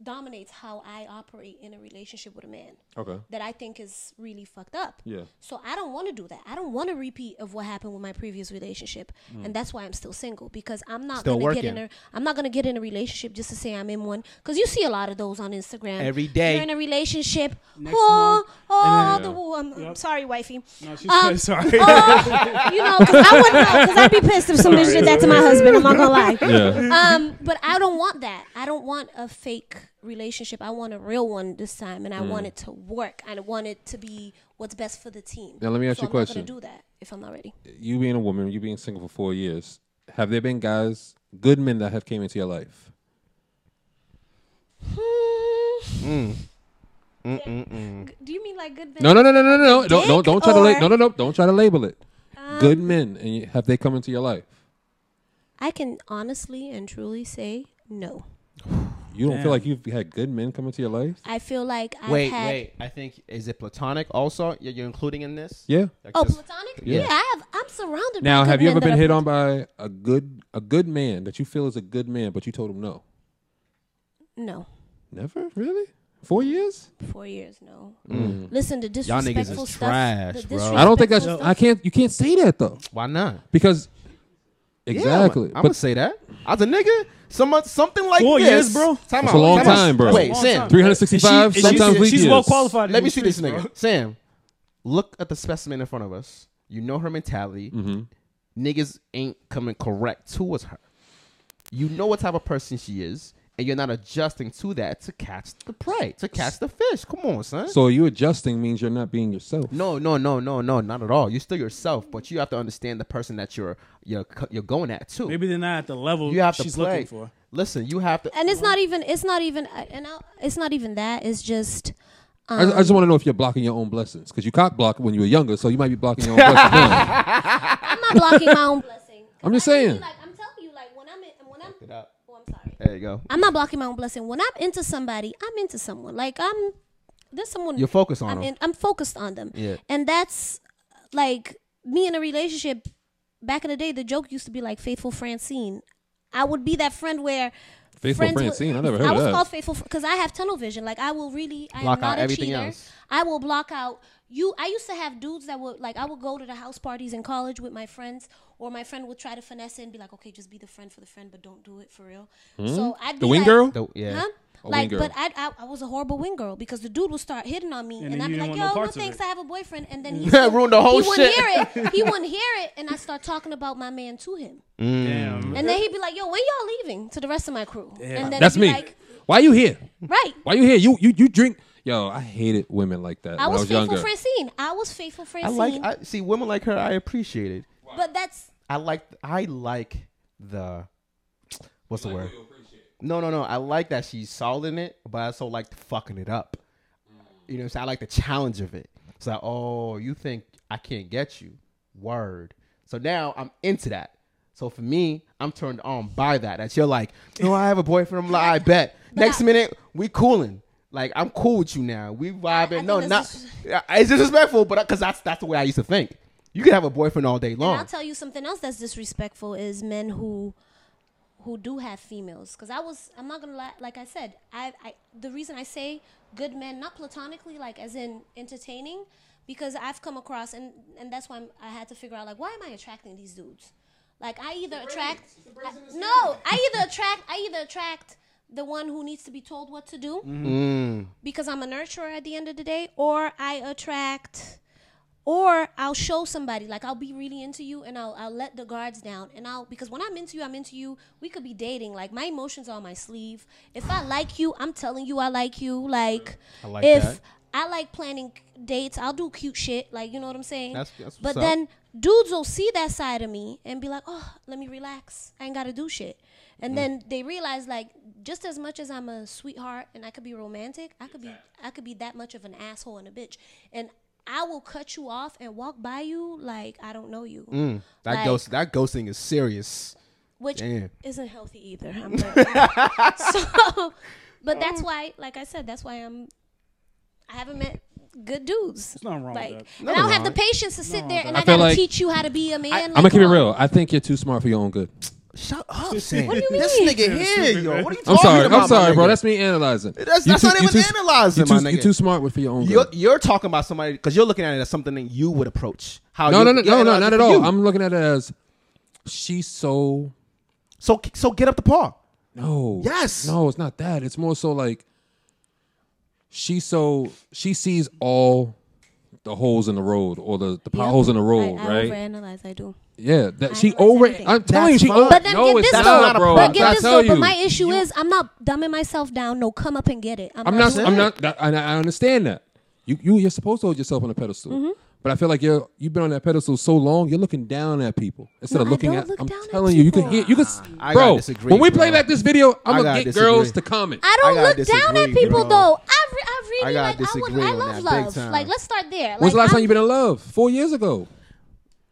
Speaker 4: dominates how I operate in a relationship with a man
Speaker 3: Okay.
Speaker 4: that I think is really fucked up.
Speaker 3: Yeah.
Speaker 4: So I don't want to do that. I don't want to repeat of what happened with my previous relationship, and that's why I'm still single because I'm not
Speaker 1: Mm. Still
Speaker 4: gonna
Speaker 1: working.
Speaker 4: get in a I'm not gonna get in a relationship just to say I'm in one because you see a lot of those on Instagram
Speaker 1: Every day.
Speaker 4: You're in a relationship. oh, oh,
Speaker 3: then-
Speaker 4: the woo. I'm, I'm sorry, wifey.
Speaker 2: No, she's
Speaker 4: Um,
Speaker 2: sorry.
Speaker 4: Oh, you know, because I wouldn't because I'd be pissed if somebody did that to my husband. I'm not gonna lie.
Speaker 3: Yeah.
Speaker 4: Um, but I don't want that. I don't want a fake relationship. I want a real one this time,
Speaker 3: Mm.
Speaker 4: and I want it to work. I want it to be what's best for the team.
Speaker 3: Now, let me ask
Speaker 4: So
Speaker 3: you
Speaker 4: I'm
Speaker 3: a
Speaker 4: not
Speaker 3: question.
Speaker 4: gonna do that if I'm not ready.
Speaker 3: You being a woman, you being single for four years, have there been guys, good men that have came into your life?
Speaker 4: Hmm.
Speaker 3: Mm.
Speaker 4: Mm, Do you mean like good?
Speaker 3: No, no, no, no, no, no, no. Don't, don't,
Speaker 4: Dick
Speaker 3: don't try to la-
Speaker 4: or-
Speaker 3: no, no, no. Don't try to label it. Good men, and you, have they come into your life?
Speaker 4: I can honestly and truly say no.
Speaker 3: You don't
Speaker 2: Damn.
Speaker 3: feel like you've had good men come into your life?
Speaker 4: I feel like I've
Speaker 1: Wait,
Speaker 4: had.
Speaker 1: wait. I think is it platonic also? You're, you're including in this?
Speaker 3: Yeah.
Speaker 1: Like
Speaker 4: Oh,
Speaker 1: just-
Speaker 4: platonic?
Speaker 3: Yeah.
Speaker 4: Yeah. I have. I'm surrounded.
Speaker 3: Now,
Speaker 4: by
Speaker 3: have
Speaker 4: good
Speaker 3: you ever
Speaker 4: men
Speaker 3: been
Speaker 4: that
Speaker 3: hit
Speaker 4: I've-
Speaker 3: on by a good a good man that you feel is a good man, but you told him no?
Speaker 4: No,
Speaker 3: Never, really? Four years? Mm.
Speaker 4: four years. No. Listen, the
Speaker 1: Mm. Y'all niggas is
Speaker 4: disrespectful stuff.
Speaker 1: trash,
Speaker 4: the
Speaker 1: bro.
Speaker 4: disrespectful
Speaker 3: I don't think that's.
Speaker 4: stuff-
Speaker 3: I can't. You can't say that though,
Speaker 1: why not?
Speaker 3: because
Speaker 1: Yeah,
Speaker 3: exactly.
Speaker 1: I'm, I'm gonna
Speaker 3: but
Speaker 1: say that. I was a nigga. Someone, something like
Speaker 2: Four
Speaker 1: this.
Speaker 2: years, bro?
Speaker 1: Time
Speaker 3: That's
Speaker 1: out,
Speaker 3: a long
Speaker 1: time out.
Speaker 3: time, bro.
Speaker 1: Wait,
Speaker 2: Long
Speaker 1: Sam.
Speaker 2: time.
Speaker 3: three hundred sixty-five.
Speaker 2: And she- and
Speaker 3: sometimes
Speaker 2: she's,
Speaker 3: leap
Speaker 2: she's
Speaker 3: years.
Speaker 2: well qualified. in
Speaker 1: Let me
Speaker 2: these
Speaker 1: see this
Speaker 2: streets,
Speaker 1: nigga. Sam, look at the specimen in front of us. You know her mentality.
Speaker 3: Mm-hmm.
Speaker 1: Niggas ain't coming correct towards her. You know what type of person she is, and you're not adjusting to that to catch the prey, to catch the fish. Come on, son.
Speaker 3: So you adjusting means you're not being yourself.
Speaker 1: no, no, no, no, no, not at all. You're still yourself, but you have to understand the person that you're you're co- you're going at too.
Speaker 2: bro. Maybe they're not at the level
Speaker 1: you have to
Speaker 2: she's
Speaker 1: play.
Speaker 2: looking for.
Speaker 1: Listen, you have to.
Speaker 4: and it's not even. It's not even. uh, And I, it's not even that. It's just.
Speaker 3: I, I just want to know if you're blocking your own blessings, because you cock blocked when you were younger, so you might be blocking your own blessings. now.
Speaker 4: um, I'm not blocking my own blessing. 'Cause
Speaker 3: I'm just
Speaker 4: I feel
Speaker 3: saying.
Speaker 4: Like, I'm telling you, like when I'm in, when I'm.
Speaker 1: up.
Speaker 4: Oh, I'm sorry.
Speaker 1: There you go.
Speaker 4: I'm not blocking my own blessing. When I'm into somebody, I'm into someone. Like I'm, there's someone.
Speaker 1: You're focused on
Speaker 4: I'm
Speaker 1: them.
Speaker 4: in- I'm focused on them.
Speaker 1: Yeah.
Speaker 4: And that's like me in a relationship. Back in the day, the joke used to be like faithful Francine. I would be that friend where.
Speaker 3: Faithful
Speaker 4: friends would-
Speaker 3: Francine? I never heard
Speaker 4: I
Speaker 3: of
Speaker 4: was
Speaker 3: that.
Speaker 4: called faithful because I have tunnel vision. Like I will really, I
Speaker 1: Block
Speaker 4: am
Speaker 1: out
Speaker 4: not a
Speaker 1: everything
Speaker 4: cheater.
Speaker 1: else.
Speaker 4: I will block out you. I used to have dudes that would like I would go to the house parties in college with my friends, or my friend would try to finesse it and be like, "Okay, just be the friend for the friend, but don't do it for real." So I'd be
Speaker 3: The wing
Speaker 4: like-
Speaker 3: girl.
Speaker 1: The- yeah.
Speaker 4: Huh?
Speaker 3: A
Speaker 4: Like,
Speaker 3: wing girl.
Speaker 4: but I, I I was a horrible wing girl because the dude would start hitting on me, and,
Speaker 2: And then
Speaker 4: I'd
Speaker 2: you
Speaker 4: be
Speaker 2: didn't
Speaker 4: like,
Speaker 2: want no
Speaker 4: "Yo, no,
Speaker 2: parts of
Speaker 4: thanks,
Speaker 2: it.
Speaker 4: I have a boyfriend," and then he
Speaker 1: Ruined the whole
Speaker 4: he
Speaker 1: shit.
Speaker 4: He wouldn't hear it. He wouldn't hear it, and I start talking about my man to him,
Speaker 2: Damn.
Speaker 4: and then he'd be like, "Yo, when y'all leaving?" To the rest of my crew, and then
Speaker 3: That's
Speaker 4: it'd be
Speaker 3: me.
Speaker 4: Like,
Speaker 3: Why you here?
Speaker 4: right.
Speaker 3: Why you here? You you you drink? Yo, I hated women like that.
Speaker 4: I
Speaker 3: when
Speaker 4: was,
Speaker 3: I was
Speaker 4: faithful
Speaker 3: younger.
Speaker 4: Francine. I was faithful
Speaker 1: I
Speaker 4: Francine.
Speaker 1: like. I see women like her. I appreciate it.
Speaker 4: but that's
Speaker 1: I like I like the what's the word? No, no, no. I like that she's solid in it, but I also like the fucking it up. You know what I'm saying? I like the challenge of it. It's like, oh, you think I can't get you. Word. So now I'm into that. So for me, I'm turned on by that. That you're like, no, I have a boyfriend. I'm like, I bet. Next
Speaker 4: I-
Speaker 1: minute, we cooling. Like I'm cool with you now. We vibing.
Speaker 4: think
Speaker 1: no,
Speaker 4: that's
Speaker 1: not. it's disrespectful, but because that's that's the way I used to think. You could have a boyfriend all day long.
Speaker 4: And I'll tell you something else that's disrespectful is men who who do have females. Because I was, I'm not gonna lie. Like I said, I, I the reason I say good men, not platonically, like as in entertaining, because I've come across and and that's why I'm, I had to figure out like why am I attracting these dudes? Like I either attract I- no, I either attract I either attract the one who needs to be told what to do because I'm a nurturer at the end of the day, or I attract or I'll show somebody like I'll be really into you and I'll I'll let the guards down and I'll because when I'm into you I'm into you we could be dating like my emotions are on my sleeve if I like you I'm telling you I like you like,
Speaker 1: like
Speaker 4: if
Speaker 1: that.
Speaker 4: I like planning dates I'll do cute shit like you know what I'm saying
Speaker 6: That's- that's
Speaker 4: but
Speaker 6: what's up.
Speaker 4: then dudes will see that side of me and be like oh let me relax I ain't gotta do shit
Speaker 6: Mm.
Speaker 4: and then they realize like just as much as I'm a sweetheart and I could be romantic I could be I could be that much of an asshole and a bitch and I will cut you off and walk by you like I don't know you.
Speaker 3: Mm,
Speaker 6: Mm,
Speaker 1: That
Speaker 4: Like-
Speaker 1: ghost, that ghosting is serious.
Speaker 4: which
Speaker 1: Damn.
Speaker 4: isn't healthy either. I'm not- so, but that's why, like I said, that's why I'm. I haven't met good dudes. There's
Speaker 2: nothing wrong with
Speaker 4: like,
Speaker 2: that.
Speaker 4: And I don't have the patience to sit there and I,
Speaker 3: feel
Speaker 4: gotta
Speaker 3: like-
Speaker 4: teach you how to be a man. like,
Speaker 3: I'm gonna keep it
Speaker 4: come on.
Speaker 3: real. I think you're too smart for your own good.
Speaker 1: Shut up, Sam.
Speaker 4: What do you
Speaker 1: This
Speaker 4: mean?
Speaker 1: nigga here, yo. What are you talking
Speaker 3: I'm sorry.
Speaker 1: about?
Speaker 3: I'm sorry,
Speaker 1: my
Speaker 3: bro.
Speaker 1: nigga?
Speaker 3: That's me analyzing.
Speaker 1: That's-
Speaker 3: You
Speaker 1: that's not
Speaker 3: you
Speaker 1: even analyzing,
Speaker 3: you too,
Speaker 1: my
Speaker 3: You
Speaker 1: nigga.
Speaker 3: too smart for your own
Speaker 1: You're,
Speaker 3: good.
Speaker 1: you're talking about somebody because you're looking at it as something that you would approach. How
Speaker 3: No,
Speaker 1: you-
Speaker 3: no, no,
Speaker 1: yeah,
Speaker 3: no, no,
Speaker 1: that's
Speaker 3: not at
Speaker 1: for
Speaker 3: all.
Speaker 1: you.
Speaker 3: I'm looking at it as she's so
Speaker 1: so so get up the paw.
Speaker 3: no.
Speaker 1: Yes.
Speaker 3: No, it's not that. It's more so like she's so she sees all the holes in the road or the the
Speaker 4: Yep.
Speaker 3: potholes in the road,
Speaker 4: I, I
Speaker 3: right?
Speaker 4: overanalyze. I do.
Speaker 3: Yeah, that she
Speaker 4: analyze
Speaker 3: over.
Speaker 4: everything.
Speaker 3: I'm telling
Speaker 1: That's
Speaker 3: you, she
Speaker 1: fine.
Speaker 3: over.
Speaker 4: But then
Speaker 3: no,
Speaker 4: get
Speaker 3: it's
Speaker 4: this
Speaker 3: not,
Speaker 4: though.
Speaker 3: bro.
Speaker 4: But get
Speaker 3: I
Speaker 4: this
Speaker 3: tell
Speaker 4: though.
Speaker 3: you.
Speaker 4: But my issue is I'm not dumbing myself down. No, come up and get it.
Speaker 3: I'm
Speaker 4: not
Speaker 3: not.
Speaker 4: doing
Speaker 3: I'm
Speaker 4: it.
Speaker 3: not. That, and I, I understand that. You you you're supposed to hold yourself on a
Speaker 4: Mm-hmm.
Speaker 3: pedestal. But I feel like you're you've been on that pedestal so long, you're looking down at people instead
Speaker 4: No,
Speaker 3: of
Speaker 4: I
Speaker 3: looking
Speaker 4: don't
Speaker 3: at.
Speaker 4: look
Speaker 3: I'm
Speaker 4: down at
Speaker 3: telling you, you could
Speaker 4: people.
Speaker 3: get you could. s-
Speaker 1: I gotta
Speaker 3: bro,
Speaker 1: disagree,
Speaker 3: when we play
Speaker 1: bro.
Speaker 3: back this video,
Speaker 1: I
Speaker 3: I'm gonna
Speaker 1: gotta
Speaker 3: get girls to
Speaker 1: disagree.
Speaker 3: comment.
Speaker 4: I
Speaker 1: I
Speaker 4: don't
Speaker 1: gotta
Speaker 4: look down at
Speaker 1: disagree,
Speaker 4: people
Speaker 1: bro.
Speaker 4: though. I, re- I really
Speaker 1: gotta
Speaker 4: like. I would.
Speaker 1: disagree
Speaker 4: I
Speaker 1: on
Speaker 4: love
Speaker 1: that big
Speaker 4: love.
Speaker 1: time.
Speaker 4: Like let's start there.
Speaker 3: When's the
Speaker 4: Like,
Speaker 3: last time
Speaker 4: I'm-
Speaker 3: you've been in love? Four years ago.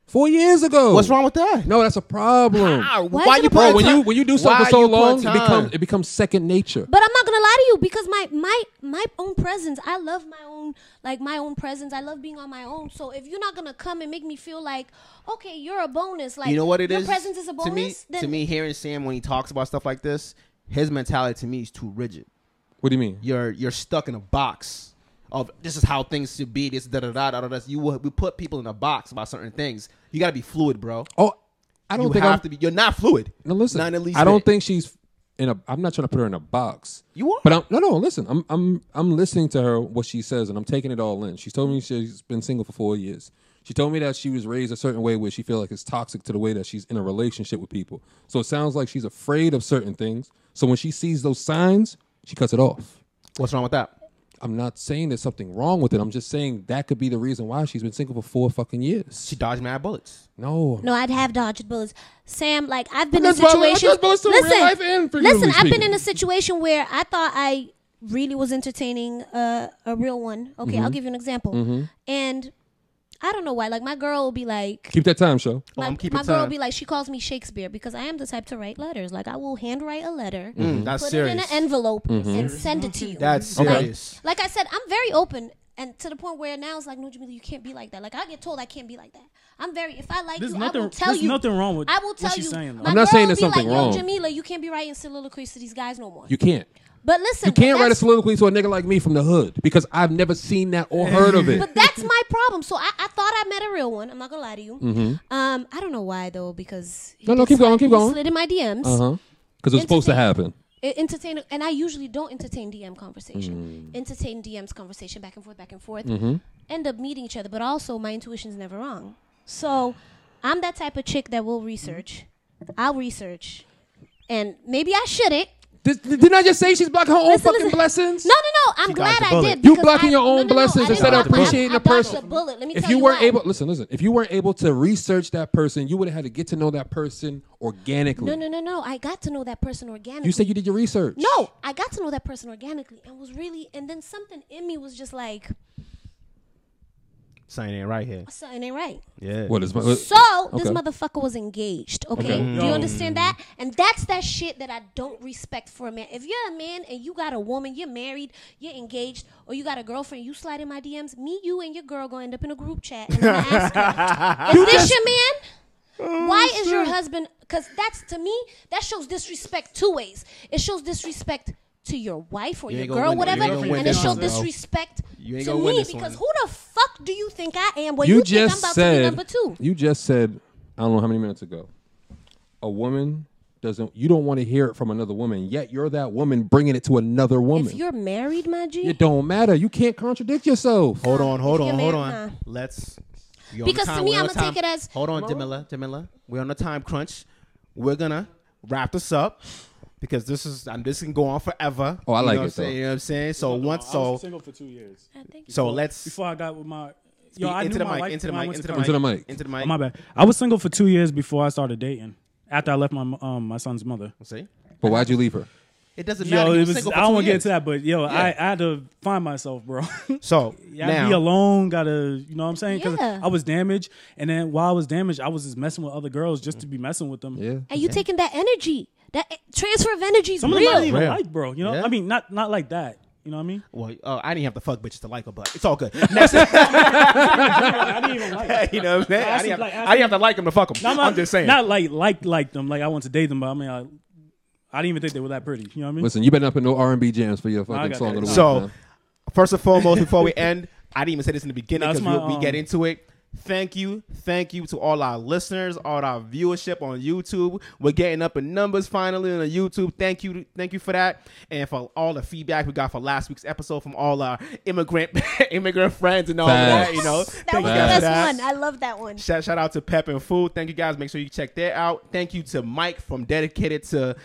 Speaker 3: Four years ago.
Speaker 1: What's wrong with that?
Speaker 3: No, that's a problem.
Speaker 1: Ah,
Speaker 4: Why
Speaker 1: why
Speaker 4: is it
Speaker 1: you
Speaker 4: a problem?
Speaker 3: Bro,
Speaker 1: put
Speaker 3: when
Speaker 1: time-
Speaker 3: you when you do
Speaker 1: why
Speaker 3: something so
Speaker 1: you put
Speaker 3: long, it
Speaker 1: time?
Speaker 3: becomes it becomes second nature.
Speaker 4: But I'm not gonna lie to you because my my my own presence. I love my own like my own presence. I love being on my own. So if you're not gonna come and make me feel like okay, you're a bonus. Like
Speaker 6: you know what it is.
Speaker 4: Your presence is a bonus.
Speaker 6: to me.
Speaker 4: then
Speaker 6: to me, hearing Sam when he talks about stuff like this, his mentality to me is too rigid.
Speaker 3: What do you mean?
Speaker 6: You're you're stuck in a box of this is how things should be. This da da da da da. da. You will, we put people in a box about certain things. You gotta be fluid, bro.
Speaker 3: Oh, I don't
Speaker 6: you
Speaker 3: think
Speaker 6: have
Speaker 3: I'm,
Speaker 6: to be. You're not fluid.
Speaker 3: No, listen.
Speaker 6: Not in the least
Speaker 3: I don't
Speaker 6: bit.
Speaker 3: think she's in a. I'm not trying to put her in a box.
Speaker 6: You are.
Speaker 3: But I'm, no, no. Listen, I'm, I'm, I'm listening to her what she says, and I'm taking it all in. She's told me she's been single for four years. She told me that she was raised a certain way where she feel like it's toxic to the way that she's in a relationship with people. So it sounds like she's afraid of certain things. So when she sees those signs, she cuts it off.
Speaker 6: What's wrong with that?
Speaker 3: I'm not saying there's something wrong with it. I'm just saying that could be the reason why she's been single for four fucking years.
Speaker 6: She dodged mad bullets.
Speaker 3: No, I'm
Speaker 4: No, I'd have dodged bullets. Sam, like I've been in
Speaker 3: That's why I like
Speaker 4: situations.
Speaker 3: dodged bullets in real life and figuratively
Speaker 4: listen, I've been
Speaker 3: speaking.
Speaker 4: in a situation where I thought I really was entertaining uh, a real one. Okay,
Speaker 3: Mm-hmm.
Speaker 4: I'll give you an example. And I don't know why. Like my girl will be like,
Speaker 3: Keep that time, show.
Speaker 4: my,
Speaker 6: Oh, I'm keeping
Speaker 4: my girl will
Speaker 6: time.
Speaker 4: be like, she calls me Shakespeare because I am the type to write letters. Like I will handwrite a letter,
Speaker 6: Mm-hmm.
Speaker 1: That's
Speaker 4: put it in an
Speaker 1: serious.
Speaker 4: envelope, and send it to you.
Speaker 1: That's serious.
Speaker 4: Like I said, I'm very open, and to the point where now it's like, no, Jamila, you can't be like that. Like I get told I can't be like that. I'm very. If I like
Speaker 2: There's
Speaker 4: you, I
Speaker 2: nothing-
Speaker 4: will tell
Speaker 2: there's
Speaker 4: you.
Speaker 2: nothing wrong with
Speaker 4: I will
Speaker 2: what
Speaker 4: tell
Speaker 2: she's
Speaker 4: you.
Speaker 2: saying, though.
Speaker 4: my
Speaker 3: I'm not
Speaker 4: girl
Speaker 3: saying
Speaker 4: will
Speaker 3: there's
Speaker 4: be
Speaker 3: something
Speaker 4: like,
Speaker 3: wrong.
Speaker 4: Yo, Jamila, you can't be writing soliloquies to these guys no more.
Speaker 3: You can't.
Speaker 4: but listen,
Speaker 3: You
Speaker 4: but
Speaker 3: can't write a
Speaker 4: that's-
Speaker 3: soliloquy to a nigga like me from the hood because I've never seen that or heard of it.
Speaker 4: But that's my problem. So I, I thought I met a real one. I'm not gonna lie to you.
Speaker 3: Mm-hmm.
Speaker 4: Um, I don't know why though, because he
Speaker 3: No, no,
Speaker 4: did
Speaker 3: keep
Speaker 4: slide-
Speaker 3: going, keep
Speaker 4: he
Speaker 3: going.
Speaker 4: Slid in my DMs.
Speaker 3: Uh huh. Because it's supposed to happen.
Speaker 4: E- entertain and i usually don't entertain dm conversation entertain dms conversation back and forth back and forth end up meeting each other but also my intuition's never wrong so i'm that type of chick that will research i'll research and maybe i shouldn't
Speaker 3: Did, did I just say she's blocking her own
Speaker 4: Listen,
Speaker 3: fucking
Speaker 4: listen.
Speaker 3: blessings?
Speaker 4: no no no i'm glad
Speaker 1: dodged a
Speaker 4: i
Speaker 1: bullet.
Speaker 4: did
Speaker 3: You
Speaker 4: because
Speaker 3: blocking
Speaker 4: I-
Speaker 3: your
Speaker 4: no,
Speaker 3: own
Speaker 4: no, no,
Speaker 3: blessings
Speaker 4: I didn't
Speaker 3: instead of
Speaker 4: block my- I-
Speaker 3: appreciating
Speaker 4: I
Speaker 3: a person.
Speaker 4: dodged a bullet. Let me
Speaker 3: if
Speaker 4: tell
Speaker 3: you
Speaker 4: you
Speaker 3: weren't
Speaker 4: why.
Speaker 3: able, listen, listen. If you weren't able to research that person, you would have had to get to know that person organically.
Speaker 4: no no no no i got to know that person organically
Speaker 3: You said you did your research.
Speaker 4: No, I got to know that person organically and was really, and then something in me was just like,
Speaker 1: Saying it right here.
Speaker 4: something ain't right.
Speaker 1: Yeah.
Speaker 3: What is my?
Speaker 4: So this
Speaker 3: uh, Okay.
Speaker 4: motherfucker was engaged. Okay,
Speaker 3: Okay.
Speaker 4: do
Speaker 6: Mm.
Speaker 4: you understand that? And that's that shit that I don't respect for a man. If you're a man and you got a woman, you're married, you're engaged, or you got a girlfriend, you slide in my DMs. Me, you, and your girl gonna end up in a group chat. And I'm gonna ask you, is this your man?
Speaker 6: Oh,
Speaker 4: Why is your husband? Because that's to me that shows disrespect two ways. It shows disrespect to your wife or
Speaker 6: You
Speaker 4: your
Speaker 6: ain't gonna
Speaker 4: girl,
Speaker 6: win- you ain't
Speaker 4: whatever,
Speaker 6: gonna win
Speaker 4: and it
Speaker 6: this
Speaker 4: show
Speaker 6: one, bro.
Speaker 4: disrespect
Speaker 6: You ain't
Speaker 4: to
Speaker 6: gonna win
Speaker 4: me
Speaker 6: this
Speaker 4: because
Speaker 6: one.
Speaker 4: who the fuck do you think I am? When
Speaker 3: you,
Speaker 4: you, think
Speaker 3: just
Speaker 4: I'm about to
Speaker 3: said
Speaker 4: be number two.
Speaker 3: You just said I don't know how many minutes ago. A woman doesn't. You don't want to hear it from another woman. Yet you're that woman bringing it to another
Speaker 4: If
Speaker 3: woman.
Speaker 4: you're married, my G,
Speaker 3: It don't matter. You can't contradict yourself.
Speaker 1: Hold on, hold
Speaker 4: If you're
Speaker 1: on, hold
Speaker 4: married,
Speaker 1: on.
Speaker 4: nah.
Speaker 1: Let's. you on
Speaker 4: Because
Speaker 1: the
Speaker 4: to
Speaker 1: time-
Speaker 4: me,
Speaker 1: we on
Speaker 4: I'ma
Speaker 1: the time-
Speaker 4: take it as-
Speaker 1: Hold on, Demilla, Demilla. We're on a time crunch. We're gonna wrap this up because this is. I'm. This can go on forever.
Speaker 3: Oh, I
Speaker 1: You
Speaker 3: like it,
Speaker 1: know what I'm saying?
Speaker 3: though.
Speaker 1: You know what I'm saying? So
Speaker 2: No,
Speaker 1: once,
Speaker 2: I was
Speaker 1: so
Speaker 2: single for two years
Speaker 4: I think
Speaker 1: so let's.
Speaker 2: before I got with my. Yo, I
Speaker 1: into
Speaker 2: knew
Speaker 1: the
Speaker 2: my
Speaker 1: mic,
Speaker 2: wife
Speaker 1: into the
Speaker 2: when I
Speaker 1: mic,
Speaker 2: went to
Speaker 1: into the
Speaker 2: college.
Speaker 1: mic,
Speaker 3: Into the mic.
Speaker 1: into the mic.
Speaker 2: Oh, my bad. I was single for two years before I started dating. After I left my um my son's mother.
Speaker 1: See,
Speaker 3: But why'd you leave her?
Speaker 6: It doesn't matter.
Speaker 2: Yo,
Speaker 6: He
Speaker 2: it
Speaker 6: was
Speaker 2: was,
Speaker 6: single for
Speaker 2: I don't
Speaker 6: two
Speaker 2: want to get
Speaker 6: years.
Speaker 2: into that, but yo, I, I had to find myself, bro.
Speaker 1: so
Speaker 2: Yeah,
Speaker 1: now
Speaker 2: I be alone. Gotta, you know what I'm saying? Because
Speaker 4: Yeah.
Speaker 2: I was damaged, and then while I was damaged, I was just messing with other girls just to be messing with them.
Speaker 3: Yeah.
Speaker 4: and you taking that energy, that e- transfer of energy is
Speaker 2: Some of them I
Speaker 4: real.
Speaker 2: didn't even
Speaker 1: Real.
Speaker 2: like, bro. You know,
Speaker 1: Yeah.
Speaker 2: I mean, not not like that. You know what I mean?
Speaker 1: Well, uh, I didn't have to fuck bitches to like her, but it's all good. Next, you know
Speaker 2: I didn't even like.
Speaker 1: what I'm saying? I
Speaker 2: Ask
Speaker 1: didn't, have,
Speaker 2: him, like, ask
Speaker 1: I didn't have to like them to fuck them.
Speaker 2: I'm,
Speaker 1: I'm,
Speaker 2: not,
Speaker 1: just saying.
Speaker 2: Not like like like them. Like I want to date them, but I mean, I, I didn't even think they were that pretty. You know what I mean?
Speaker 3: Listen, you better not put no R and B jams for your fucking
Speaker 2: got
Speaker 3: song
Speaker 2: that.
Speaker 3: of the week.
Speaker 1: So,
Speaker 3: man.
Speaker 1: first and foremost, before we end, I didn't even say this in the beginning
Speaker 2: That's
Speaker 1: because
Speaker 2: my,
Speaker 1: we, we get
Speaker 2: um,
Speaker 1: into it. Thank you, thank you to all our listeners, all our viewership on YouTube. We're getting up in numbers finally on YouTube. Thank you, thank you for that, and for all the feedback we got for last week's episode from all our immigrant immigrant friends and all that.
Speaker 3: Facts.
Speaker 1: You know,
Speaker 4: that
Speaker 1: Thank
Speaker 4: was
Speaker 1: you
Speaker 4: the
Speaker 1: guys
Speaker 4: best
Speaker 1: for that.
Speaker 4: one. I love that one.
Speaker 1: Shout, shout out to Pep and Food. Thank you guys. Make sure you check that out. Thank you to Mike from Dedicated to,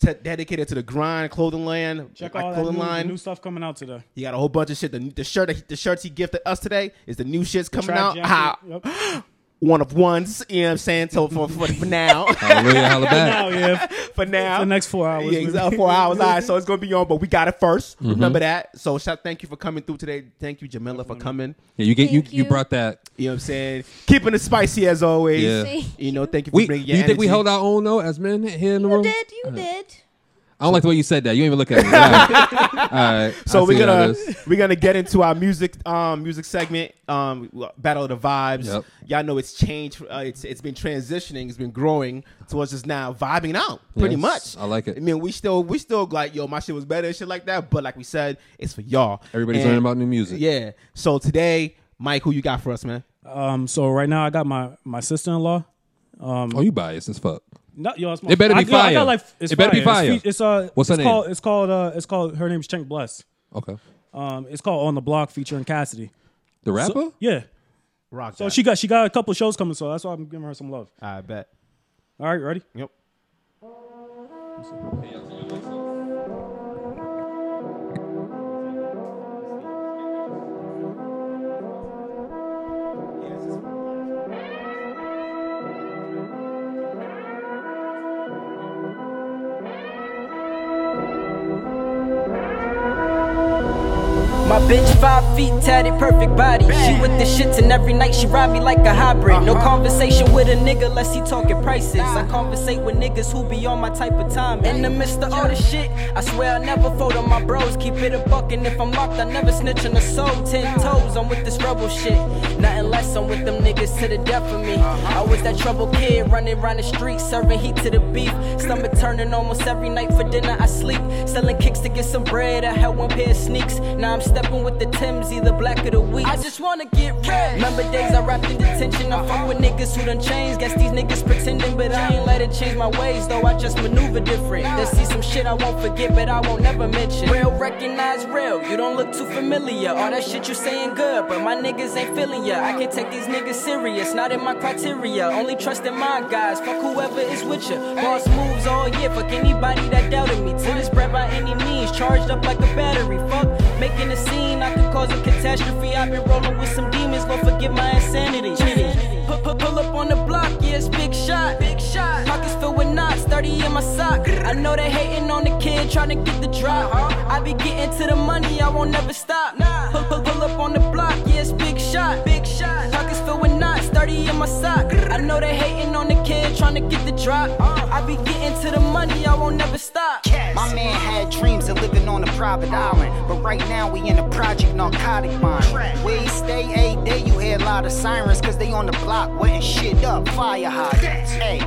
Speaker 1: to Dedicated to the Grind Clothing Line.
Speaker 2: Check
Speaker 1: My
Speaker 2: all that
Speaker 1: clothing
Speaker 2: new,
Speaker 1: line.
Speaker 2: new stuff coming out today.
Speaker 1: He got a whole bunch of shit. The, the shirt, that he- the shirts he gifted us today is the new shits coming
Speaker 2: Trap
Speaker 1: out. Ah,
Speaker 2: jacket. Yep.
Speaker 1: one of ones. You know what I'm saying? So for for, for now,
Speaker 3: Hallelujah, holla back.
Speaker 2: Oh yeah,
Speaker 1: for now,
Speaker 2: the next four hours.
Speaker 1: yeah, exactly. Four hours. All right, so it's gonna be on, but we got it 1st
Speaker 3: Mm-hmm.
Speaker 1: Remember that. So shout, thank you for coming through today. Thank you, Jamila, for coming.
Speaker 3: Yeah, you get you,
Speaker 4: Thank
Speaker 3: you
Speaker 4: you.
Speaker 3: brought that.
Speaker 1: You know what I'm saying? Keeping it spicy as always.
Speaker 3: Yeah.
Speaker 4: Thank
Speaker 1: You know, thank you for
Speaker 3: We,
Speaker 1: bringing
Speaker 3: you
Speaker 1: your
Speaker 3: think we
Speaker 1: energy.
Speaker 3: held our own though, as men here in the
Speaker 4: You
Speaker 3: room?
Speaker 4: did, you did.
Speaker 3: I don't like the way you said that. You didn't even look at me. All right. All right.
Speaker 1: So
Speaker 3: I
Speaker 1: we're
Speaker 3: see how it
Speaker 1: gonna
Speaker 3: is.
Speaker 1: we're gonna get into our music um music segment um battle of the vibes.
Speaker 3: Yep.
Speaker 1: Y'all know it's changed. Uh, it's it's been transitioning. It's been growing towards just now vibing out pretty
Speaker 3: Yes,
Speaker 1: much.
Speaker 3: I like it.
Speaker 1: I mean, we still we still like yo, my shit was better and shit like that. But like we said, it's for y'all.
Speaker 3: Everybody's
Speaker 1: And-
Speaker 3: learning about new music.
Speaker 1: Yeah. So today, Mike, who you got for us, man?
Speaker 2: Um. So right now I got my my sister in law.
Speaker 3: Oh, you biased as fuck.
Speaker 2: No, Um, yo, it's my-
Speaker 3: It better be
Speaker 2: I got- I
Speaker 3: fire.
Speaker 2: got like, it's
Speaker 3: It better be
Speaker 2: fire.
Speaker 3: fire.
Speaker 2: It's, fe- it's, uh,
Speaker 3: What's her
Speaker 2: it's
Speaker 3: name?
Speaker 2: Called, it's called. Uh, it's called. Her name's Chink Bless.
Speaker 3: Okay.
Speaker 2: Um, it's called On the Block featuring Cassidy.
Speaker 3: The rapper?
Speaker 2: So, yeah.
Speaker 1: Rock.
Speaker 2: So she got she got a couple shows coming, so that's why I'm giving her some love.
Speaker 1: I bet.
Speaker 2: All right, ready?
Speaker 1: Yep.
Speaker 8: My bitch five feet tatted, perfect body. She with the shits and every night she ride me like a hybrid. No conversation with a nigga unless he talking prices. I conversate with niggas who be on my type of time. In the midst of all this shit, I swear I never fold on my bros. Keep it a buck and if I'm locked, I never snitch on a soul. Ten toes, I'm with this rebel shit. Nothing less, I'm with them niggas to the death of me. I was that trouble kid running around the street, serving heat to the beef. Stomach turning almost every night for dinner. I sleep, selling kicks to get some bread. I had one pair of sneaks. Now I'm stepping with the Tims, either black or the wheat. I just wanna get red. Remember days I rapped in detention. I fuck with niggas who done changed. Guess these niggas pretending, but I ain't let it change my ways. Though I just maneuver different. They see some shit I won't forget, but I won't never mention. Real recognize real. You don't look too familiar. All that shit you saying good, but my niggas ain't feeling ya. I can't take these niggas serious. Not in my criteria. Only trust in my guys. Fuck whoever is with ya. Boss moves all year. Fuck anybody that doubted me. To this bread by any means. Charged up like a battery. Fuck making a scene. I could cause a catastrophe. I've been rolling with some demons. Lord forgive my insanity. Pu- pu- Pull up on the block, yeah, it's big shot. Big shot. Pockets filled with knots, 30 in my sock. I know they hating on the kid, trying to get the drop. I be getting to the money, I won't never stop. Pull, pull, pull up on the block, yeah, it's big shot. Big shot. Pockets filled with knots, 30 in my sock. I know they hating on the kid, trying to get the drop. I be getting to the money, I won't never stop.
Speaker 9: My man had dreams of living on a private island, but right now we in a project narcotic mine. Where he stay, a day you hear a lot of sirens, cause they on the block wetting shit up, fire hydrants. Hey,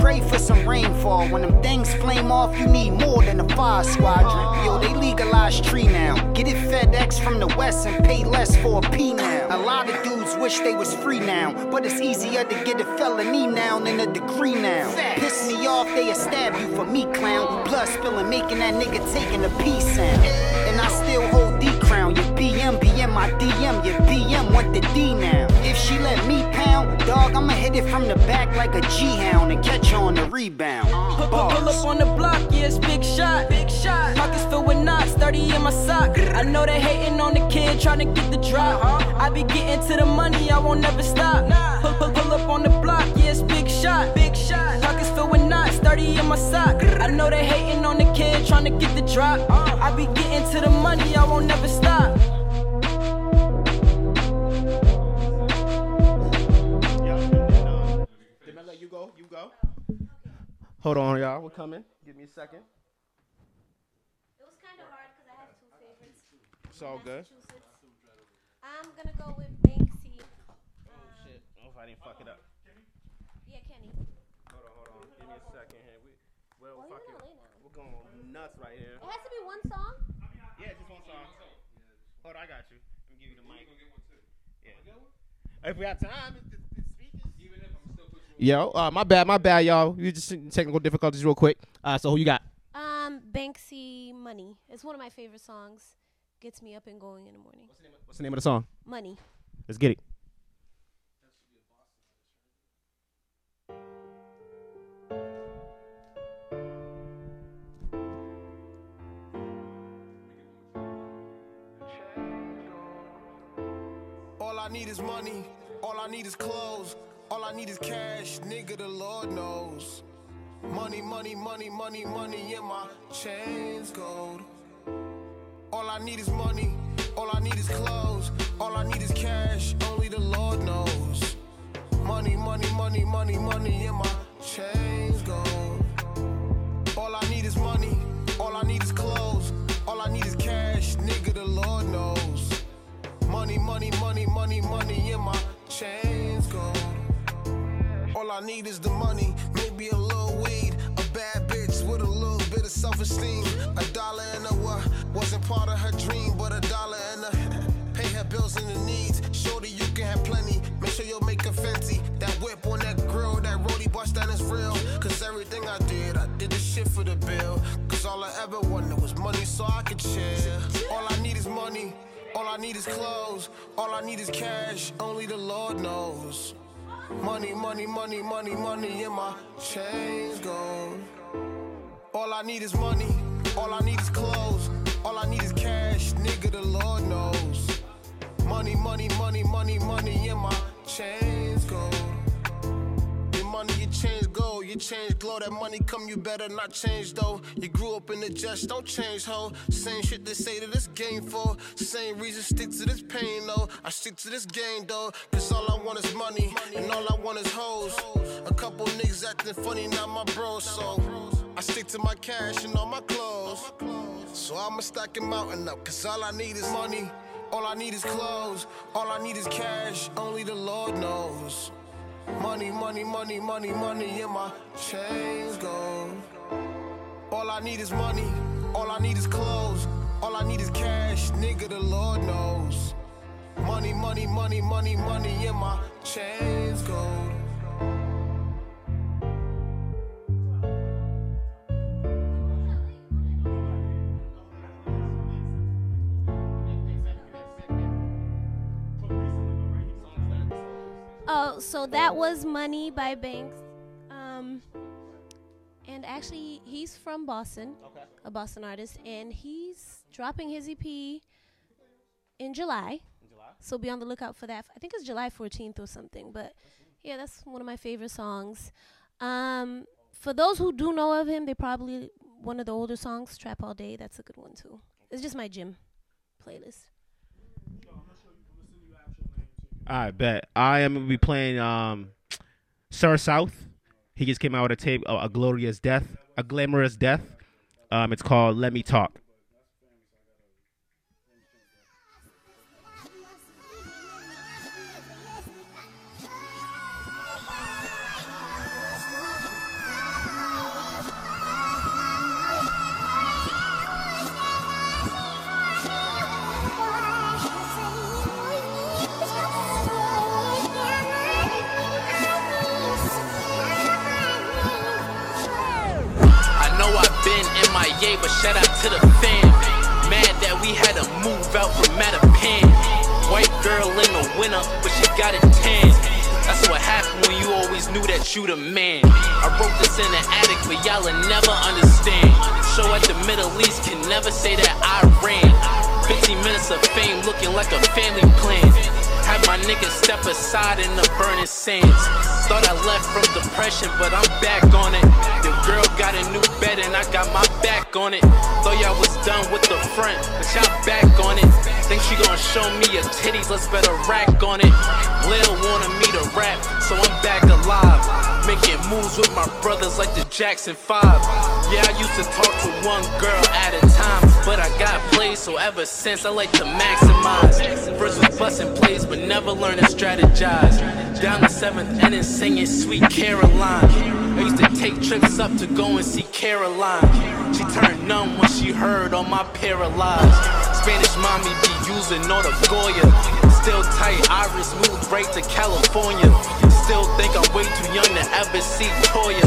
Speaker 9: Pray for some rainfall. When them things flame off, you need more than a fire squadron. Yo, they legalize tree now. Get it FedEx from the west and pay less for a P now. A lot of dudes wish they was free now, but it's easier to get a felony now than a degree now. Piss me off, they'll stab you for me, clown. Blood spilling, making that nigga taking a peace sound. And I still hold D crown. Your BM, BM, my DM. Your BM want the D now. If she let me pound, dog, I'ma hit it from the back like a G hound and catch her on the rebound.
Speaker 8: Pull, pull, pull
Speaker 9: Bars.
Speaker 8: up on the block, yeah, it's big shot. Big shot. Pockets filled with knots, 30 in my sock. I know they hating on the kid, trying to get the drop. I be getting to the money, I won't never stop. Pull, pull, pull up on the block, yeah, it's big shot. Big shot. Pockets filled with knots, 30 in my sock. I know they hating on the kid, trying to get the drop. I be getting to the money, I won't never stop.
Speaker 6: you go, you go.
Speaker 1: Hold on, y'all. We're coming.
Speaker 6: Give me a second.
Speaker 4: It was kind of hard because I have two favorites.
Speaker 1: It's all good.
Speaker 4: Massachusetts. I'm gonna go with Banksy. Um,
Speaker 1: Oh, if I didn't fuck it up.
Speaker 4: yeah, Kenny.
Speaker 1: Hold on, hold on. Give me a second here. We, well,
Speaker 4: Well, you
Speaker 1: fucking,
Speaker 4: know Lena. It
Speaker 1: we're going nuts right here.
Speaker 4: has to be one song.
Speaker 1: Yeah, just one song. Hold on, I got you. Let me give you the mic. Yeah. If we have time, it's, it's, it's speakers. Yo, uh, my bad, my bad, y'all. We just technical difficulties real quick. Uh, so who you got?
Speaker 4: Um, Banksy Money. It's one of my favorite songs. Gets me up and going in the morning.
Speaker 1: What's the name of the song?
Speaker 4: Money.
Speaker 1: Let's get it.
Speaker 10: All I need is money. All I need is clothes. All I need is cash. Nigga, the Lord knows. Money, money, money, money, money in my chains gold. All I need is money. All I need is clothes. All I need is cash. Only the Lord knows. Money, money, money, money, money in my chains gold. All I need is money. All I need is clothes. All I need is cash. Nigga, the Lord knows. Money, money, money, money, money in my chains gold. All I need is the money, maybe a little weed, a bad bitch with a little bit of self-esteem. A dollar and a what wasn't part of her dream, but a dollar and a pay her bills and the needs. Shorty, you can have plenty. Make sure you'll make her fancy. That whip on that grill, that roadie bust down is real. Cause everything I did, I did the shit for the bill. Cause all I ever wanted was money so I could share. All I need is money. All I need is clothes. All I need is cash. Only the Lord knows. Money, money, money, money, money in my chains gold. All I need is money. All I need is clothes. All I need is cash. Nigga, the Lord knows. Money, money, money, money, money in my chains gold. Your money, you change goal, you change glow. That money come, you better not change though. You grew up in the jest, don't change hoe. Same shit they say to this game for. Same reason, stick to this pain though. I stick to this game though, cause all I want is money, and all I want is hoes. A couple niggas acting funny, not my bros, so I stick to my cash and all my clothes. So I'ma stack 'em out and up, cause all I need is money. All I need is clothes, all I need is cash, only the Lord knows. Money, money, money, money, money in my chains gold. All I need is money, all I need is clothes, all I need is cash, nigga, the Lord knows. Money, money, money, money, money in my chains gold.
Speaker 4: Oh, so that was Money by Banks. Um, and actually, he's from Boston, a Boston artist, and he's dropping his EP in July. So be on the lookout for that. I think it's July 14th or something. But yeah, that's one of my favorite songs. Um, for those who do know of him, they probably one of the older songs, Trap All Day. That's a good one too. It's just my gym playlist.
Speaker 1: I bet I am gonna be playing um, Sir South. He just came out with a tape, uh, a glorious death, a glamorous death. Um, it's called Let Me Talk.
Speaker 7: game, but shout out to the fam. Mad that we had to move out from Mattapan. White girl in the winter, but she got it tan. That's what happened when you always knew that you the man. I wrote this in the attic, but y'all'll never understand. Show at the Middle East can never say that I ran. 15 minutes of fame looking like a family plan. Had my niggas step aside in the burning sands. Thought I left from depression, but I'm back on it. The girl got a new bed and I got my back on it. Thought y'all was done with the front, but y'all back on it. Think she gonna show me your titties, let's better rack on it. Lil wanted me to rap, so I'm back alive. Making moves with my brothers like the Jackson 5. Yeah, I used to talk to one girl at a time, but I got plays, so ever since I like to maximize. First was busting plays, but never learn to strategize. Down the seventh inning, singing Sweet Caroline. I used to take trips up to go and see Caroline. She turned numb when she heard all my paralyzed. Spanish mommy be using all the Goya. Still tight, Iris moved right to California. Still think I'm way too young to ever see Toya.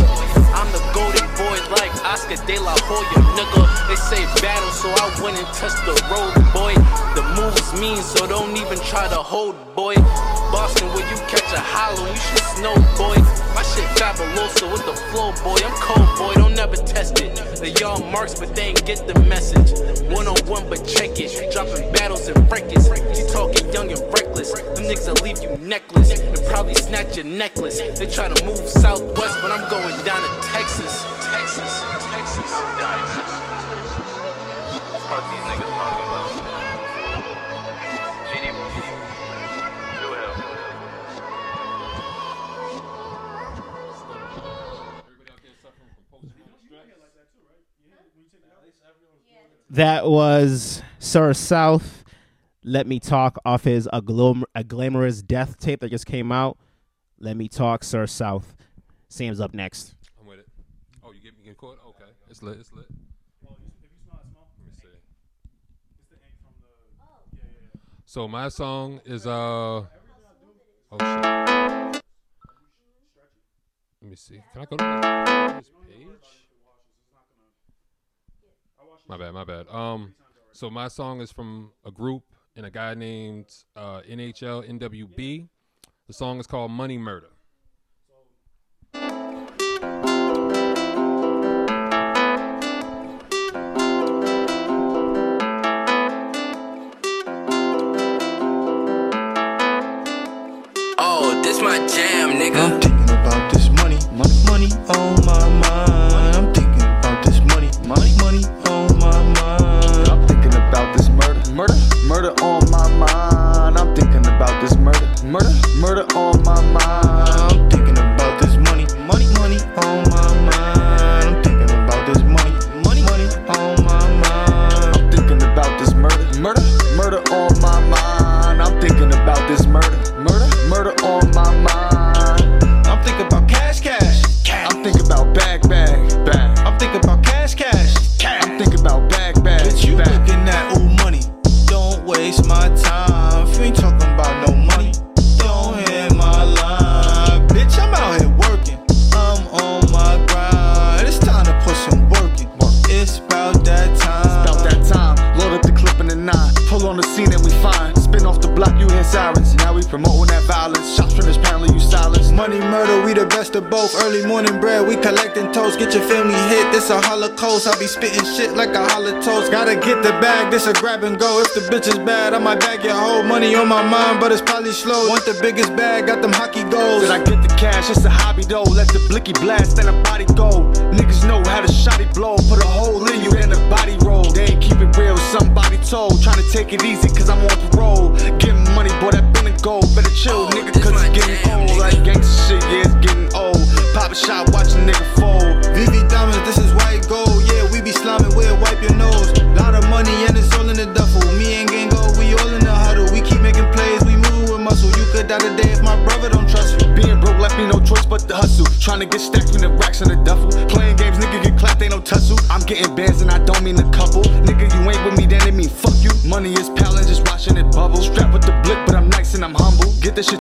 Speaker 7: I'm the golden boy like Oscar de la Hoya, nigga. They say battle, so I wouldn't touch the road, boy. The moves mean, so don't even try to hold, boy. Boston, where you catch a hollow, you should snow, boy. My shit fabuloso with the flow, boy. I'm cold, boy. Don't never test it. They y'all marks, but they ain't get the message. One on one, but check it. Dropping battles and records. You talking young and reckless. Them niggas will leave you necklace and probably snatch your necklace. They try to move southwest, but I'm going down to Texas. Texas, Texas.
Speaker 11: Fuck these niggas talking about. GD, do hell.
Speaker 1: That was Sir South. Let me talk off his a, Glom- a glamorous death tape that just came out. Let me talk, Sir South. Sam's up next.
Speaker 3: I'm with it. Oh, you get me getting caught? Okay. It's lit. It's lit. Let me see. So my song is uh. Oh shit. Let me see. Can I go to this page? My bad. My bad. Um. So my song is from a group and a guy named uh, NHL NWB. The song is called Money Murder.
Speaker 7: Oh, this my jam, nigga.
Speaker 12: I'm thinking about this money, money, money on my mind. I'm thinking about this money, money, money on my mind. I'm thinking about this murder, murder, murder on my mind. I'm thinking about this murder, murder, murder on my mind. I'm thinking about this money, money, money on my mind. I'm thinking about this money, money, money on my mind. I'm thinking about this murder, murder, murder on my mind. I'm thinking about this murder, murder, murder on my mind. I'm thinking about cash, cash. cash. I'm thinking about bag, bag, bag. I'm thinking about cash, cash. cash. I'm thinking about bag, bag. But you bag. looking at old money. Don't waste my time. If you ain't talking about no money, don't hit my line. Bitch, I'm out here working. I'm on my grind. It's time to put some work in. It's about that time. It's about that time. Load up the clip and the nine. Pull on the scene and we find. Spin off the block, you hear sirens. Now we promoting that violence. Shots from this apparently you silence. Money murder, we the best of both. Early morning bread, we collecting toast. Get your family hit, this a holocaust. I be spitting shit like a holocaust. Gotta get the bag, this a grab and go. If the bitch is bad, I might bag your whole money on my mind, but it's probably slow. Want the biggest bag, got them hockey goals. Did I get the cash? It's a hobby though. Let the blicky blast and a body go. Niggas know how to shotty blow. Put a hole in you and a body roll. They ain't keep it real, somebody told. Tryna take it easy, cause I'm on parole. Getting money, boy, that been a goal. Better chill,
Speaker 7: Oh,
Speaker 12: nigga,
Speaker 7: this
Speaker 12: cause
Speaker 7: my
Speaker 12: it's getting
Speaker 7: jam,
Speaker 12: old.
Speaker 7: nigga.
Speaker 12: Like gangsta shit, yeah, it's getting old. Pop a shot, watch a nigga fold. VV Diamonds, this is white gold. Yeah, we be sliming, we'll wipe your nose. Lot of money and it's all in the duffel. Me and Gango, we all in the huddle. We keep making plays, we move with muscle. You could die today if my brother don't trust you. Being broke left me no choice but to hustle. Trying to get stacks from the racks in the duffel. Playing games, nigga get clapped, ain't no tussle. I'm getting bands and I don't mean a couple. Nigga, you ain't with me, then it mean fuck you. Money is palin', just watching it bubble. Strapped with the blick, but I'm